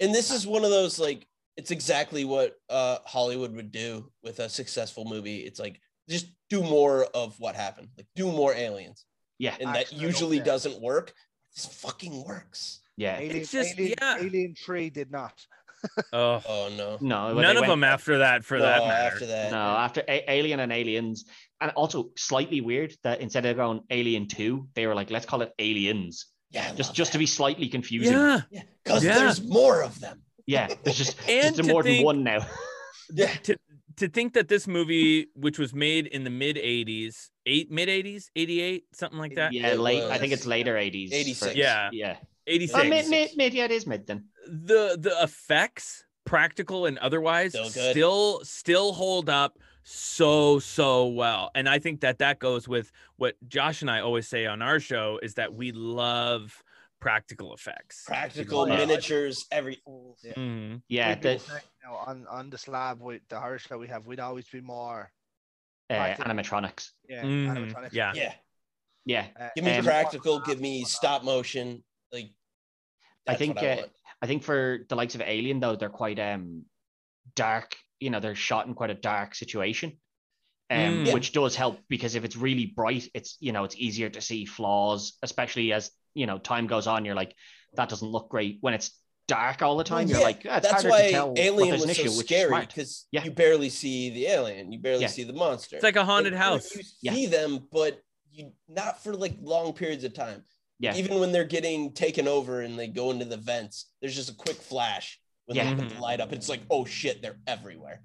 S3: And this is one of those like it's exactly what uh Hollywood would do with a successful movie. It's like just do more of what happened. Like do more aliens.
S1: yeah
S3: And that
S2: Actually, I don't
S3: usually
S2: care.
S3: doesn't work. This fucking works.
S1: yeah
S2: Alien,
S4: It's just-
S2: Alien,
S4: yeah.
S2: Alien Three did not.
S4: Oh,
S3: Oh no.
S1: no well,
S4: none
S1: they
S4: of
S1: went-
S4: them after that, for
S3: no,
S4: that matter.
S3: after that.
S1: No, after a- Alien and Aliens, and also slightly weird that instead of going Alien Two, they were like, let's call it Aliens,
S3: Yeah. I
S1: just
S3: love
S1: just to
S3: that.
S1: be slightly confusing. Yeah,
S4: Yeah.
S3: yeah, because
S4: Yeah.
S3: there's more of them.
S1: there's just
S4: And
S1: just
S4: to
S1: more than
S4: think-
S1: one now.
S3: Yeah.
S4: to to think that this movie, which was made in the mid '80s, eight mid '80s, '88, something like that,
S1: yeah,
S3: It
S1: late. I think
S3: was
S1: it's later eighties.
S3: 86.
S4: Yeah.
S1: yeah.
S4: '86.
S1: Oh, mid,
S3: 86.
S1: mid, mid, yeah, it is mid then.
S4: the the effects, practical and otherwise,
S3: Still good.
S4: still still hold up so so well and i think that that goes with what josh and i always say on our show is that we love practical effects
S3: Practical
S1: Yeah.
S3: miniatures, every.
S2: Yeah.
S4: Mhm.
S1: yeah,
S2: We'd be
S1: the
S2: like, you know, on on the slab with the Irish that we have, we'd always be more
S1: uh,
S2: practical.
S1: animatronics.
S2: yeah
S1: Mm.
S4: Mhm.
S2: animatronic.
S4: yeah
S3: Yeah,
S1: Yeah,
S2: Uh,
S3: give me
S1: Um,
S3: practical, give me stop motion. Like,
S1: I
S3: that's
S1: think,
S3: what I
S1: uh,
S3: want.
S1: I think for the likes of Alien though, they're quite um dark. You know, they're shot in quite a dark situation, um,
S4: Mm. Yeah.
S1: which does help because if it's really bright, it's you know it's easier to see flaws, especially as you know time goes on. You're like, that doesn't look great when it's dark all the time.
S3: Well,
S1: you're
S3: yeah,
S1: like, "Ah, it's
S3: that's
S1: harder to
S3: why
S1: tell
S3: Alien
S1: was
S3: was
S1: an
S3: so
S1: issue, which is
S3: scary
S1: smart.
S3: because
S1: Yeah.
S3: you barely see the alien, you barely
S1: Yeah.
S3: see the monster.
S4: it's like a haunted
S3: Like,
S4: house
S3: You
S1: Yeah.
S3: see them, but you not for like long periods of time.
S1: Yeah.
S3: Even when they're getting taken over and they go into the vents, there's just a quick flash when
S1: Yeah.
S3: they put the light up. It's like, oh shit, they're everywhere.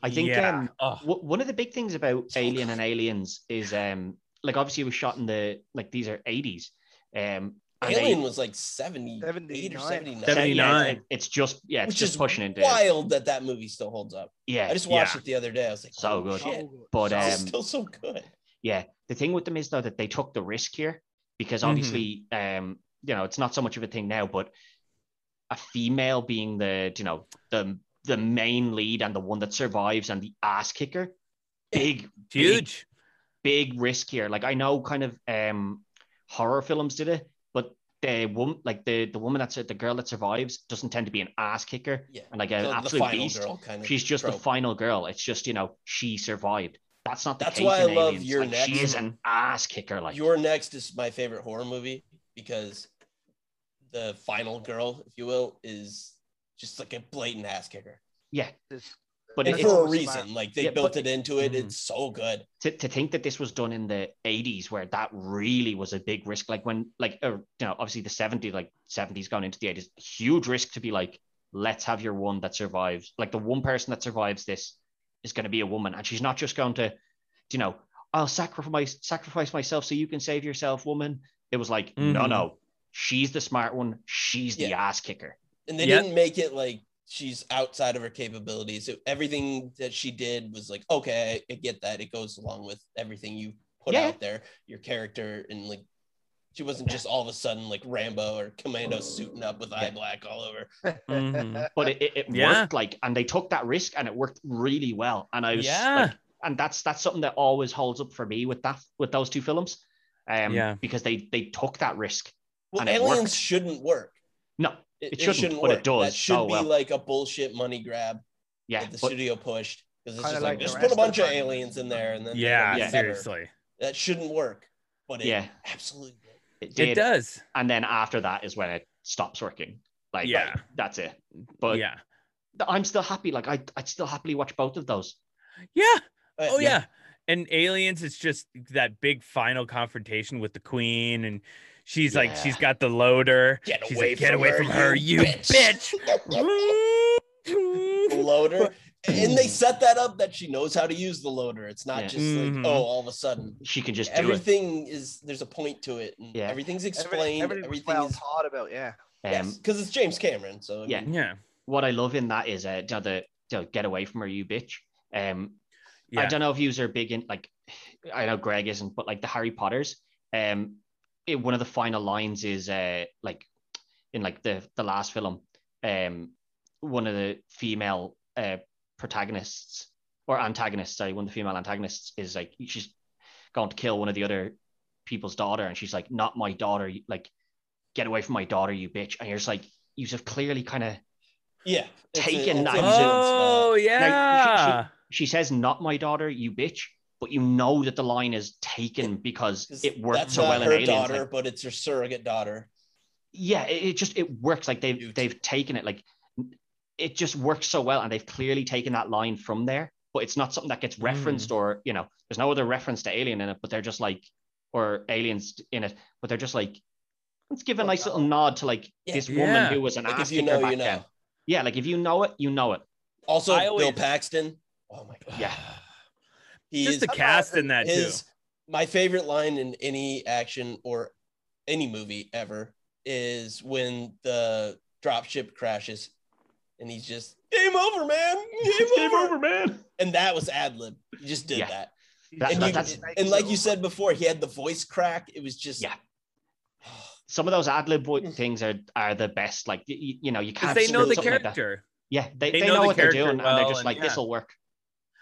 S1: I think
S4: Yeah.
S1: um,
S4: Oh,
S1: w- one of the big things about
S3: So
S1: Alien and Aliens is um like obviously it was shot in the like these are 80s. Um, and they-
S3: Alien was like 78
S2: 79.
S3: or 79.
S1: yeah,
S4: 79.
S1: it- it's just yeah, it's
S3: Which
S1: just
S3: is
S1: pushing it. down.
S3: Wild that that movie still holds up. I
S1: Yeah,
S3: just watched
S4: Yeah.
S3: it the other day. I was like,
S1: So
S3: holy
S1: good.
S3: shit,
S2: So good.
S1: but
S3: this is
S1: um,
S3: still so good.
S1: yeah, the thing with them is though that they took the risk here because
S3: Mm-hmm.
S4: Mhm.
S1: obviously, um, you know, it's not so much of a thing now, but a female being the you know the the main lead and the one that survives and the ass kicker, big
S4: huge
S1: big risk here. Like I know kind of um horror films did it, but the woman like the the woman that's the girl that survives doesn't tend to be an ass kicker
S3: Yeah.
S1: and like an
S3: The- the
S1: absolute
S3: final
S1: beast.
S3: girl kind of
S1: She's just the
S3: trope.
S1: final girl. It's just you know she survived. That's not the
S3: That's
S1: case
S3: why I
S1: in
S3: love
S1: Aliens.
S3: Your
S1: like, She
S3: Next.
S1: is an ass kicker. Like
S3: Your Next is my favorite horror movie because the final girl, if you will, is just like a blatant ass kicker.
S1: yeah,
S2: This-
S1: but
S3: And
S1: it, it's,
S2: That's
S3: for a
S2: so
S3: reason,
S2: smart.
S3: like they
S1: Yeah,
S3: built
S1: but- Mm-hmm.
S3: it into it.
S4: Mhm.
S3: It's so good.
S1: to, to think that this was done in the 80s where that really was a big risk like when like uh, you know obviously the 70s like 70s going into the 80s huge risk to be like let's have your one that survives like the one person that survives this is going to be a woman and she's not just going to you know I'll sacrifice sacrifice myself so you can save yourself woman it was like no
S4: Mhm.
S1: no she's the smart one she's the ass kicker
S3: And they
S4: Yeah.
S3: didn't make it like she's outside of her capabilities. It- everything that she did was like, okay, I, I get that. It goes along with everything you put
S1: Yeah.
S3: out there, your character, and like she wasn't just all of a sudden like Rambo or Commando suiting up with eye black all over.
S1: mm-hmm.
S4: Mhm.
S1: but it, it, it
S4: Yeah.
S1: worked like and they took that risk and it worked really well and i was
S4: Yeah.
S1: like and that's that's something that always holds up for me with that with those two films um
S4: Yeah.
S1: because they they took that risk
S3: Well,
S1: And it
S3: aliens
S1: worked.
S3: shouldn't work.
S1: no It shouldn't, but it does.
S3: That should
S1: Oh, well.
S3: be like a bullshit money grab
S1: yeah
S3: that the
S1: but
S3: studio pushed because it's
S2: Kinda
S3: just
S2: like
S3: like,
S2: the
S3: just
S2: rest
S3: put a
S2: of the
S3: bunch of
S2: time.
S3: aliens in there and then they're
S4: yeah
S3: gonna be
S1: Yeah.
S3: better.
S4: seriously
S3: that shouldn't work. But it
S1: Yeah.
S3: absolutely did.
S1: it did
S4: it does
S1: and then after that is when it stops working like
S4: Yeah.
S1: that's it but
S4: yeah
S1: th- i'm still happy like I, i'd still happily watch both of those
S4: yeah
S3: But
S4: Oh
S1: Uh, Yeah.
S4: yeah. And aliens, it's just that big final confrontation with the queen, and she's like, she's
S1: Yeah.
S4: got the loader.
S3: Get
S4: she's
S3: away,
S4: like, get
S3: from,
S4: away
S3: her,
S4: from her, you bitch.
S3: loader. And they set that up that she knows how to use the loader. It's not
S1: Mm. Yeah.
S3: just
S4: Mhm.
S3: like, oh, all of a sudden.
S1: she can just do it
S3: Everything is there's a point to it. And
S1: Yeah.
S3: Everything's
S2: everything,
S3: explained.
S2: everything
S3: Everything,
S2: was well
S3: is
S2: thought about, yeah.
S1: um,
S3: because it's James Cameron. So I
S1: Yeah.
S3: mean,
S4: yeah,
S1: what i love in that is uh you know, the you know, get away from her you bitch um I
S4: yeah,
S1: don't know if yous are big in like I know Greg isn't, but like the Harry Potters, um it, one of the final lines is uh like in like the the last film, um one of the female uh protagonists or antagonists, sorry, one of the female antagonists is like she's going to kill one of the other people's daughter and she's like, Not my daughter, you- like get away from my daughter, you bitch. And you're just like, you have clearly kind of
S3: yeah. it's a-
S1: Taken
S3: it's a
S1: that-
S3: villain's
S4: Oh
S3: fault.
S4: yeah,
S1: she says, "Not my daughter, you bitch," but you know that the line is taken because
S3: 'Cause
S1: it worked
S3: that's
S1: so
S3: not
S1: well in
S3: her
S1: Aliens.
S3: daughter,
S1: Like,
S3: but it's her surrogate daughter.
S1: yeah, it, it just it works. Like they've
S3: Beautiful.
S1: they've taken it. Like it just works so well, and they've clearly taken that line from there. But it's not something that
S3: Hmm.
S1: gets referenced, or you know, there's no other reference to Alien in it. But they're just like, or aliens in it, but they're just like, let's give a
S2: Oh,
S1: nice
S2: no.
S1: little nod to like
S3: Yeah.
S1: this woman
S4: Yeah.
S1: who was an
S3: Like
S1: ass
S3: if you
S1: kicker
S3: know,
S1: back
S3: you know.
S1: then. Yeah, like if you know it, you know it.
S3: Also,
S4: I always-
S3: Bill Paxton. Oh my god.
S1: Yeah.
S3: He
S4: just
S3: is
S4: the cast in that too.
S3: his my favorite line in any action or any movie ever is when the dropship crashes and he's just Game over, man. Game,
S1: Game
S3: over.
S1: over, man.
S3: And that was ad lib. He just did
S1: Yeah.
S3: that.
S1: That's-
S3: and,
S1: that-
S3: you-
S1: that's-
S3: and like you said before, he had the voice crack. It was just
S1: Yeah. Some of those ad lib
S3: Hmm.
S1: things are are the best. Like you, you know, you can't.
S4: 'Cause they know
S1: script
S4: the
S1: something like that.
S4: character.
S1: yeah, they,
S4: They
S1: they,
S4: know
S1: know,
S4: the
S1: what they're
S4: character
S1: doing, and
S4: well,
S1: they're just
S4: and
S1: like,
S4: yeah.
S1: this will work.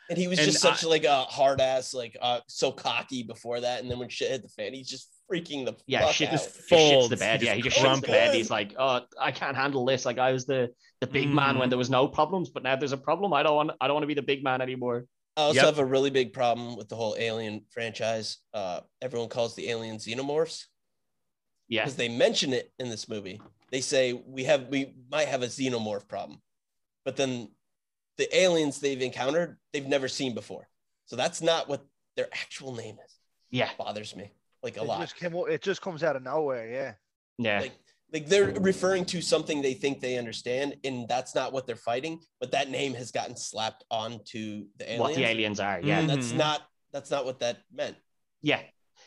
S3: And he was
S4: And
S3: just such like a hard ass, like uh, so cocky before that. And then when shit hit the fan, he's just freaking the
S1: Yeah,
S3: fuck
S1: shit
S3: out.
S1: just
S4: out.
S1: he shits
S4: Folds,
S1: the bed.
S4: he
S1: yeah,
S4: just
S1: he just shits the
S3: crumbles.
S1: bed. He's like, oh, I can't handle this. Like I was the the big man when
S4: Mhm.
S1: there was no problems, but now there's a problem. I don't want. I don't want to be the big man anymore.
S3: I also
S4: Yep.
S3: have a really big problem with the whole alien franchise. Uh, everyone calls the alien xenomorphs
S1: Yeah,
S3: because they mention it in this movie. They say we have we might have a xenomorph problem, but then the aliens they've encountered they've never seen before. So that's not what their actual name is.
S1: yeah,
S3: bothers me like a
S2: It
S3: lot.
S2: just, came, o- it just comes out of nowhere, yeah.
S1: yeah.
S3: Like like they're referring to something they think they understand, and that's not what they're fighting. But that name has gotten slapped onto the aliens.
S1: what the aliens are. Yeah,
S3: And that's
S4: Mhm.
S3: not that's not what that meant.
S1: yeah,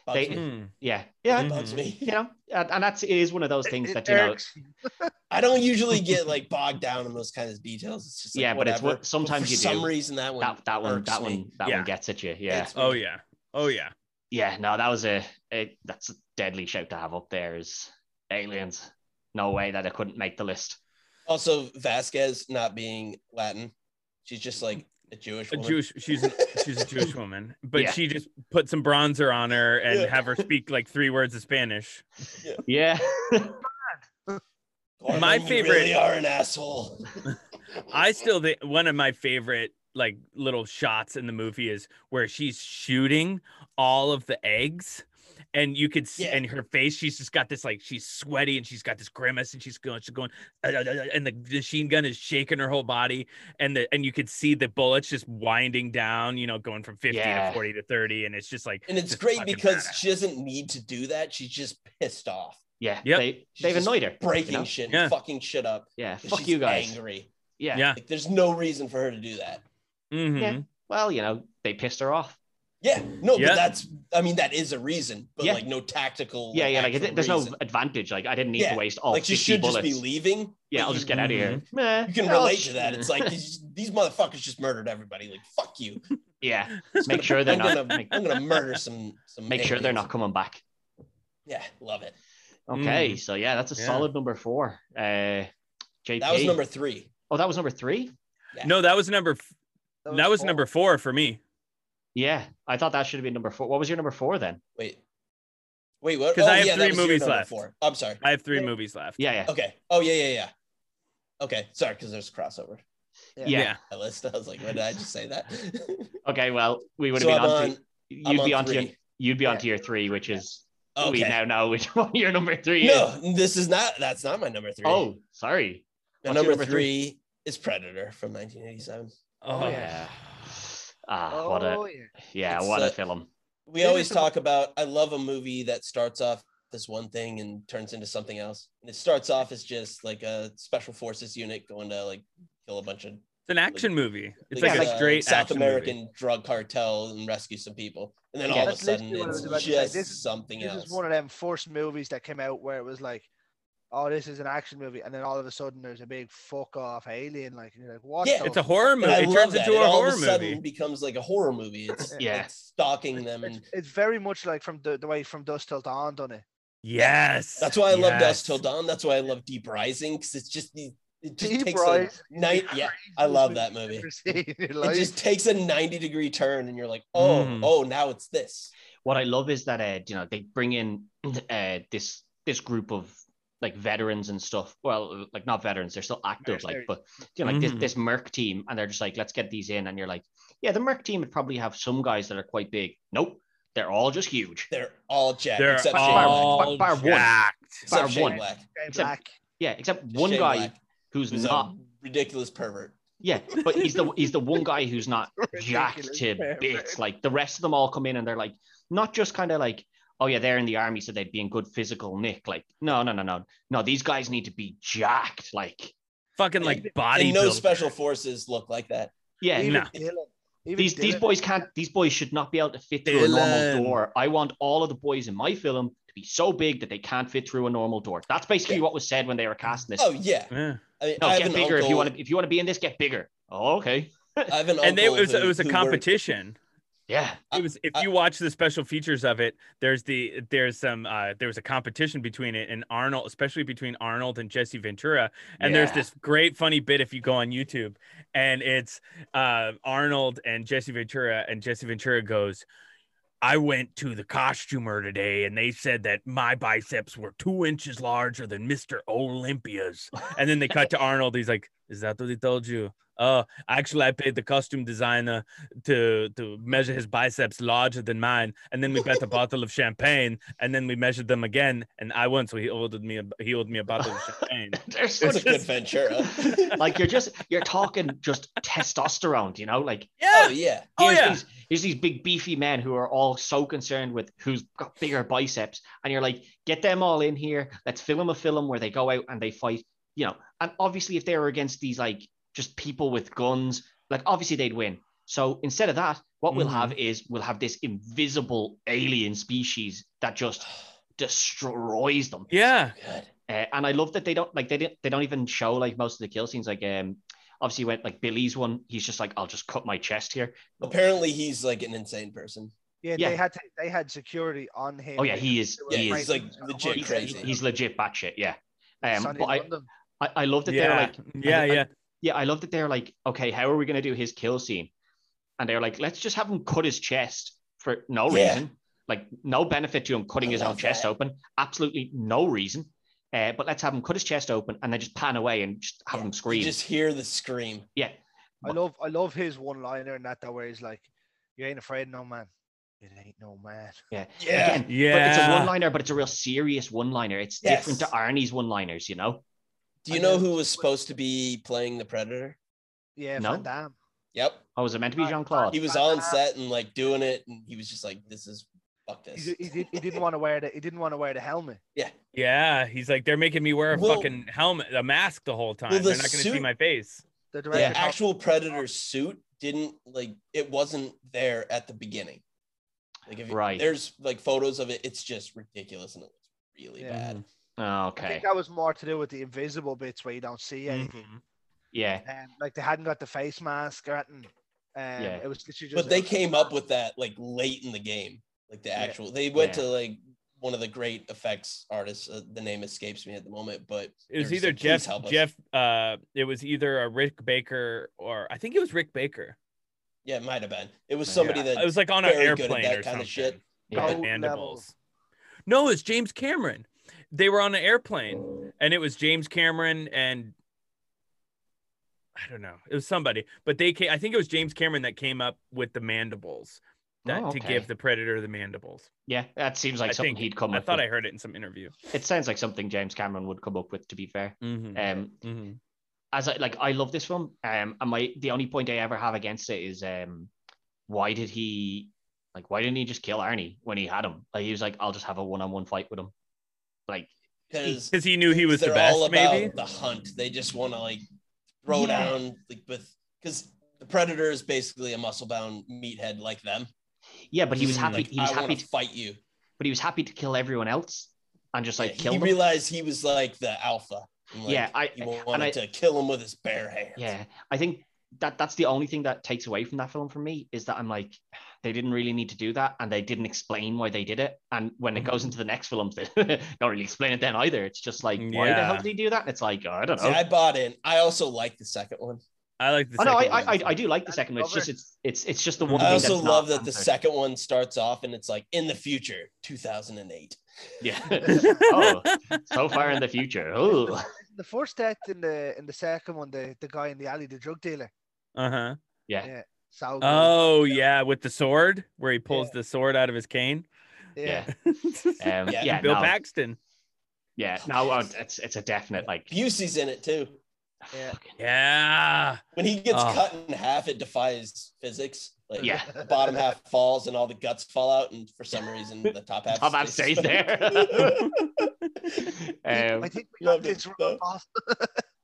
S3: Bugs
S1: They-
S3: me.
S4: Hmm.
S1: yeah, yeah.
S3: It bugs
S4: Mhm.
S3: me.
S1: You know, and and that's it is one of those things
S2: It-
S1: that
S2: it
S1: you know.
S2: irks you.
S3: I don't usually get like bogged down in those kind of details. It's just like,
S1: Yeah, but it's what-
S3: whatever.
S1: sometimes
S3: for
S1: you do.
S3: some reason that one
S1: That that one
S3: irks
S1: that
S3: me.
S1: one that
S4: Yeah.
S1: one gets at you. Yeah,
S3: It's-
S4: Oh yeah. Oh yeah.
S1: yeah. No, that was a, a that's a deadly shout to have up there. Is aliens? No way that I couldn't make the list.
S3: Also, Vasquez not being Latin, she's just like a Jewish
S4: A
S3: woman.
S4: Jewish. She's an, she's a Jewish woman, but
S1: Yeah.
S4: she just put some bronzer on her and
S3: Yeah.
S4: have her speak like three words of Spanish.
S1: Yeah,
S3: Or
S4: My
S3: you
S4: favorite-
S3: really are an asshole.
S4: I still think one of my favorite like little shots in the movie is where she's shooting all of the eggs and you could see
S3: Yeah.
S4: and her face she's just got this like she's sweaty and she's got this grimace and she's going she's going "Ah, ah, ah," and the machine gun is shaking her whole body and the and you could see the bullets just winding down you know going from 50
S1: Yeah.
S4: to 40 to 30 and it's just like
S3: And it's
S4: just
S3: great
S4: fucking
S3: because
S4: badass.
S3: she doesn't need to do that. She's just pissed off,
S1: yeah.
S4: Yep.
S1: They
S3: She's
S1: they've
S3: just
S1: annoyed her. you
S3: breaking
S1: know?
S3: shit, and
S4: Yeah.
S3: fucking shit up.
S1: Yeah,
S3: 'cause
S1: fuck
S3: she's
S1: you guys.
S3: Angry.
S1: Yeah.
S4: yeah
S3: Like, there's no reason for her to do that.
S4: Mhm.
S1: Yeah. Well, you know, they pissed her off.
S3: Yeah. No,
S4: Yeah.
S3: but that's. I mean, that is a reason, but
S1: Yeah.
S3: like no tactical.
S1: Yeah, yeah. Like
S3: actual
S1: it, there's
S3: Oh, reason.
S1: no oh, advantage. Like I didn't need
S3: Yeah,
S1: to waste all
S3: like she
S1: 50
S3: should
S1: bullets.
S3: just be leaving.
S1: yeah,
S3: but
S1: I'll
S3: you-
S1: just get out of here. Meh,
S3: You can
S1: I'll
S3: relate
S1: sh-
S3: to that. It's like these, these motherfuckers just murdered everybody. Like fuck you.
S1: yeah,
S3: Just
S1: make
S3: gonna-
S1: sure they're
S3: I'm
S1: not.
S3: gonna-
S1: make,
S3: I'm gonna murder some. Some.
S1: make sure they're
S3: aliens.
S1: not coming back.
S3: Yeah, love it.
S1: Okay, so yeah, that's a
S4: Mm. Yeah.
S1: solid number four. Uh, JP.
S3: That was number three.
S1: Oh, that was number three.
S3: Yeah.
S4: no that was number f- that was
S2: four.
S4: number 4 for me
S1: Yeah, I thought that should have been number four. What was your number four then?
S3: Wait. Wait. What?
S4: 'Cause
S3: oh,
S4: I have
S3: yeah, that
S4: three
S3: was your
S4: movies
S3: number
S4: left.
S3: Four. I'm sorry.
S4: I have 3
S3: Yeah.
S4: movies left
S1: Yeah, yeah,
S3: Okay. Oh yeah, yeah, yeah. Okay. Sorry, because there's a crossover.
S1: yeah.
S4: yeah,
S3: I list. I was like, what did I just say that?
S1: Okay, well, we would
S3: so
S1: have
S3: I'm
S1: been on.
S3: on.
S1: to,
S3: I'm
S1: you'd be on to your,
S3: three. Oh,
S1: you'd be on
S2: Yeah.
S1: to your three, which is we
S3: Okay.
S1: now know which one your number three is.
S3: No, this is not. That's not my number three.
S1: Oh, sorry.
S3: My
S1: what's your
S3: number,
S1: number
S3: three, is Predator from 1987.
S1: Oh,
S4: Oh.
S1: yeah. Ah,
S2: Oh,
S1: what a
S2: yeah.
S1: yeah,
S3: It's,
S1: what
S3: uh,
S1: a film.
S3: We
S2: Maybe
S3: always
S2: it's a-
S3: talk about. I love a movie that starts off as one thing and turns into something else. And it starts off as just like a special forces unit going to like kill a bunch of uh,
S4: It's an action movie. It's
S1: Yeah,
S4: like
S1: like,
S4: a straight
S3: South
S4: action
S3: American
S4: Movie.
S3: drug cartel and rescue some people, and then
S1: Yeah.
S3: all of a
S2: That's literally
S3: sudden
S2: what I
S3: it's
S2: was about to say.
S3: just
S2: This is-
S3: something
S2: This
S3: else.
S2: is one of them first movies that came out where it was like, oh, this is an action movie, and then all of a sudden there's a big fuck off alien, like and you're like, what?
S3: Yeah,
S2: the
S4: It's a horror
S3: And
S4: movie.
S3: I
S4: It
S3: love
S4: turns
S3: that.
S4: into
S3: It
S4: a
S3: all
S4: horror
S3: of a sudden
S4: movie.
S3: becomes like a horror movie. It's
S1: Yeah.
S3: it's stalking them,
S2: It's,
S3: and
S2: it's very much like from the, the way from Dust Till Dawn done it.
S4: Yes.
S3: that's why I love Dust Till
S4: Yes.
S3: Dawn. That's why I love Deep Rising because it's just the- it just
S2: Deep
S3: takes
S2: Rise.
S3: a night. Yeah, I love that movie. It just takes a ninety degree turn, and you're like, oh,
S4: Mm.
S3: oh, now it's this.
S1: what I love is that uh, you know they bring in uh, this this group of like veterans and stuff. Well, like not veterans, they're still active, like
S2: Mercenaries.
S1: but you know, like
S4: Mhm.
S1: this, this Merc team, and they're just like, let's get these in, and you're like, yeah, the Merc team would probably have some guys that are quite big. Nope, they're all just huge.
S3: They're all jacked
S4: They're
S3: except Shane Black.
S4: all
S1: Bar- bar one.
S4: jacked.
S3: Except
S1: bar
S3: Shane
S1: one.
S3: Black.
S1: Except-
S2: Black.
S1: Yeah, except one
S3: Shane
S1: guy
S3: Black,
S1: who's
S3: who's um,
S1: not.
S3: a ridiculous pervert.
S1: Yeah, but he's the he's the one guy who's not jacked
S2: Ridiculous
S1: to
S2: pervert.
S1: bits. Like the rest of them all come in and they're like, not just kind of like, oh yeah, they're in the army, so they'd be in good physical nick. Like, no, no, no, no, no. These guys need to be jacked. Like,
S4: Fucking like body.
S3: and no
S4: build.
S3: special forces look like that.
S1: yeah,
S2: Even
S4: no.
S2: Dylan- even
S1: these these
S2: Dylan-
S1: boys can't. These boys should not be able to fit through a
S3: Dylan.
S1: normal door. I want all of the boys in my film to be so big that they can't fit through a normal door. That's basically
S3: Yeah.
S1: what was said when they were casting this.
S3: Oh yeah.
S4: Yeah.
S3: I, mean,
S1: no,
S3: I have
S1: get
S3: an
S1: bigger if you
S3: uncle-
S1: want to. If you want to be in this, get bigger. Oh, okay.
S3: I have an
S4: And they, it
S3: uncle
S4: was
S3: who-
S4: it was a
S3: who worked-
S4: competition.
S1: Yeah.
S3: I-
S4: It was if
S3: I-
S4: you watch the special features of it, there's the there's some uh there was a competition between it and Arnold, especially between Arnold and Jesse Ventura. And there's
S1: Yeah.
S4: this great funny bit if you go on YouTube, and it's uh Arnold and Jesse Ventura, and Jesse Ventura goes, I went to the costumer today and they said that my biceps were two inches larger than Mr. Olympia's. And then they cut to Arnold. He's like, Is that what he told you? Oh, actually, I paid the costume designer to to measure his biceps larger than mine, and then we bet a bottle of champagne, and then we measured them again, and I won, so he ordered me a he owed me a bottle of champagne.
S1: There's
S3: What a
S1: such-
S3: good Ventura.
S1: like you're just you're talking just testosterone. You know, like
S3: oh
S4: Yeah,
S3: yeah.
S4: Oh,
S1: here's
S4: yeah.
S1: these here's these big beefy men who are all so concerned with who's got bigger biceps, and you're like, get them all in here. Let's film a film where they go out and they fight. You know, and obviously if they were against these like just people with guns, like obviously they'd win. So instead of that, what we'll
S4: Mhm.
S1: have is we'll have this invisible alien species that just destroys them.
S4: yeah.
S3: Good.
S1: Uh, and I love that they don't like they didn't they don't even show like most of the kill scenes. Like um obviously when like Billy's one, he's just like, I'll just cut my chest here.
S3: Apparently he's like an insane person.
S2: Yeah,
S1: Yeah.
S2: they had to, they had security on him.
S1: Oh yeah, he is
S2: They were
S3: Yeah,
S1: he is
S3: he's
S1: Oh,
S2: afraid
S3: like
S2: he was gonna
S3: legit
S2: hurt
S1: he's,
S3: crazy.
S2: himself.
S1: he's legit batshit, yeah. Um
S2: Sonny
S1: but I,
S2: London.
S1: I, I love that they're
S4: yeah.
S1: like
S4: yeah,
S1: I-
S4: yeah.
S1: yeah, I love that they're like, okay, how are we gonna do his kill scene? And they're like, let's just have him cut his chest for no
S3: Yeah.
S1: reason. Like no benefit to him cutting
S3: I
S1: his own
S3: love
S1: chest
S3: that.
S1: open. Absolutely no reason. Uh, but let's have him cut his chest open and then just pan away and just have
S3: Yeah,
S1: him
S3: you
S1: scream.
S3: just hear the scream.
S1: yeah.
S2: I love I love his one liner and that though where he's like, You ain't afraid of no man. It ain't no man.
S3: Yeah.
S1: Again, But it's a
S4: Yeah.
S1: one liner, but it's a real serious one liner. It's different to
S3: Yes.
S1: Arnie's one liners, you know?
S3: Do you
S2: I
S3: know
S2: know.
S3: who was supposed to be playing the Predator?
S2: Yeah,
S1: No.
S2: Van Damme.
S3: Yep.
S1: Oh, was it meant to be
S2: Uh,
S1: Jean Claude?
S3: He was on set and like doing it, and he was just like, "This is fuck
S2: He,
S3: this."
S2: di- he, did, he didn't want to wear the he didn't want to wear the helmet.
S4: Yeah, he's like they're making me wear a
S3: Well-
S4: fucking helmet, a mask the whole time.
S3: Well, the
S4: they're not going to see
S3: suit-
S4: my face.
S2: The
S3: The
S2: director
S3: yeah,
S2: told-
S3: actual Predator suit didn't like it wasn't there at the beginning. Like if you-
S1: Right.
S3: there's like photos of it, it's just ridiculous and it looks really
S2: Yeah.
S3: bad.
S1: Oh,
S2: I
S1: okay.
S2: think that was more to do with the invisible bits where you don't see
S3: Mm.
S2: anything.
S1: Mm-hmm.
S4: Mhm.
S1: Yeah.
S2: Um, like they hadn't got the face mask or anything. Um,
S1: Yeah.
S2: it was literally just
S3: But they came up with that like late in the game, like the actual. They went
S1: Yeah.
S3: to like one of the great effects artists. Uh, the name escapes me at the moment, but
S4: It
S3: they're
S4: was
S3: just
S4: either
S3: like, "Please
S4: Jeff,
S3: help us."
S4: Jeff. Uh, it was either a Rick Baker or I think it was Rick Baker.
S3: Yeah, it might have been. It was
S1: Yeah.
S3: somebody
S4: Yeah, it
S3: that
S4: was like on an
S3: very good at
S4: airplane
S3: that
S4: or
S3: kind
S4: something.
S3: of shit.
S1: Yeah.
S4: with
S2: Gold
S4: mandibles. No, it's James Cameron. They were on an airplane, and it was James Cameron and I don't know. It was somebody, but they came. I think it was James Cameron that came up with the mandibles that
S1: Oh,
S4: to
S1: okay.
S4: give the predator the mandibles.
S1: Yeah, that seems like
S4: I
S1: something
S4: think-
S1: he'd come
S4: I
S1: up
S4: thought I
S1: with.
S4: heard it in some interview.
S1: It sounds like something James Cameron would come up with, to be fair.
S4: Mm-hmm.
S1: Um, as I like, I love this film. Um, and my the only point I ever have against it is, um, why did he like? Why didn't he just kill Arnie when he had him? Like he was like, I'll just have a one on one fight with him. Like
S3: because
S4: because he knew he was the
S3: they're
S4: best,
S3: all about
S4: maybe.
S3: the hunt. They just want to like throw
S1: Yeah.
S3: down like with because the predator is basically a muscle bound meathead like them.
S1: yeah, but he was
S4: Mm,
S1: happy.
S3: Like,
S1: he was
S3: I
S1: happy.
S3: want to
S1: To,
S3: fight you.
S1: but he was happy to kill everyone else and just like
S3: Yeah,
S1: kill
S3: he
S1: them.
S3: realized he was like the alpha. and, like,
S1: yeah, I
S3: he wanted
S1: I-
S3: to kill him with his bare hands.
S1: yeah i think that that's the only thing that takes away from that film for me is that i'm like they didn't really need to do that and they didn't explain why they did it and when it goes into the next film they don't really explain it then either it's just like why the hell
S4: Yeah.
S1: did he do that it's like i don't
S3: See,
S1: know
S3: I bought in. I also like the second one.
S4: I like the.
S1: oh no I,
S4: second
S1: I
S4: one.
S1: I I do like the
S2: That's
S1: second one it's
S2: cover.
S1: just it's it's it's just the one
S3: I
S1: thing
S3: also
S1: that's
S3: love
S1: not
S3: that the
S1: answered.
S3: second one starts off and it's like in the future, 2008.
S1: yeah oh so far in the future oh
S2: the first act in the in the second one, the, the guy in the alley, the drug dealer.
S4: Uh huh.
S1: yeah
S2: Yeah. So good.
S4: Oh yeah, with the sword where he pulls the sword out of his cane.
S1: yeah
S2: yeah.
S1: um,
S3: Yeah,
S1: yeah,
S4: Bill
S1: no,
S4: Paxton.
S1: yeah no uh, it's it's a definite like
S3: Busey's in it too.
S2: Yeah.
S4: Yeah.
S3: When he gets
S4: Oh.
S3: cut in half, it defies physics. Like
S1: Yeah.
S3: the bottom half falls and all the guts fall out, and for some reason the top half.
S1: top half stays there um,
S2: I think we
S3: Loved
S2: got
S3: it,
S2: this wrong,
S3: though.
S2: boss.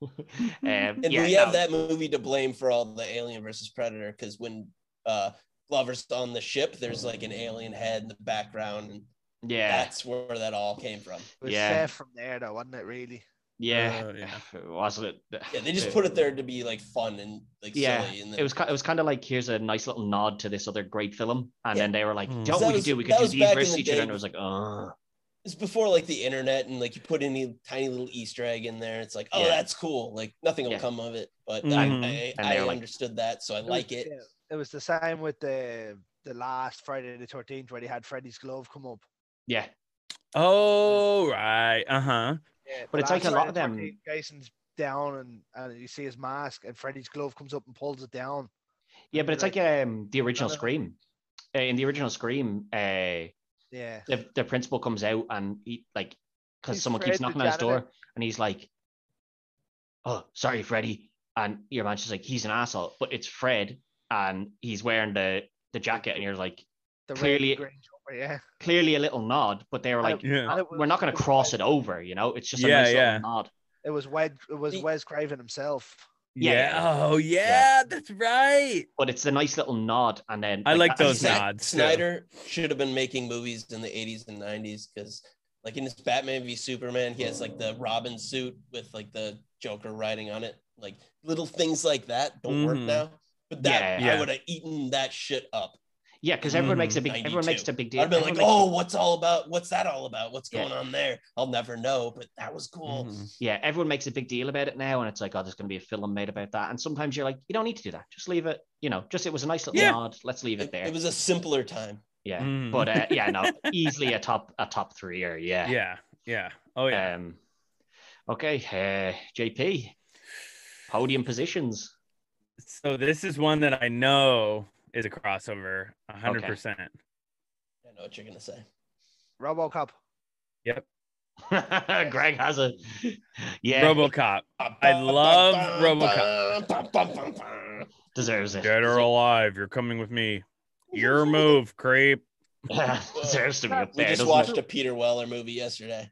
S1: Um,
S3: And
S1: yeah,
S3: we have
S1: no,
S3: that movie to blame for all the Alien versus Predator because when uh, Glover's on the ship, there's like an alien head in the background, and
S1: Yeah.
S3: That's where that all came from.
S2: It was
S1: Yeah.
S2: yeah. from there, though, wasn't it? Really?
S1: yeah.
S4: Uh, yeah.
S1: Wasn't it?
S3: Yeah, they just put it there to be like fun and like
S1: Yeah,
S3: silly. And then,
S1: It was, ki- it was kind of like here's a nice little nod to this other great film, and
S3: Yeah.
S1: then they were like,
S4: Mm.
S2: Hmm.
S1: "Do you know
S3: That
S1: what we
S3: was-
S1: could do? We
S3: that
S1: could do
S3: was
S1: these
S3: back in
S1: versus
S3: the
S1: each other."
S3: day.
S1: And it was like, "Oh,
S3: it's before like the internet and like you put any tiny little Easter egg in there. It's like, oh,
S1: Yeah.
S3: that's cool. Like nothing will
S1: Yeah. Mm-hmm.
S3: come of it, but
S4: Mhm.
S3: I,
S1: And
S3: I, I
S1: they were like-
S3: understood that, so I
S2: was-
S3: like it.
S2: yeah, It was the same with the the last Friday the thirteenth where they had Freddy's glove come up.
S1: yeah,
S4: Oh right. Uh huh.
S2: Yeah,
S1: But
S2: the
S1: it's like
S2: last
S1: a lot of
S2: Friday the
S1: them-
S2: 13th, Jason's down and, and you see his mask and Freddy's glove comes up and pulls it down.
S1: yeah." But it's
S2: Right.
S1: like um, the original
S2: Another-
S1: Scream. Uh, in the original Scream, uh,
S2: Yeah.
S1: the, the principal comes out and he like because
S2: He's
S1: someone
S2: Fred
S1: keeps
S2: the
S1: knocking on his
S2: janitor.
S1: door and he's like oh sorry freddy and your man's just like he's an asshole but it's fred and he's wearing the the jacket and you're like
S2: The red
S1: Clearly-
S2: and green jumper, yeah.
S1: clearly a little nod but they were
S2: I-
S1: like
S4: Yeah.
S1: "Oh,
S2: I- it
S1: we're not
S2: was-
S1: going to cross it over you know it's just a
S4: Yeah,
S1: nice little
S4: yeah.
S1: nod
S2: It was Wed it was
S3: The-
S2: Wes Craven himself.
S1: Yeah, yeah.
S4: Oh yeah, that's right.
S1: but it's a nice little nod and then
S4: I like
S1: that-
S4: those
S1: that's it.
S3: Snyder,
S4: nods, too.
S3: Snyder should have been making movies in the 80s and 90s because, like, in his Batman v Superman, he has like the Robin suit with like the Joker riding on it. Like, little things like that don't work
S4: Mhm.
S3: now. But that,
S1: Yeah.
S4: Yeah.
S3: I would have eaten that shit up.
S1: yeah because everyone makes
S4: Mm,
S1: a big everyone
S3: 92.
S1: makes a big
S3: I'd
S1: deal
S3: have been
S1: everyone
S3: like,
S1: makes a-
S3: oh, what's all about? What's that all about? What's
S1: Yeah.
S3: going on there? I'll never know, but that was cool.
S4: Mhm.
S1: yeah everyone makes a big deal about it now and it's like oh there's going to be a film made about that and sometimes you're like you don't need to do that just leave it you know just it was a nice little
S4: Yeah.
S1: nod let's leave it
S3: It,
S1: there
S3: it was a simpler time.
S1: yeah
S4: Mhm.
S1: but uh, yeah no easily a top a top three or yeah,
S4: yeah. Yeah. Oh yeah.
S1: um okay uh jp podium positions
S4: So this is one that I know is a crossover, a hundred
S1: Okay.
S4: percent.
S3: I know what you're going to say.
S2: Robocop.
S1: greg has a yeah
S4: RoboCop, I love
S3: Robocop.
S1: deserves it
S4: dead or alive, you're coming with me. Your move, creep.
S1: deserves to be up
S3: Uh, We
S1: there
S3: just
S1: doesn't
S3: watched
S1: it?
S3: a Peter Weller movie yesterday.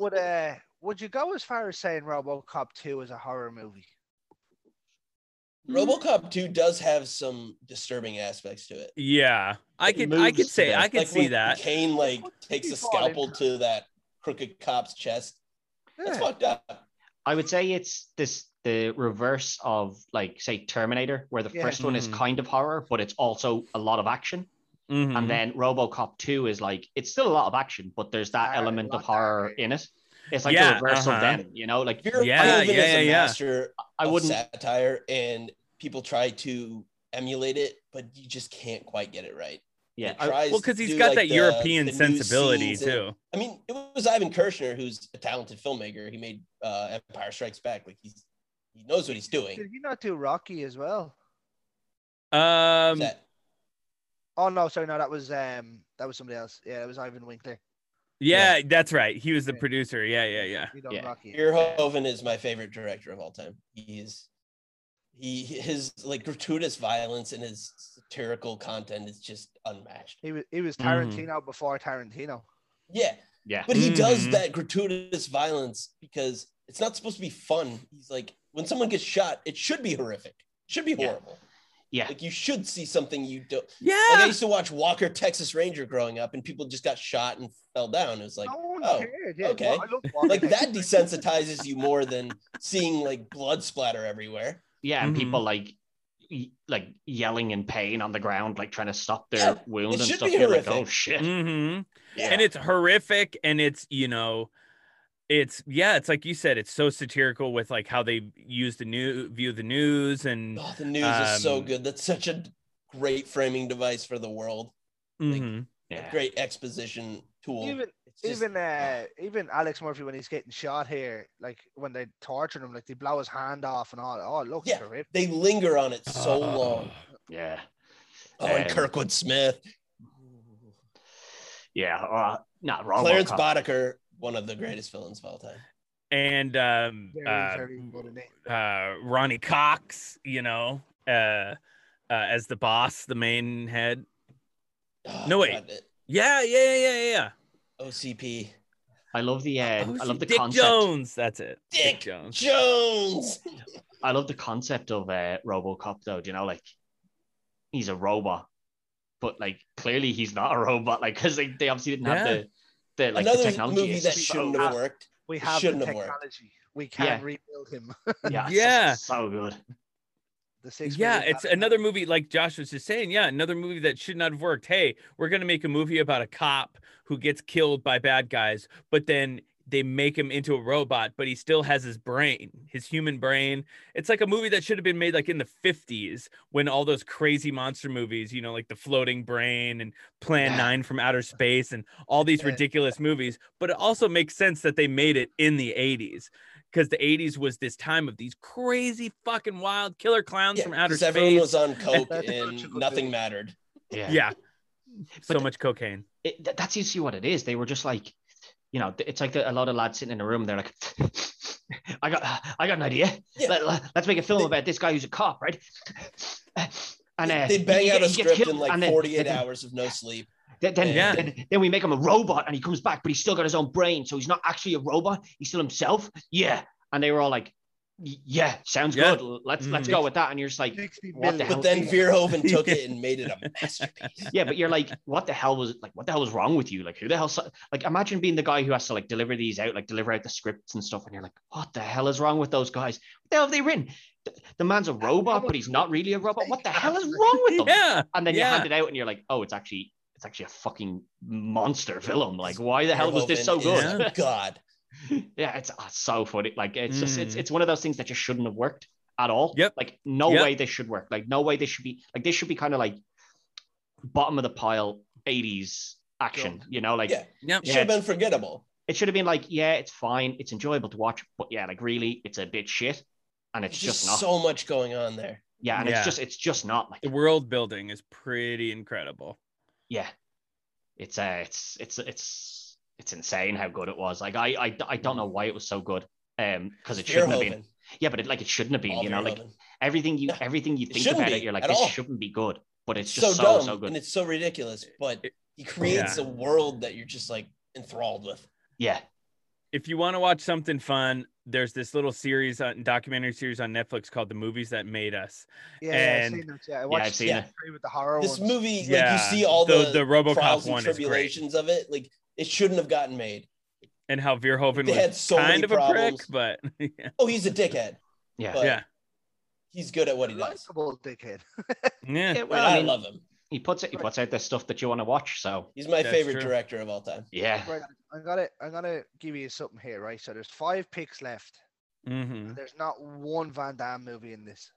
S2: Would uh would you go as far as saying Robocop 2 is a horror movie?
S4: Hmm?
S3: RoboCop 2 does have some disturbing aspects to it.
S4: Yeah, I
S1: It
S4: could, I could
S1: moves
S4: say,
S1: today.
S4: I could
S3: Like
S4: see
S3: when
S4: that.
S3: Kane like takes a
S2: He fought him.
S3: scalpel to that crooked cop's chest. That's
S2: Yeah.
S3: fucked up.
S1: I would say it's this the reverse of like say Terminator, where the
S2: Yeah.
S1: first one is
S4: Mhm.
S1: kind of horror, but it's also a lot of action.
S4: Mhm.
S1: And then RoboCop Two is like it's still a lot of action, but there's that
S2: Dark, a
S1: element
S2: lot
S1: of horror
S2: darker.
S1: in it. It's like
S4: Yeah,
S1: the reverse
S4: uh-huh.
S1: of them, you know. Like
S3: If you're
S4: Yeah,
S3: proven
S4: yeah,
S3: as a
S4: yeah, yeah.
S3: master
S1: I
S3: of
S1: wouldn't.
S3: satire and people try to emulate it, but you just can't quite get it right.
S1: Yeah,
S3: He
S1: I,
S3: tries
S4: well,
S3: to
S4: because he's
S3: do,
S4: got
S3: like,
S4: that
S3: the-
S4: European
S3: the new
S4: sensibility
S3: scenes and-
S4: too.
S3: I mean, it was Ivan Kirshner, who's a talented filmmaker. He made uh, Empire Strikes Back. Like he's he knows what he's doing.
S2: Did he not do Rocky as well?
S4: Um,
S3: That-
S2: Oh no, sorry, no, that was um that was somebody else. Yeah, that was Ivan Winkler.
S4: yeah, that's right. He was the
S2: Yeah.
S4: producer. Yeah, yeah, yeah.
S2: He done
S1: Yeah.
S2: Rocky.
S3: Verhoeven is my favorite director of all time. He's he his like gratuitous violence and his satirical content is just unmatched.
S2: He was he was
S4: Mhm.
S2: Tarantino before Tarantino.
S3: Yeah,
S1: yeah,
S3: but he does
S4: Mhm.
S3: that gratuitous violence because it's not supposed to be fun. He's like when someone gets shot, it should be horrific. It should be
S1: Yeah.
S3: horrible.
S1: yeah,
S3: Like you should see something you don't. Like I
S4: Yeah.
S3: used to watch Walker Texas Ranger growing up, and people just got shot and fell down. It was like
S2: no one
S3: oh,
S2: cared. Yeah,
S3: okay.
S2: Well, I love Walker
S3: like that
S2: Texas Ranger.
S3: desensitizes you more than seeing like blood splatter everywhere.
S1: yeah. And
S4: Mhm.
S1: people like y- like yelling in pain on the ground, like trying to stop their
S3: Yeah,
S1: wound
S3: it
S1: and
S3: should
S1: stuff.
S3: be
S1: You're like, oh
S3: horrific. Mm-hmm.
S1: shit.
S4: hmm
S3: Yeah.
S4: And it's horrific, and it's you know, it's yeah, it's like you said, it's so satirical with like how they use the new view the news and
S3: Oh, the news is so
S4: Um,
S3: good. That's such a great framing device for the world. Like,
S4: Mhm.
S1: Yeah.
S3: Great exposition tool.
S2: Even
S3: It's just-
S2: even uh even Alex Murphy when he's getting shot here, like when they torture him, like they blow his hand off and all. Oh, look,
S3: Yeah.
S2: terrific.
S3: they linger on it
S1: Oh,
S3: so long.
S1: yeah.
S3: Oh, and
S1: Um,
S3: Kirkwood Smith,
S1: Yeah. Uh, not wrong.
S3: Clarence Boddicker, one of the greatest villains of all time.
S4: and um,
S2: Very,
S4: uh,
S2: very good in it.
S4: uh, Ronnie Cox, you know, uh, uh, as the boss, the main head.
S3: Oh,
S4: No, wait.
S3: God, it-
S4: Yeah, yeah, yeah, yeah, yeah.
S3: OCP
S1: I love the. Uh,
S4: Oh,
S1: I love the
S4: Dick
S1: concept.
S4: Jones. That's it.
S3: Dick
S4: Jones.
S3: Jones.
S1: I love the concept of uh, RoboCop though. Do you know, like he's a robot, but like clearly he's not a robot. Like because they, they obviously didn't have
S4: Yeah.
S1: the the like the
S3: Another
S1: technology
S3: movie
S1: is.
S3: that shouldn't have worked.
S2: We have the
S3: shouldn't have worked.
S2: technology. We can rebuild him.
S1: yeah, it's
S4: Yeah.
S1: just so good.
S2: the six.
S4: yeah,
S2: million
S4: it's
S2: dollar
S4: another movie like Josh was just saying. Yeah, another movie that should not have worked. Hey, we're gonna make a movie about a cop who gets killed by bad guys, but then they make him into a robot, but he still has his brain, his human brain. It's like a movie that should have been made like in the 50s when all those crazy monster movies, you know, like The Floating Brain and Plan
S3: Yeah.
S4: 9 from Outer Space and all these
S2: Yeah.
S4: ridiculous movies. But it also makes sense that they made it in the 80s because the 80s was this time of these crazy fucking wild killer clowns
S3: Yeah,
S4: from outer
S3: 'cause everyone
S4: space.
S3: was on coke
S2: That's such a
S3: and
S2: good
S3: nothing
S2: movie.
S3: mattered.
S1: Yeah.
S4: yeah. so
S1: th-
S4: much cocaine.
S1: It, th- that's usually what it is. They were just like, you know, th- it's like the, a lot of lads sitting in a room. They're like, I got, I got an idea.
S3: Yeah.
S1: Let, us make a film
S3: They-
S1: about this guy who's a cop, right? And uh,
S3: they bang
S1: he-
S3: out a
S1: he gets
S3: script in
S1: killed,
S3: like
S1: and then-
S3: 48
S1: then-
S3: hours of no sleep.
S1: Then, then,
S4: Yeah.
S1: then, then we make him a robot and he comes back, but he's still got his own brain. So he's not actually a robot. He's still himself. Yeah. And they were all like, "Y- yeah, sounds
S4: Yeah.
S1: good. Let's let's
S4: Mhm.
S1: go with that. And you're just like,
S2: 60
S1: what the
S2: million.
S1: hell?
S3: But then Verhoeven took it and made it a masterpiece.
S1: yeah, but you're like, what the hell was like, what the hell was wrong with you? Like, who the hell? si- Like, imagine being the guy who has to like deliver these out, like deliver out the scripts and stuff, and you're like, what the hell is wrong with those guys? What the hell have they written? The, the man's a robot, but he's not really a robot. What the hell is wrong with them?
S4: Yeah.
S1: and then
S4: yeah.
S1: you hand it out, and you're like, oh, it's actually it's actually a fucking monster film. Like, why the hell was this so
S3: Verhoeven
S1: good?
S3: is God.
S1: yeah, it's oh, it's so funny. Like it's just it's
S4: Mhm.
S1: it's one of those things that just shouldn't have worked at all.
S4: Yep.
S1: Like no
S4: Yep.
S1: way they should work. Like no way they should be like they should be kind of like bottom of the pile 80s action. You know, like
S3: Yeah.
S4: Yeah.
S3: It should have been forgettable.
S1: it should have been like, yeah, it's fine, it's enjoyable to watch, but yeah, like really, it's a bit shit. And it's
S3: There's
S1: just,
S3: just
S1: not.
S3: so much going on there.
S1: yeah, and
S4: Yeah.
S1: it's just it's just not like
S4: The world building is pretty incredible.
S1: yeah. It's uh it's it's it's it's insane how good it was. Like I I, I don't know why it was so good. Um because it shouldn't have been.
S3: Verhoeven.
S1: Yeah, but it like it shouldn't have been,
S3: All
S1: you know, like
S3: Verhoeven.
S1: everything you
S3: Yeah.
S1: everything you think
S3: shouldn't
S1: about
S3: be
S1: it, you're like,
S3: at
S1: this
S3: all.
S1: shouldn't be good, but it's
S3: it's
S1: just
S3: so,
S1: so so,
S3: dumb
S1: good.
S3: and it's so ridiculous, but
S4: It-
S3: he creates a world that you're just like enthralled with.
S1: yeah,
S4: if you want to watch something fun, there's this little series on documentary series on Netflix called The Movies That Made Us.
S2: Yeah,
S4: And-
S2: I've seen that. Yeah, I
S1: yeah, I've
S2: watched
S1: seen
S3: yeah.
S1: it.
S2: three with the horror
S3: This
S2: ones.
S3: movie, like
S4: Yeah,
S3: you see all
S4: the-
S3: the
S4: the RoboCop
S3: trials and
S4: one is great.
S3: tribulations of it, like it shouldn't have gotten made.
S4: And how Verhoeven
S3: They had
S4: was
S3: so
S4: kind
S3: many
S4: of
S3: problems.
S4: a prick, but yeah.
S3: Oh, he's a dickhead,
S1: yeah.
S3: but
S4: yeah.
S3: he's good at what he does.
S2: Likeable dickhead.
S4: Yeah.
S1: Yeah,
S3: And
S1: well,
S3: I
S1: I mean,
S3: love him.
S1: he puts it. He puts out the stuff that you want to watch. So
S3: He's my
S4: That's
S3: favorite
S4: true.
S3: director of all time.
S1: yeah,
S2: Right, I'm gonna I'm gonna give you something here, right? So there's five picks left.
S4: hmm
S2: and There's not one Van Damme movie in this.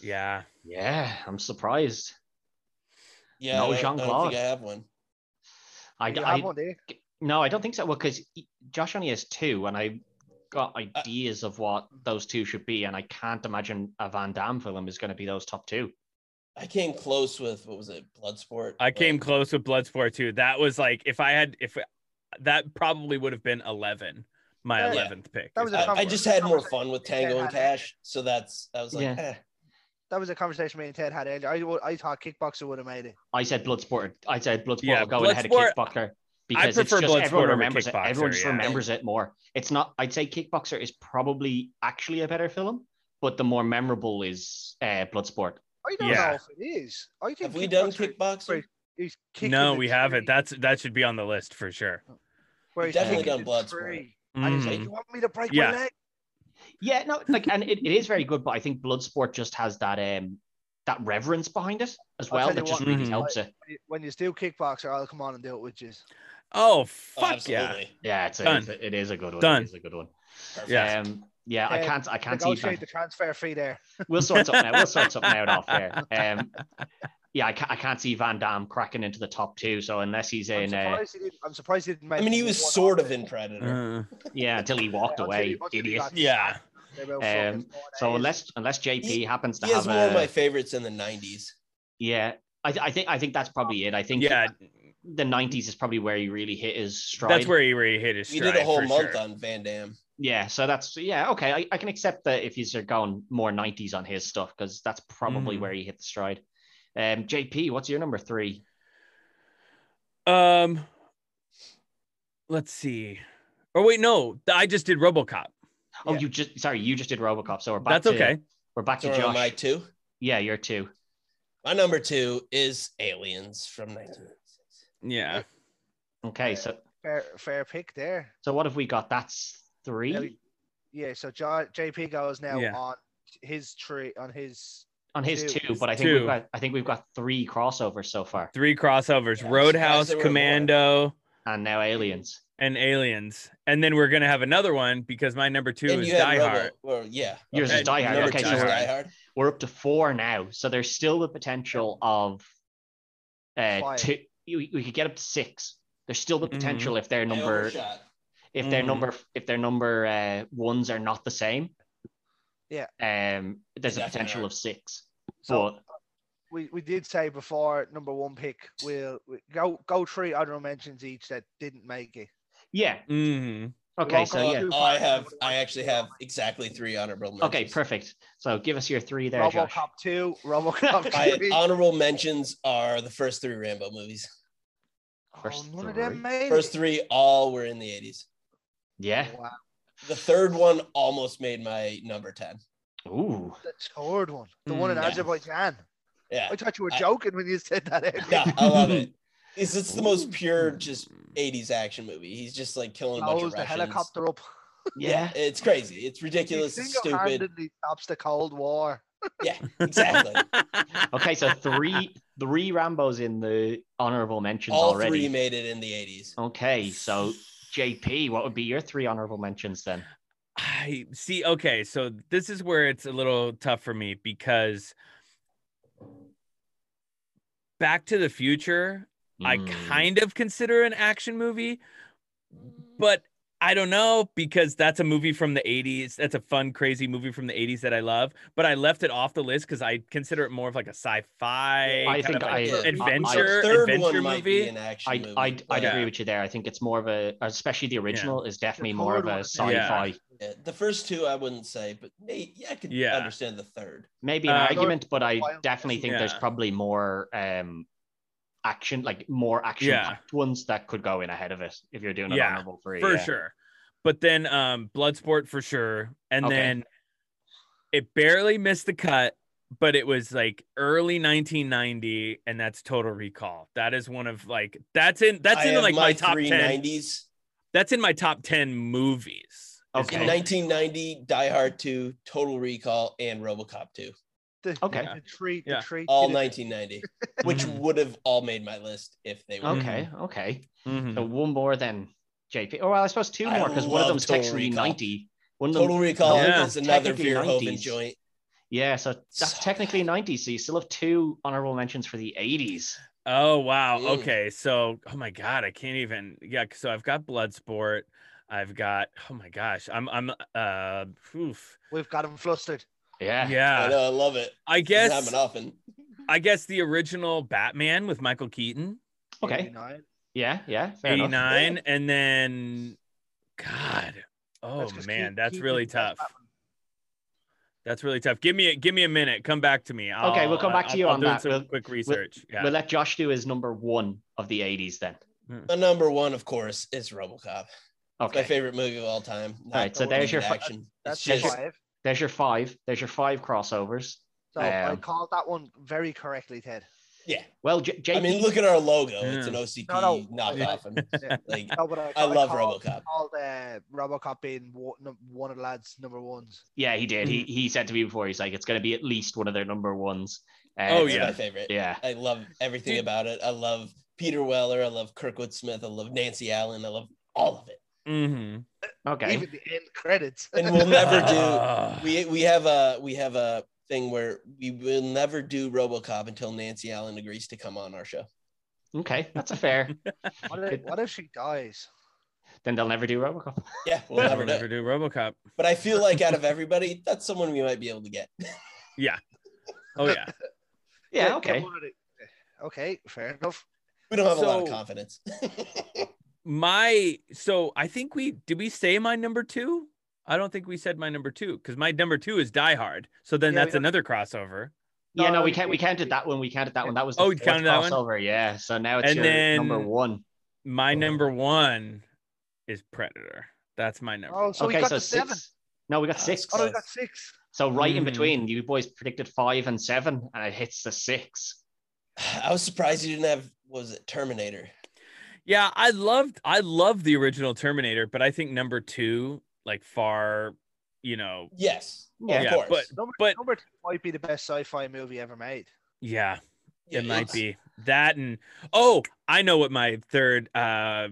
S4: Yeah.
S1: yeah. I'm surprised. No
S3: Yeah, I don't- I don't
S1: Jean-Claude.
S3: think I have one.
S1: I,
S2: Do you
S1: I
S2: have one, do you?
S1: no, I don't think so. Well, because Josh only has two, and I got
S3: Uh,
S1: ideas of what those two should be, and I can't imagine a Van Damme film is going to be those top two.
S3: I came close with what was it, Bloodsport?
S4: I
S3: but
S4: came close with Bloodsport too. That was like if I had if that probably would have been eleven, my
S2: Yeah.
S4: eleventh pick.
S2: That
S4: Uh, is
S2: was a
S3: I, I
S4: Bloodsport.
S3: just had more fun with Tango and Cash, so that's I was like,
S1: Yeah.
S3: eh.
S2: That was a conversation me and Ted had earlier. I, wa- I thought Kickboxer would have made it.
S1: I said Bloodsport. I said Bloodsport
S4: Yeah,
S1: will go ahead of
S4: Bloodsport-
S1: Kickboxer because it's
S4: prefer
S1: just
S4: Bloodsport
S1: everyone
S4: over
S1: remembers it.
S4: Kickboxer,
S1: Everyone just
S4: yeah.
S1: remembers it more. It's not. I'd say Kickboxer is probably actually a better film, but the more memorable is uh, Bloodsport.
S2: I don't
S4: Yeah.
S2: know if it is. I think
S3: have we done
S2: Kickboxer
S3: kickboxing?
S2: Wait, he's kicking
S4: no,
S2: the
S4: we haven't.
S2: tree,
S4: That's that should be on the list for sure.
S2: where
S3: we've
S2: he's
S3: definitely
S2: kicking
S3: done
S2: the
S3: Bloodsport.
S2: tree, And he's like,
S4: Mhm.
S2: "You want me to break
S4: Yeah.
S2: my leg?"
S1: Yeah, no, like, and it, it is very good, but I think Bloodsport just has that um that reverence behind it as
S2: I'll
S1: well
S2: tell
S1: that
S2: you
S1: just
S2: what,
S1: really
S4: Mhm.
S1: helps it.
S2: When you do Kickboxer, I'll come on and do it with you.
S4: Oh
S3: Oh,
S4: fuck yeah.
S3: absolutely.
S1: Yeah, it's a,
S4: Done.
S1: it's a, it is a good one.
S4: Done.
S1: It is a good one.
S3: Perfect.
S4: Yeah.
S1: Um, yeah, I
S2: Uh,
S1: can't, I can't see.
S2: Negotiate the transfer fee there.
S1: We'll sort something out. We'll sort something out off there. Um, yeah, I can't, I can't see Van Damme cracking into the top two. So unless he's
S2: I'm
S1: in, uh,
S2: surprised, he didn't, I'm surprised he didn't make
S3: I mean, he
S2: it
S3: was
S2: one
S3: sort
S2: off
S3: of
S2: it.
S3: in Predator.
S4: Uh,
S1: yeah, until he walked
S2: Until he-
S1: away,
S2: until he
S1: idiot.
S2: got
S4: yeah.
S2: sacked, they were
S1: Um,
S2: fucking four
S1: So
S2: days.
S1: unless unless JP
S3: He-
S1: happens to
S3: He has
S1: have
S3: one of
S1: a,
S3: my favorites in the '90s.
S1: yeah, I, th- I think I think that's probably it. I think
S4: Yeah.
S1: the '90s is probably where he really hit his stride.
S4: That's where he really hit his
S3: We
S4: stride.
S3: did a whole
S4: for
S3: month
S4: sure.
S3: on Van Damme.
S1: Yeah, so that's yeah, okay. I, I can accept that if he's going more 90s on his stuff, because that's probably
S4: Mhm.
S1: where he hit the stride. Um JP, what's your number three?
S4: Um, let's see. Or wait, no, th- I just did RoboCop.
S1: Oh,
S2: Yeah.
S1: you just sorry, you just did Robocop, so we're back
S4: That's
S1: to
S4: okay.
S1: we're back
S3: So
S1: to
S3: are
S1: Josh.
S3: my two.
S1: Yeah, you're two.
S3: My number two is Aliens from 1996.
S4: Yeah.
S1: Okay, so
S2: fair, fair pick there.
S1: So what have we got? That's three.
S2: Yeah, Yeah, so J- JP goes now
S4: Yeah.
S2: on his tree on his
S1: on his
S2: two.
S1: two, but I think we
S4: Two.
S1: we've got I think weeve got three crossovers so far,
S4: Three crossovers:
S3: Yeah, I'm surprised
S4: Roadhouse,
S3: they were
S4: Commando,
S1: and now Aliens.
S4: and Aliens. And then we're gonna have another one because my number two
S3: and
S4: is
S3: you had
S4: Die
S3: Robo-
S4: Hard.
S3: Well, yeah.
S1: Yours
S4: is
S3: And
S1: Die Hard.
S3: number
S1: Okay,
S3: two
S1: so
S3: is
S1: we're-
S3: Die Hard.
S1: We're up to four now, so there's still the potential of uh,
S2: Five.
S1: two. We, we could get up to six. There's still the
S4: Mhm.
S1: potential if their
S3: I
S1: number
S3: overshot.
S1: if their
S4: Mhm.
S1: number if their number uh, ones are not the same.
S2: Yeah.
S1: Um. There's
S3: They
S1: a
S3: definitely
S1: potential
S3: are.
S1: of six.
S2: so
S1: but
S2: we, we did say before number one pick will we go go three honorable mentions each that didn't make it.
S1: yeah.
S3: Mm-hmm.
S4: hmm
S1: Okay.
S2: won't
S1: So
S2: go
S1: yeah.
S2: too
S3: Oh,
S2: far.
S3: I have. I actually have exactly three honorable mentions.
S1: Okay. Perfect. So give us your three there, Josh.
S2: RoboCop two, RoboCop
S3: My
S2: three.
S3: honorable mentions are the first three Rambo movies.
S1: First
S2: oh, none of
S1: three.
S2: them made
S3: First
S2: it.
S3: three all were in the eighties.
S1: Yeah.
S2: Wow,
S3: The third one almost made my number ten.
S1: Ooh.
S2: the third one, the one in
S1: Hmm,
S4: Mm,
S3: yeah.
S2: Azerbaijan.
S3: Yeah,
S2: I thought you were
S3: I-
S2: joking when you said that. Eric.
S3: no, I love it. It's, it's the most pure, just eighties action movie. He's just like killing a bunch
S2: Blows
S3: of
S2: the
S3: Russians.
S2: helicopter up.
S1: Yeah.
S3: it's crazy. It's
S2: He
S3: ridiculous. It's stupid.
S2: single-handedly stops the Cold War.
S3: Exactly.
S1: Okay. So three three Rambo's in the honorable mentions
S3: All
S1: already.
S3: three made it in the eighties.
S1: Okay. So JP, what would be your three honorable mentions then?
S4: I see. Okay, so this is where it's a little tough for me because Back to the Future, I
S1: Hmm.
S3: Mm.
S4: kind of consider an action movie, but I don't know because that's a movie from the 80s. That's a fun, crazy movie from the 80s that I love, but I left it off the list because I consider it more of like a sci fi
S1: I
S4: kind
S1: think
S4: of like,
S1: I-
S4: adventure,
S3: The third
S4: adventure
S3: one might be
S4: movie.
S3: an action
S1: I
S3: movie.
S1: I I
S3: but-
S1: agree with you there. I think it's more of a, especially the original, is definitely more of
S2: third
S1: a
S2: one.
S1: sci-fi.
S4: Yeah.
S3: Yeah, the first two I wouldn't say, but may- yeah, I could
S4: Yeah.
S3: understand the third.
S1: Maybe an
S4: Uh,
S1: argument, but I
S2: Wild
S1: definitely think there's
S4: Yeah.
S1: probably more um action, like more action-packed ones that could go in ahead of it if you're doing an
S4: Yeah,
S1: honorable three.
S4: for
S1: yeah.
S4: sure. But then um Bloodsport for sure. And
S1: Okay.
S4: then it barely missed the cut, but it was like early 1990 and that's Total Recall. That is one of like that's in that's
S3: I
S4: in
S3: have
S4: like my, top 10.
S3: three 90s.
S4: That's in my top 10 movies.
S1: Okay.
S3: In 1990, Die Hard 2, Total Recall, and RoboCop 2.
S2: The,
S1: Okay.
S2: The tree, the
S4: Yeah. Mm-hmm.
S2: tree.
S3: All
S2: didn't-
S3: 1990, which
S1: Mhm.
S3: would have all made my list if they were.
S4: Mhm.
S1: Okay, okay.
S4: Mhm.
S1: So one more then, JP. Oh well, I suppose two
S3: I
S1: more because one of
S3: love
S1: them's
S3: Total
S1: technically
S3: Recall.
S1: ninety. One of them,
S3: Total Recall
S4: Yeah.
S3: is another
S1: Technically
S3: Verhoeven
S1: 90s.
S3: joint.
S1: yeah. So that's
S3: So
S1: technically ninety. So you still have two honorable mentions for the eighties.
S4: Oh wow.
S3: Mm.
S4: Okay. So oh my god, I can't even yeah, so I've got Bloodsport. I've got oh my gosh. I'm I'm uh oof.
S2: We've got him flustered.
S1: Yeah.
S3: I
S4: Yeah.
S3: know, I love it.
S4: I
S3: Yes. Doesn't
S4: guess
S3: happen often.
S4: I guess the original Batman with Michael Keaton,
S1: Okay.
S2: 89.
S1: Yeah. Yeah. Fair enough.
S4: 89, and then God. Oh
S2: That's 'cause
S4: man,
S2: Keith-
S4: that's
S2: Keith
S4: really
S2: didn't play
S4: tough.
S2: Batman.
S4: That's really tough. Give me a give me a minute. Come back to me. I'll,
S1: Okay, we'll come back to
S4: I'll-
S1: you
S4: I'll
S1: on
S4: do
S1: that.
S4: Some
S1: We'll-
S4: quick research. yeah.
S1: We'll let Josh do his number one of the eighties then.
S3: The number one, of course, is RoboCop. It's
S1: Okay.
S3: my favorite movie of all time. Not
S1: All right, so
S3: the one
S1: there's your
S3: in
S1: fi-
S3: action.
S2: That's
S3: it's just,
S2: five.
S1: There's your five. There's your five crossovers.
S2: So I
S1: Um,
S2: called that one very correctly, Ted.
S3: yeah.
S1: Well, J- JP.
S3: I mean, look at our logo. It's an
S4: Yeah.
S3: OCP
S2: No, no.
S3: knockoff. And,
S2: Yeah.
S3: like,
S2: No, but I,
S3: I love
S2: called,
S3: RoboCop.
S2: Called uh, RoboCop being wo- num- one of the lads' number ones.
S1: Yeah, he did.
S3: Mm-hmm.
S1: He he said to me before. He's like, it's going to be at least one of their number ones. Uh,
S4: Oh,
S3: It's
S4: yeah.
S3: my favorite.
S1: Yeah.
S3: I love everything
S4: Dude.
S3: about it. I love Peter Weller. I love Kirkwood Smith. I love Nancy Allen. I love all of it.
S4: Mhm.
S1: Okay.
S2: Even the end credits.
S3: And we'll never do.
S4: Ah.
S3: We we have a we have a thing where we will never do RoboCop until Nancy Allen agrees to come on our show.
S1: Okay, that's a fair.
S2: What if, what if she dies?
S1: then they'll never do RoboCop.
S3: Yeah, we'll never
S4: We'll
S3: do.
S4: never
S3: it.
S4: do RoboCop.
S3: But I feel like out of everybody, that's someone we might be able to get.
S4: Oh yeah.
S1: Yeah.
S2: get
S1: Okay.
S2: one of the- Okay, fair enough.
S3: We don't have a lot of
S4: So-
S3: confidence.
S4: my so I think we did we say my number two? I don't think we said my number two because my number two is Die Hard. So then
S2: Yeah, we
S4: that's
S2: don't-
S4: another crossover.
S1: Yeah. No,
S2: No,
S1: we
S2: you
S1: can't. We
S2: did-
S1: counted that one. We counted that one. That was the
S4: Oh, you
S1: fourth
S4: counted that one?
S1: crossover. Yeah. So now it's
S4: And
S1: your number
S4: then-
S1: one.
S4: My number one is Predator. That's my number.
S2: Oh, so
S1: okay.
S2: we got
S1: so
S2: to seven.
S1: six. No, we got
S4: Uh,
S3: Ah,
S1: six.
S2: Oh, no, we
S3: Close.
S2: got six.
S1: So right in
S4: Mhm.
S1: between, you boys predicted five and seven, and it hits the six.
S3: I was surprised you didn't have what was it Terminator.
S4: Yeah, I loved I loved the original Terminator, but I think number two, like far, you know,
S3: Yes.
S1: Yeah,
S4: yeah,
S3: of course.
S4: but
S2: Number,
S4: But-
S2: number two might be the best sci-fi movie ever made.
S4: yeah,
S3: Yeah,
S4: it might
S3: it's-
S4: be that and oh, I know what my third. Uh, I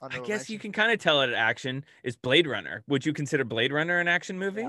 S2: honorable
S4: guess you
S2: mention,
S4: can kind of tell it action is Blade Runner. Would you consider Blade Runner an action movie?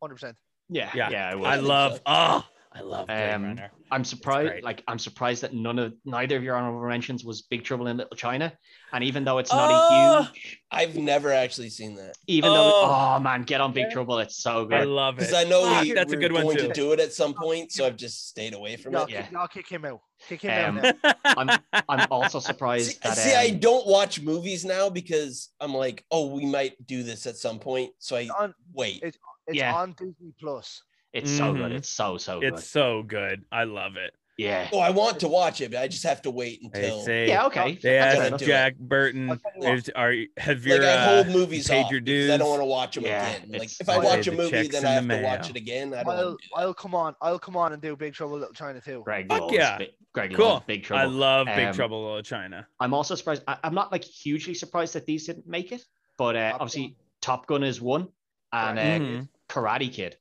S2: 100%.
S1: Yeah,
S4: Yeah.
S1: yeah, I would.
S4: I
S3: think
S4: love
S3: so.
S4: oh, I love Blade
S1: Um,
S4: Runner.
S1: I'm surprised.
S4: great.
S1: Like I'm surprised that none of neither of your honorable mentions was Big Trouble in Little China. And even though it's not
S4: Oh!
S1: a huge,
S3: I've never actually seen that
S1: even though
S4: Oh!
S1: oh man, get on Big Trouble, it's so
S4: I
S1: good.
S4: love it.
S3: because I know
S4: Fuck,
S3: we
S4: that's a
S3: were
S4: good one
S3: going
S4: too.
S3: to do it at some point, so I've just stayed away from
S2: Y'all,
S3: it.
S1: Oh, Yeah.
S2: y'all kick him out. Kick him
S1: Um,
S2: out. Now.
S1: I'm also
S3: See,
S1: surprised that
S3: see, I
S1: um,
S3: don't watch movies now because I'm like, oh, we might do this at some point, so I
S2: It's on,
S3: wait.
S2: it's
S1: Yeah.
S2: on Disney Plus.
S1: it's so good.
S4: Mhm.
S1: It's so so good.
S4: It's so good. I love it.
S1: yeah.
S3: Oh, I want to watch it, but I just have to wait
S4: They
S3: until
S4: say
S1: Yeah. Okay.
S4: they
S1: That's
S3: asked
S1: fair
S4: ask
S1: enough.
S3: do it.
S4: Jack Burton.
S2: I'll tell you what.
S4: Is, are have your
S3: like I
S4: uh,
S3: hold movies
S4: paid
S3: off
S4: your
S3: because I
S4: dues.
S3: don't want to watch them
S1: Yeah,
S3: again. Like
S1: it's-
S3: if I
S2: I'll
S3: watch
S2: save
S3: a
S4: the
S3: movie,
S4: checks
S3: then I
S4: in the
S3: have to
S4: mail.
S3: watch it again. I don't.
S2: I'll,
S3: wanna do
S2: I'll come on. I'll come on and do Big Trouble in Little China too.
S1: Greg
S4: Fuck
S1: loves
S4: yeah.
S1: Big, Greg
S4: Cool.
S1: loves Big Trouble.
S4: uh, I love Big
S1: Um,
S4: Trouble in Little China.
S1: I'm also surprised. I, I'm not like hugely surprised that these didn't make it, but uh,
S2: Top
S1: obviously Top Gun is one, and uh,
S2: Right.
S3: Mm-hmm.
S4: Mhm.
S1: Karate Kid.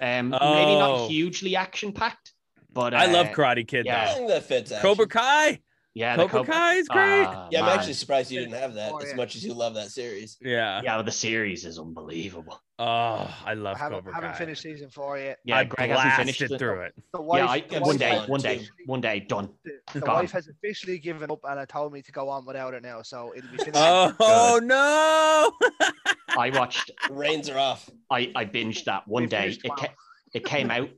S1: Um, maybe not
S4: Oh.
S1: hugely action packed, but uh,
S4: I love Karate Kid
S1: yeah.
S3: that. I think that fits.
S4: though.
S3: Actually.
S4: Cobra Kai.
S1: yeah, the
S4: Cobra, Kai is great.
S1: Ah,
S3: Yeah, I'm
S1: man.
S3: actually surprised you didn't have that
S2: Oh,
S3: as
S2: yeah.
S3: much as you love that series.
S4: yeah.
S1: Yeah, but the series is unbelievable.
S4: Oh, I
S2: I
S4: love
S2: haven't,
S4: Cobra
S2: haven't
S4: Kai.
S2: finished season four yet.
S1: Yeah,
S4: I
S1: Greg hasn't
S4: blasted
S1: finished it.
S4: through it.
S2: The
S1: Yeah,
S2: wife,
S1: I,
S2: the
S3: the
S1: one
S2: wife
S1: day,
S2: has
S3: wife's
S1: one
S3: gone
S1: day,
S2: officially-
S1: one day, done.
S2: The
S1: Gone.
S2: wife has officially given up and had told me to go on without it now, so it'll be finished.
S4: Oh no!
S1: I watched,
S3: Reins are off.
S1: I, I binged that one
S2: We
S1: day.
S2: finished
S1: It,
S2: well.
S1: ca- it came out,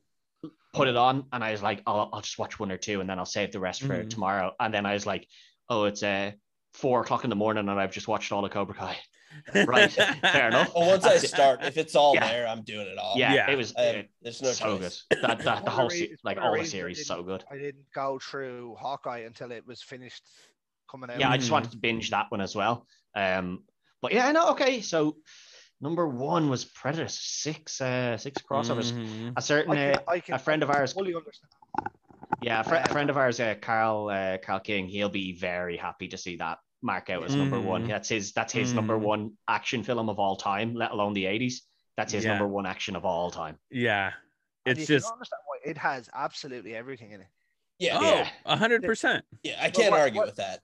S1: put it on, and I was like, I'll, I'll just watch one or two, and then I'll save the rest for
S4: Mhm.
S1: tomorrow. And then I was like, oh, it's uh, four o'clock in the morning, and I've just watched all of Cobra Kai. Right, fair enough.
S3: Well, once I
S1: That's it.
S3: start, if it's all
S1: Yeah.
S3: there, I'm doing it all.
S1: Yeah,
S4: Yeah.
S1: it was
S3: I
S1: uh,
S3: have- there's no
S1: so
S3: choice.
S1: good. That, that the
S2: It's
S1: whole
S2: one of the
S1: se-
S2: reas-
S1: like
S2: one of the
S1: all the
S2: reasons I
S1: series so good.
S2: I didn't go through Hawkeye until it was finished coming out.
S1: Yeah, I just
S4: Mhm.
S1: wanted to binge that one as well. Um, but yeah, no, okay. So number one was Predator six, uh, six crossovers.
S4: Mhm.
S1: A certain
S2: I
S1: uh,
S2: can, I can
S1: a friend of ours,
S2: fully understand.
S1: yeah, a, fr- a friend of ours, uh, Carl, uh, Carl King. He'll be very happy to see that mark out as number one.
S4: Mhm.
S1: That's his. That's his number
S4: Mhm.
S1: one action film of all time, let alone the eighties. That's his
S4: Yeah.
S1: number one action of all time.
S4: Yeah,
S2: And
S4: it's
S2: you can
S4: just
S2: understand why it has absolutely everything in it.
S3: Yeah,
S1: Yeah.
S4: oh, a hundred percent.
S3: yeah, I can't
S2: what-
S3: argue
S2: what-
S3: with that.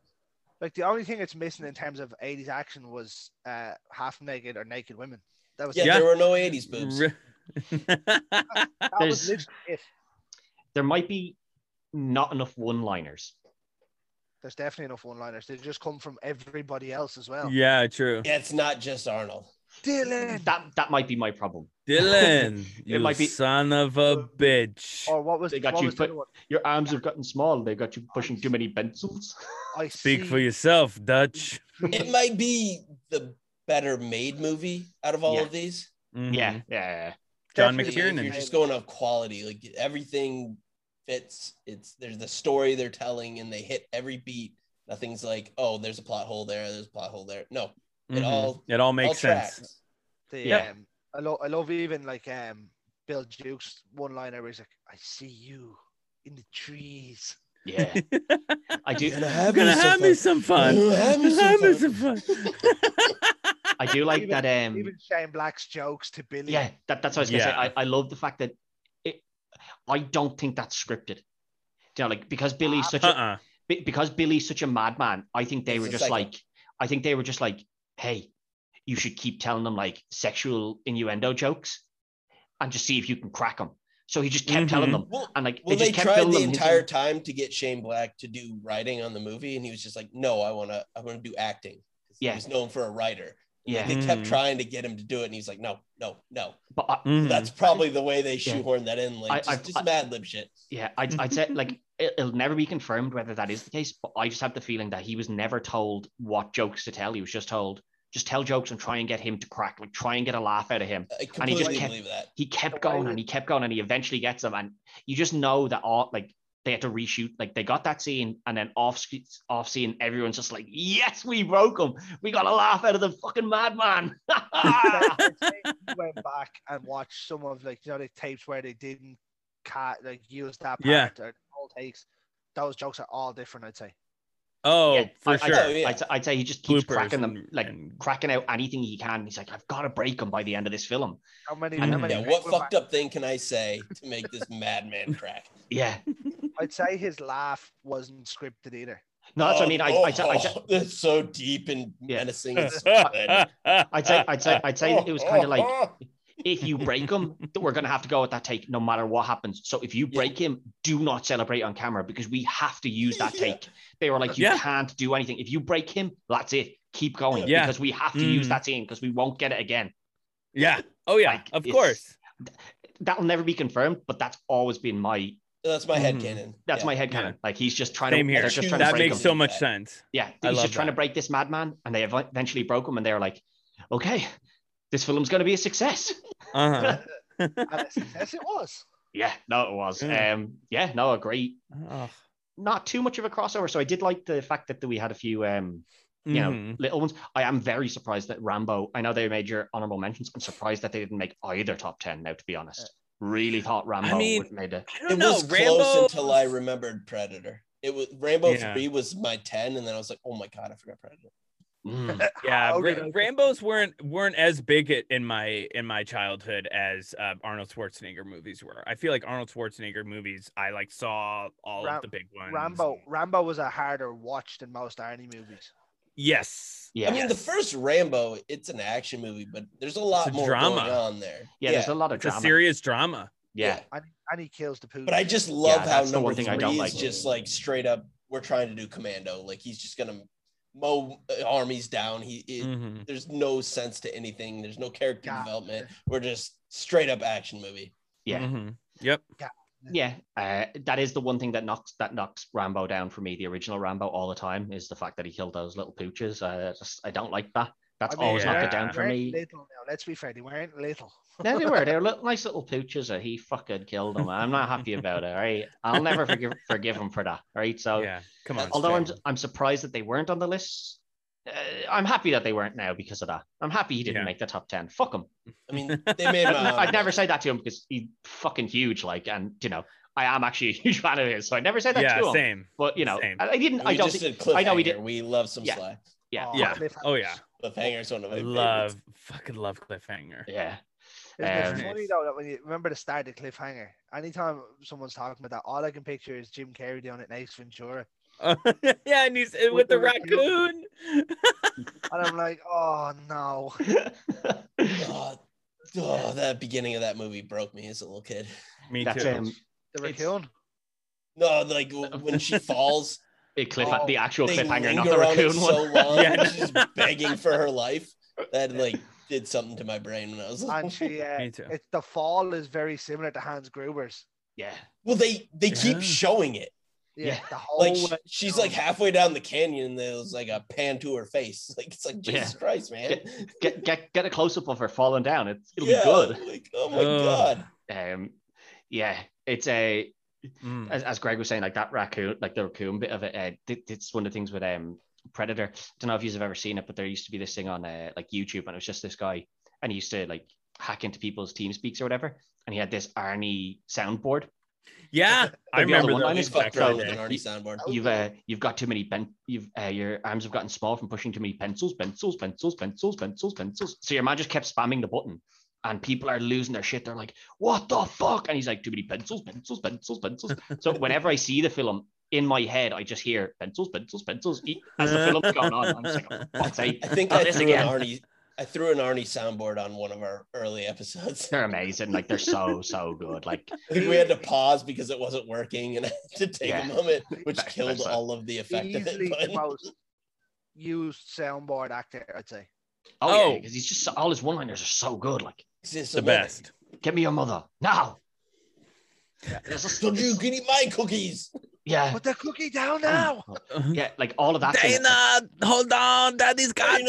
S2: Like the only thing it's missing in terms of 80s action was uh, half naked or naked women. That was
S3: Yeah,
S4: Yeah.
S3: there were no '80s boobs.
S4: Re-
S2: that
S1: There's-
S2: was literally it.
S1: There might be not enough one-liners.
S2: There's definitely enough one-liners. They just come from everybody else as well.
S4: yeah, true.
S3: Yeah, it's not just Arnold.
S2: Dylan,
S1: That that might be my problem.
S4: Dylan, you
S1: might be-
S4: son of a bitch.
S2: or what was
S1: They got
S2: what
S1: you
S2: was the
S1: put-
S2: other one?
S1: Your arms have gotten small. They've got you pushing too many pencils.
S2: I
S4: Speak
S2: see
S4: for yourself, Dutch.
S3: It might be the better made movie out of all
S1: Yeah.
S3: of these.
S4: Mhm.
S1: Yeah, yeah.
S4: John
S3: If
S2: Definitely.
S4: McTiernan.
S3: You're just going off quality. Like everything fits. It's there's the story they're telling, and they hit every beat. Nothing's like, oh, there's a plot hole there. There's a plot hole there. No, It
S4: Mhm.
S3: all-
S4: it all makes
S3: all
S4: sense.
S3: tracks.
S2: The,
S4: Yeah.
S2: um, I, lo- I love even like um, Bill Duke's one-liner where he's like, "I see you in the trees."
S1: Yeah. I do
S3: have
S4: gonna have me
S3: some
S4: some fun.
S3: Gonna have me some
S4: Have me
S3: fun.
S4: some fun.
S1: I do like that um
S2: Even Shane Black's jokes to Billy.
S1: yeah, that, that's what I was gonna
S4: Yeah.
S1: say. I, I love the fact that it I don't think that's scripted. You know, like because Billy's such a
S4: Uh-uh.
S1: be- because Billy's such a madman, I think they
S3: He's
S1: were
S3: a
S1: just
S3: psycho.
S1: like I think they were just like, hey, you should keep telling them like sexual innuendo jokes and just see if you can crack them. So he just kept telling
S4: Mhm.
S1: them.
S3: Well,
S1: And like
S3: well,
S1: they
S3: they,
S1: just kept
S3: tried
S1: filming
S3: the
S1: him.
S3: entire time to get Shane Black to do writing on the movie, and he was just like, "No, I want to, I want to do acting." 'Cause
S1: Yeah.
S3: he was known for a writer.
S1: Yeah.
S3: They
S4: Mhm.
S3: kept trying to get him to do it, and he's like, "No, no, no."
S1: But I,
S4: Mhm.
S3: That's probably the way they
S1: Yeah.
S3: shoehorned that in, like
S1: I-
S3: just,
S1: I've-
S3: just
S1: I-
S3: mad lib shit.
S1: Yeah, I'd, I'd say like it- it'll never be confirmed whether that is the case, but I just have the feeling that he was never told what jokes to tell. He was just told, just tell jokes and try and get him to crack, like try and get a laugh out of him.
S3: I
S1: And he just
S3: completely
S1: kept-
S3: believe that.
S1: He kept going and he kept going and he eventually gets him. And you just know that all like they had to reshoot, like they got that scene and then off sc- off scene, everyone's just like, yes, we broke him. We got a laugh out of the fucking madman.
S2: I'd say if you went back and watched some of like you know the tapes where they didn't cat like use that part
S4: Yeah.
S2: or all takes. Those jokes are all different. I'd say.
S4: Oh,
S1: Yeah,
S4: for
S1: I-
S4: sure.
S3: Oh, yeah.
S1: I'd, I'd say he just keeps
S4: Bloopers
S1: cracking them,
S4: and-
S1: like
S4: and-
S1: cracking out anything he can. He's like, I've got to break him by the end of this film.
S2: How many?
S1: I
S2: How
S1: know.
S2: many
S3: Mm, Yeah, what
S2: people
S3: fucked up thing can I say to make this madman crack?
S1: Yeah,
S2: I'd say his laugh wasn't scripted either.
S1: no, that's what
S3: Oh,
S1: I mean. I,
S3: oh,
S1: I'd, say- I'd, say-
S3: oh, that's so deep and
S1: Yeah.
S3: menacing. and so pathetic.
S1: I'd say, I'd say, I'd say it was kind of like
S3: Oh, oh,
S1: if you break him, that we're gonna have to go with that take no matter what happens. So if you
S3: Yeah.
S1: break him, do not celebrate on camera because we have to use that
S3: Yeah.
S1: take. They were like, you
S4: Yeah.
S1: can't do anything. If you break him, that's it. Keep going
S4: Yeah.
S1: because we have to use
S4: Mm.
S1: that scene because we won't get it again.
S4: yeah. Oh yeah.
S1: Like,
S4: of
S1: it's-
S4: course.
S1: That'll never be confirmed, but that's always been my
S3: That's my
S4: Mhm.
S3: head cannon.
S1: Hmm. that's
S3: Yeah.
S1: my head canon. Like he's just trying
S4: Same
S1: to
S4: here.
S1: they're just trying to
S4: That
S1: break
S4: makes
S1: him.
S4: so much sense.
S1: Yeah,
S4: I
S1: he's
S4: love
S1: just trying to
S4: that.
S1: break this madman, and they ev- eventually broke him, and they were like, "Okay, this film's going to be a success."
S4: Uh huh.
S2: And a success it was.
S1: Yeah, no, it was.
S4: Yeah.
S1: Um, yeah, no, a great, not too much of a crossover. So I did like the fact that we had a few, um, you
S4: Mm-hmm.
S1: know, little ones. I am very surprised that Rambo. I know they made your honorable mentions. I'm surprised that they didn't make either top ten. Now, to be honest, really thought Rambo
S4: mean,
S1: would made a.
S4: I don't
S3: It
S4: know.
S3: was
S4: Rambo-
S3: close until I remembered Predator. It was Rambo
S4: Yeah.
S3: Three was my ten, and then I was like, oh my god, I forgot Predator.
S1: Mm.
S4: Yeah,
S2: How
S4: Ra-
S2: did I-
S4: Rambo's weren't weren't as big i- in my in my childhood as uh, Arnold Schwarzenegger movies were. I feel like Arnold Schwarzenegger movies, I like saw all
S2: Ram-
S4: of the big ones.
S2: Rambo. Rambo was a harder watch than most Arnie movies.
S4: Yes.
S1: Yeah.
S3: I mean, the first Rambo, it's an action movie, but there's a lot
S4: It's a
S3: more
S4: drama.
S3: going on there.
S1: yeah, there's a lot of
S4: It's a
S1: drama.
S4: serious drama.
S1: yeah,
S2: And, and he kills the poo.
S3: But I just love
S1: Yeah,
S3: how
S1: that's the
S3: number
S1: one thing
S3: three
S1: I don't
S3: is
S1: like.
S3: just like straight up. We're trying to do commando. Like he's just gonna mow uh, armies down. He it,
S1: Mm.
S4: Mhm.
S3: there's no sense to anything. There's no character
S2: Yeah.
S3: development. We're just straight up action movie.
S1: Yeah.
S4: Mhm. Yep.
S1: yeah uh, that is the one thing that knocks that knocks rambo down for me the original rambo all the time is the fact that he killed those little pooches Uh, i just i don't like that that's
S2: I mean,
S1: always
S2: they
S1: knocked
S2: weren't-
S1: it down for
S2: weren't
S1: me
S2: Little now. Let's be fair, they weren't little.
S1: no they were they were little, nice little pooches and he fucking killed them i'm not happy about it all right i'll never forgive forgive him for that all right so
S4: yeah. Come on.
S1: although I'm,
S4: Stan.
S1: I'm surprised that they weren't on the list uh, i'm happy that they weren't now because of that i'm happy he didn't
S4: Yeah.
S1: make the top 10 fuck him
S3: I mean, they made my.
S1: I'd, I'd never say that to him because he's fucking huge like and you know i am actually a huge fan of his so i never say that to him
S4: yeah. Same.
S1: But you know,
S4: Same.
S1: I, I didn't.
S3: We
S1: I don't.
S3: just
S1: think-
S3: did cliffhanger.
S1: I know we did-
S3: We love some
S1: Yeah.
S3: sly.
S1: yeah,
S2: Aw,
S4: Yeah.
S2: Cliff-
S4: Oh yeah.
S3: Cliffhanger is one of my
S4: Love. Fucking love cliffhanger.
S1: yeah,
S2: Isn't
S1: Um,
S2: it funny though that when you remember the start of Cliffhanger, anytime someone's talking about that, all I can picture is Jim Carrey doing it in Ace Ventura,
S4: yeah, and he's with,
S2: With
S4: the,
S2: the
S4: raccoon.
S2: raccoon. and I'm like, oh no.
S3: favorites. Oh, oh, that beginning of that movie broke me as a little kid.
S4: Me
S1: that's
S4: too.
S1: um,
S2: The
S1: It's-
S2: raccoon.
S3: No, like when she falls,
S1: a cliff,
S2: Oh,
S1: the actual
S3: they
S1: cliffhanger,
S3: linger
S1: not the
S3: on it
S1: raccoon
S3: so
S1: one.
S3: long.
S4: Yeah.
S3: She's just begging for her life. That like did something to my brain when I was like,
S2: And she, uh,
S4: Me too.
S2: it's the fall is very similar to Hans Gruber's.
S1: yeah,
S3: well, they they keep
S4: Yeah.
S3: showing it.
S2: Yeah,
S1: Yeah.
S2: the whole
S3: like
S2: way
S3: sh- she's
S2: down.
S3: like halfway down the canyon and there's like a pan to her face like it's like
S1: Yeah.
S3: jesus christ man
S1: get get get a close up of her falling down. It, it'll
S3: Yeah,
S1: be
S3: like, oh my
S4: Ugh.
S3: god
S1: good. Um, yeah, it's a
S4: Mm.
S1: as, as Greg was saying, like that raccoon, like the raccoon bit of it. Uh, th- it's one of the things with um Predator. I don't know if you've ever seen it, but there used to be this thing on uh, like YouTube, and it was just this guy, and he used to like hack into people's team speaks or whatever, and he had this Arnie soundboard.
S4: Yeah, I
S1: the other
S4: remember
S1: one
S4: that.
S1: I
S3: he's
S1: just
S4: back
S3: fucked
S4: in
S1: so-
S3: around
S4: the
S3: with
S4: day.
S3: an arty soundboard
S1: You've uh, you've got too many pen. You've uh, your arms have gotten small from pushing too many pencils, pencils, pencils, pencils, pencils, pencils. So your man just kept spamming the button, and people are losing their shit. They're like, "What the fuck?" And he's like, "Too many pencils, pencils, pencils, pencils." so whenever I see the film in my head, I just hear pencils, pencils, pencils e- as the film's going on. I'm just like, oh, "Fuck's sake,
S3: i think
S1: Oh,
S3: i
S1: this
S3: threw an
S1: again.
S3: arnie i threw an arnie soundboard on one of our early episodes
S1: they're amazing! Like they're so so good!" Like
S3: I think we had to pause because it wasn't working and I had to take
S1: Yeah.
S3: a moment which
S1: That-
S3: killed
S1: that's a-
S3: all of the effect of
S2: easily the
S3: it but
S2: most used soundboard actor, I'd say.
S1: oh,
S4: Oh.
S1: because he's just so- all his one-liners are so good. Like,
S3: it's just
S4: The
S3: amazing.
S4: best.
S1: "Get me your mother now."
S2: Yeah.
S1: There's just-
S3: so you can eat my cookies
S1: yeah, Oh,
S2: Put the cookie down now.
S1: yeah, like all of that. thing-
S4: hold on, daddy's
S3: got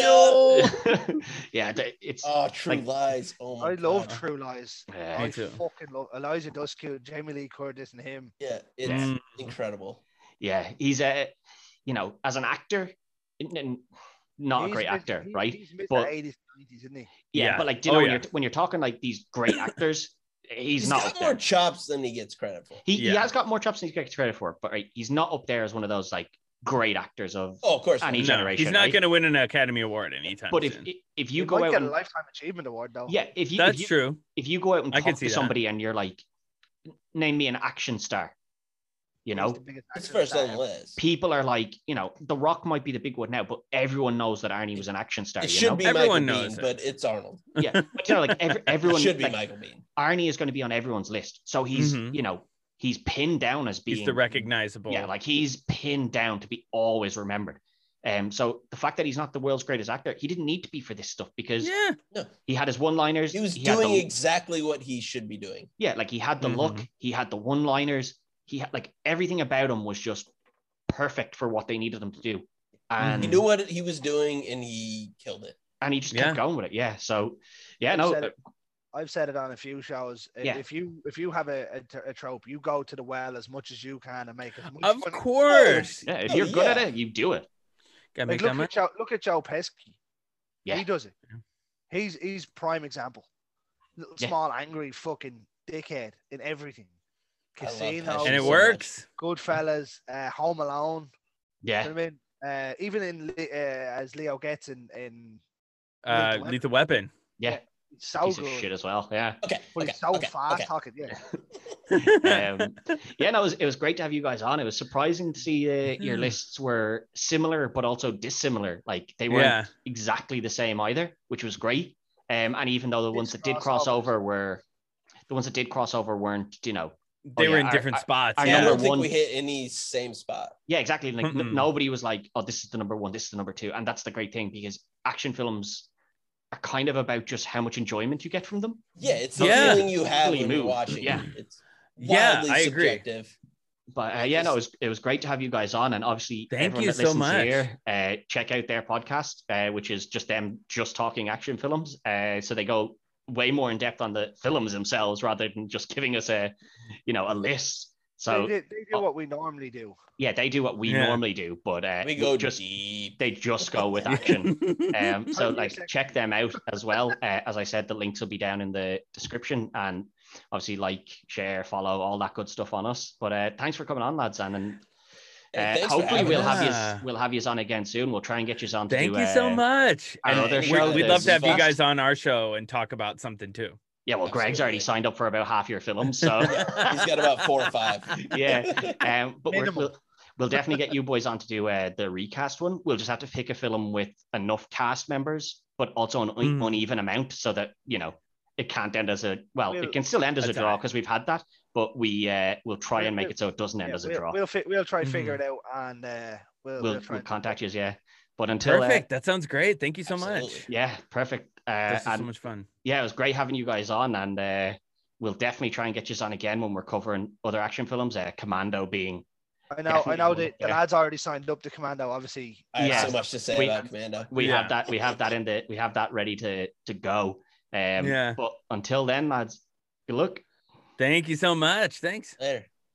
S1: yeah, th- it's
S3: oh true
S1: Like-
S3: lies oh my
S2: I love
S3: God.
S2: True Lies.
S1: yeah,
S4: Me
S2: I
S4: too.
S2: fucking love Eliza Duskey, Jamie Lee Curtis, and him.
S3: yeah it's
S4: Mm.
S3: incredible
S1: yeah. He's a, you know, as an actor, n- n- not a
S2: He's
S1: great
S2: Mis-
S1: actor,
S2: he-
S1: right?
S2: He's Mr.
S1: But-
S2: 80s, 90s, isn't he?
S1: Yeah,
S4: Yeah.
S1: but like, do you
S4: Oh,
S1: know, when,
S4: yeah.
S1: you're, when you're talking like these great actors, he's,
S3: he's
S1: not
S3: got
S1: up
S3: more
S1: there.
S3: chops than he gets credit for
S1: He, he
S4: Yeah.
S1: has got more chops than he gets credit for, but right, he's not up there as one of those like great actors of
S3: Oh, of course.
S1: any
S4: No,
S1: generation.
S4: he's not
S1: right?
S4: going to win an Academy Award anytime
S1: But if
S4: soon.
S1: if you
S2: He
S1: go
S2: might
S1: out
S2: get a
S1: and,
S2: lifetime achievement award though.
S1: yeah, if you
S4: That's
S1: if you,
S4: true.
S1: if you go out and
S4: I
S1: talk
S4: can
S1: to
S4: see that.
S1: somebody and you're like, name me an action star, you
S2: He's
S1: know,
S2: the biggest
S3: It's
S2: actor of
S3: first on
S2: that
S3: the
S2: era.
S3: list.
S1: people are like, you know, The Rock might be the big one now, but everyone knows that Arnie was an action star.
S3: It
S1: you
S3: should
S1: know?
S3: be
S4: Everyone
S3: Michael
S4: knows
S3: Bean,
S4: it.
S3: but it's Arnold.
S1: yeah. But you know, like every, everyone
S3: It should be Mm-hmm.
S1: like,
S3: Michael Bean.
S1: Arnie is going to be on everyone's list, so he's
S4: Mhm.
S1: you know he's pinned down as being
S4: He's the recognizable.
S1: Yeah, like he's pinned down to be always remembered. Um, so the fact that he's not the world's greatest actor, he didn't need to be for this stuff because
S4: yeah.
S1: he had his one-liners.
S3: He was
S1: had the-
S3: doing exactly what he should be doing.
S1: yeah, like he had the look,
S4: Mhm.
S1: he had the one-liners, he had like everything about him was just perfect for what they needed him to do, and
S3: He knew what he was doing and he killed it.
S1: and he just
S4: Yeah.
S1: kept going with it. Yeah, so yeah,
S2: I've
S1: no,
S2: said
S1: uh,
S2: it- I've said it on a few shows. i-
S1: Yeah.
S2: If you if you have a, a t- a trope, you go to the well as much as you can and make as much
S4: Of
S2: fun-
S4: course.
S1: yeah, if
S3: Oh,
S1: you're good at
S3: yeah.
S1: it, you do it.
S4: Gotta make
S2: Like,
S4: that
S2: look, at
S4: much.
S2: Joe, look at Joe Pesky.
S1: Yeah.
S2: He does it.
S4: Yeah.
S2: He's he's prime example. Little
S1: Yeah.
S2: small, angry fucking dickhead in everything.
S3: I love
S2: Casino, uh,
S3: Pesci
S4: And it
S3: so much.
S4: works.
S2: Goodfellas, uh, Home Alone.
S1: Yeah,
S2: You know what I mean? Uh, even in Le- uh, as Leo gets in, in
S4: Uh,
S2: Lethal
S4: lethal weapon.
S1: yeah,
S2: he's so
S1: piece
S2: good,
S1: of shit as well. Yeah.
S3: Okay.
S2: but
S3: okay,
S2: he's so
S3: okay,
S2: fast
S3: okay.
S2: talking. Yeah,
S1: um, yeah, no, it was, it was great to have you guys on. It was surprising to see uh, your
S4: Hmm.
S1: lists were similar, but also dissimilar. Like they weren't
S4: yeah.
S1: exactly the same either, which was great. Um, and even though the
S2: Big
S1: ones that did cross
S2: crossovers.
S1: over were, the ones that did cross over weren't, you know,
S4: They
S1: Oh,
S4: were
S1: yeah,
S4: in
S1: our-
S4: different
S1: our-
S4: spots.
S1: our
S3: Yeah, I
S4: yeah.
S1: number
S3: don't think
S1: one-
S3: we hit any same spot.
S1: yeah, exactly. Like n-
S4: Mm-mm.
S1: nobody was like, oh, this is the number one, this is the number two, and that's the great thing because action films are kind of about just how much enjoyment you get from them.
S3: Yeah, it's the
S4: Yeah.
S3: feeling you have
S1: Really
S3: when you're
S1: moved.
S3: watching.
S1: Yeah.
S3: It's
S4: Yeah,
S3: wildly
S4: I agree.
S3: subjective.
S1: But uh, yeah, no, it was, it was great to have you guys on, and obviously,
S4: Thank
S1: everyone
S4: you
S1: that
S4: so
S1: listens
S4: much.
S1: Here, uh, check out their podcast, uh, which is just them just talking action films. Uh, so they go way more in depth on the films themselves rather than just giving us a, you know, a list.
S2: they,
S1: So
S2: do- they do
S1: oh.
S2: what we normally do.
S1: yeah, they do what we
S4: Yeah.
S1: normally do, but uh,
S3: We go
S1: just uh,
S3: deep.
S1: they just go with action. um, so like check them out as well. Uh, as I said, the links will be down in the description, and obviously like, share, follow, all that good stuff on us. But uh, thanks for coming on, lads, and.
S4: Uh,
S1: and
S3: Hey,
S1: uh,
S3: thanks for
S1: hopefully
S3: having
S1: we'll
S4: us.
S1: have
S4: Yeah.
S1: you we'll have you on again soon. We'll try and get you on. to
S4: Thank
S1: do,
S4: you so
S1: uh,
S4: much.
S1: our
S4: And
S1: other
S4: we-
S1: show
S4: We'd
S1: that
S4: love
S1: is
S4: to have you
S3: fast.
S4: guys on our show and talk about something too.
S1: Yeah, well, Greg's already
S3: Absolutely.
S1: signed up for about half your film, so
S3: He's got about four or five.
S1: yeah. Um, but we're,
S2: Minimal.
S1: we'll we'll definitely get you boys on to do uh, the recast one. We'll just have to pick a film with enough cast members, but also an un-
S2: Hmm.
S4: Mm.
S1: uneven amount, so that you know it can't end as a well.
S2: We'll-
S1: It can still end as
S4: a
S1: a draw
S4: tie.
S1: because we've had that, but we uh, we'll try
S2: We'll-
S1: and make
S2: we'll-
S1: it so it doesn't end
S2: Yeah,
S1: as a
S2: we'll,
S1: draw.
S2: we'll fi- we'll try to figure it out, and uh, we'll,
S1: We'll,
S2: try
S1: we'll
S2: and-
S1: contact you, yeah. But until uh,
S4: Perfect. That sounds great. Thank you so much.
S3: Absolutely.
S1: yeah, perfect. Uh,
S4: This is
S1: and
S4: so much fun.
S1: yeah, it was great having you guys on, and uh, we'll definitely try and get you on again when we're covering other action films. Uh, Commando being
S2: I know, I
S1: definitely
S2: know
S1: will,
S2: that the
S1: yeah.
S2: lads already signed up to Commando. Obviously,
S3: I have
S1: Yeah.
S3: so much to say
S1: We-
S3: about Commando.
S1: we
S4: Yeah.
S1: have that we have that in the we have that ready to to go. Um,
S4: Yeah.
S1: But until then, lads, good luck.
S4: Thank you so much. Thanks.
S3: Later.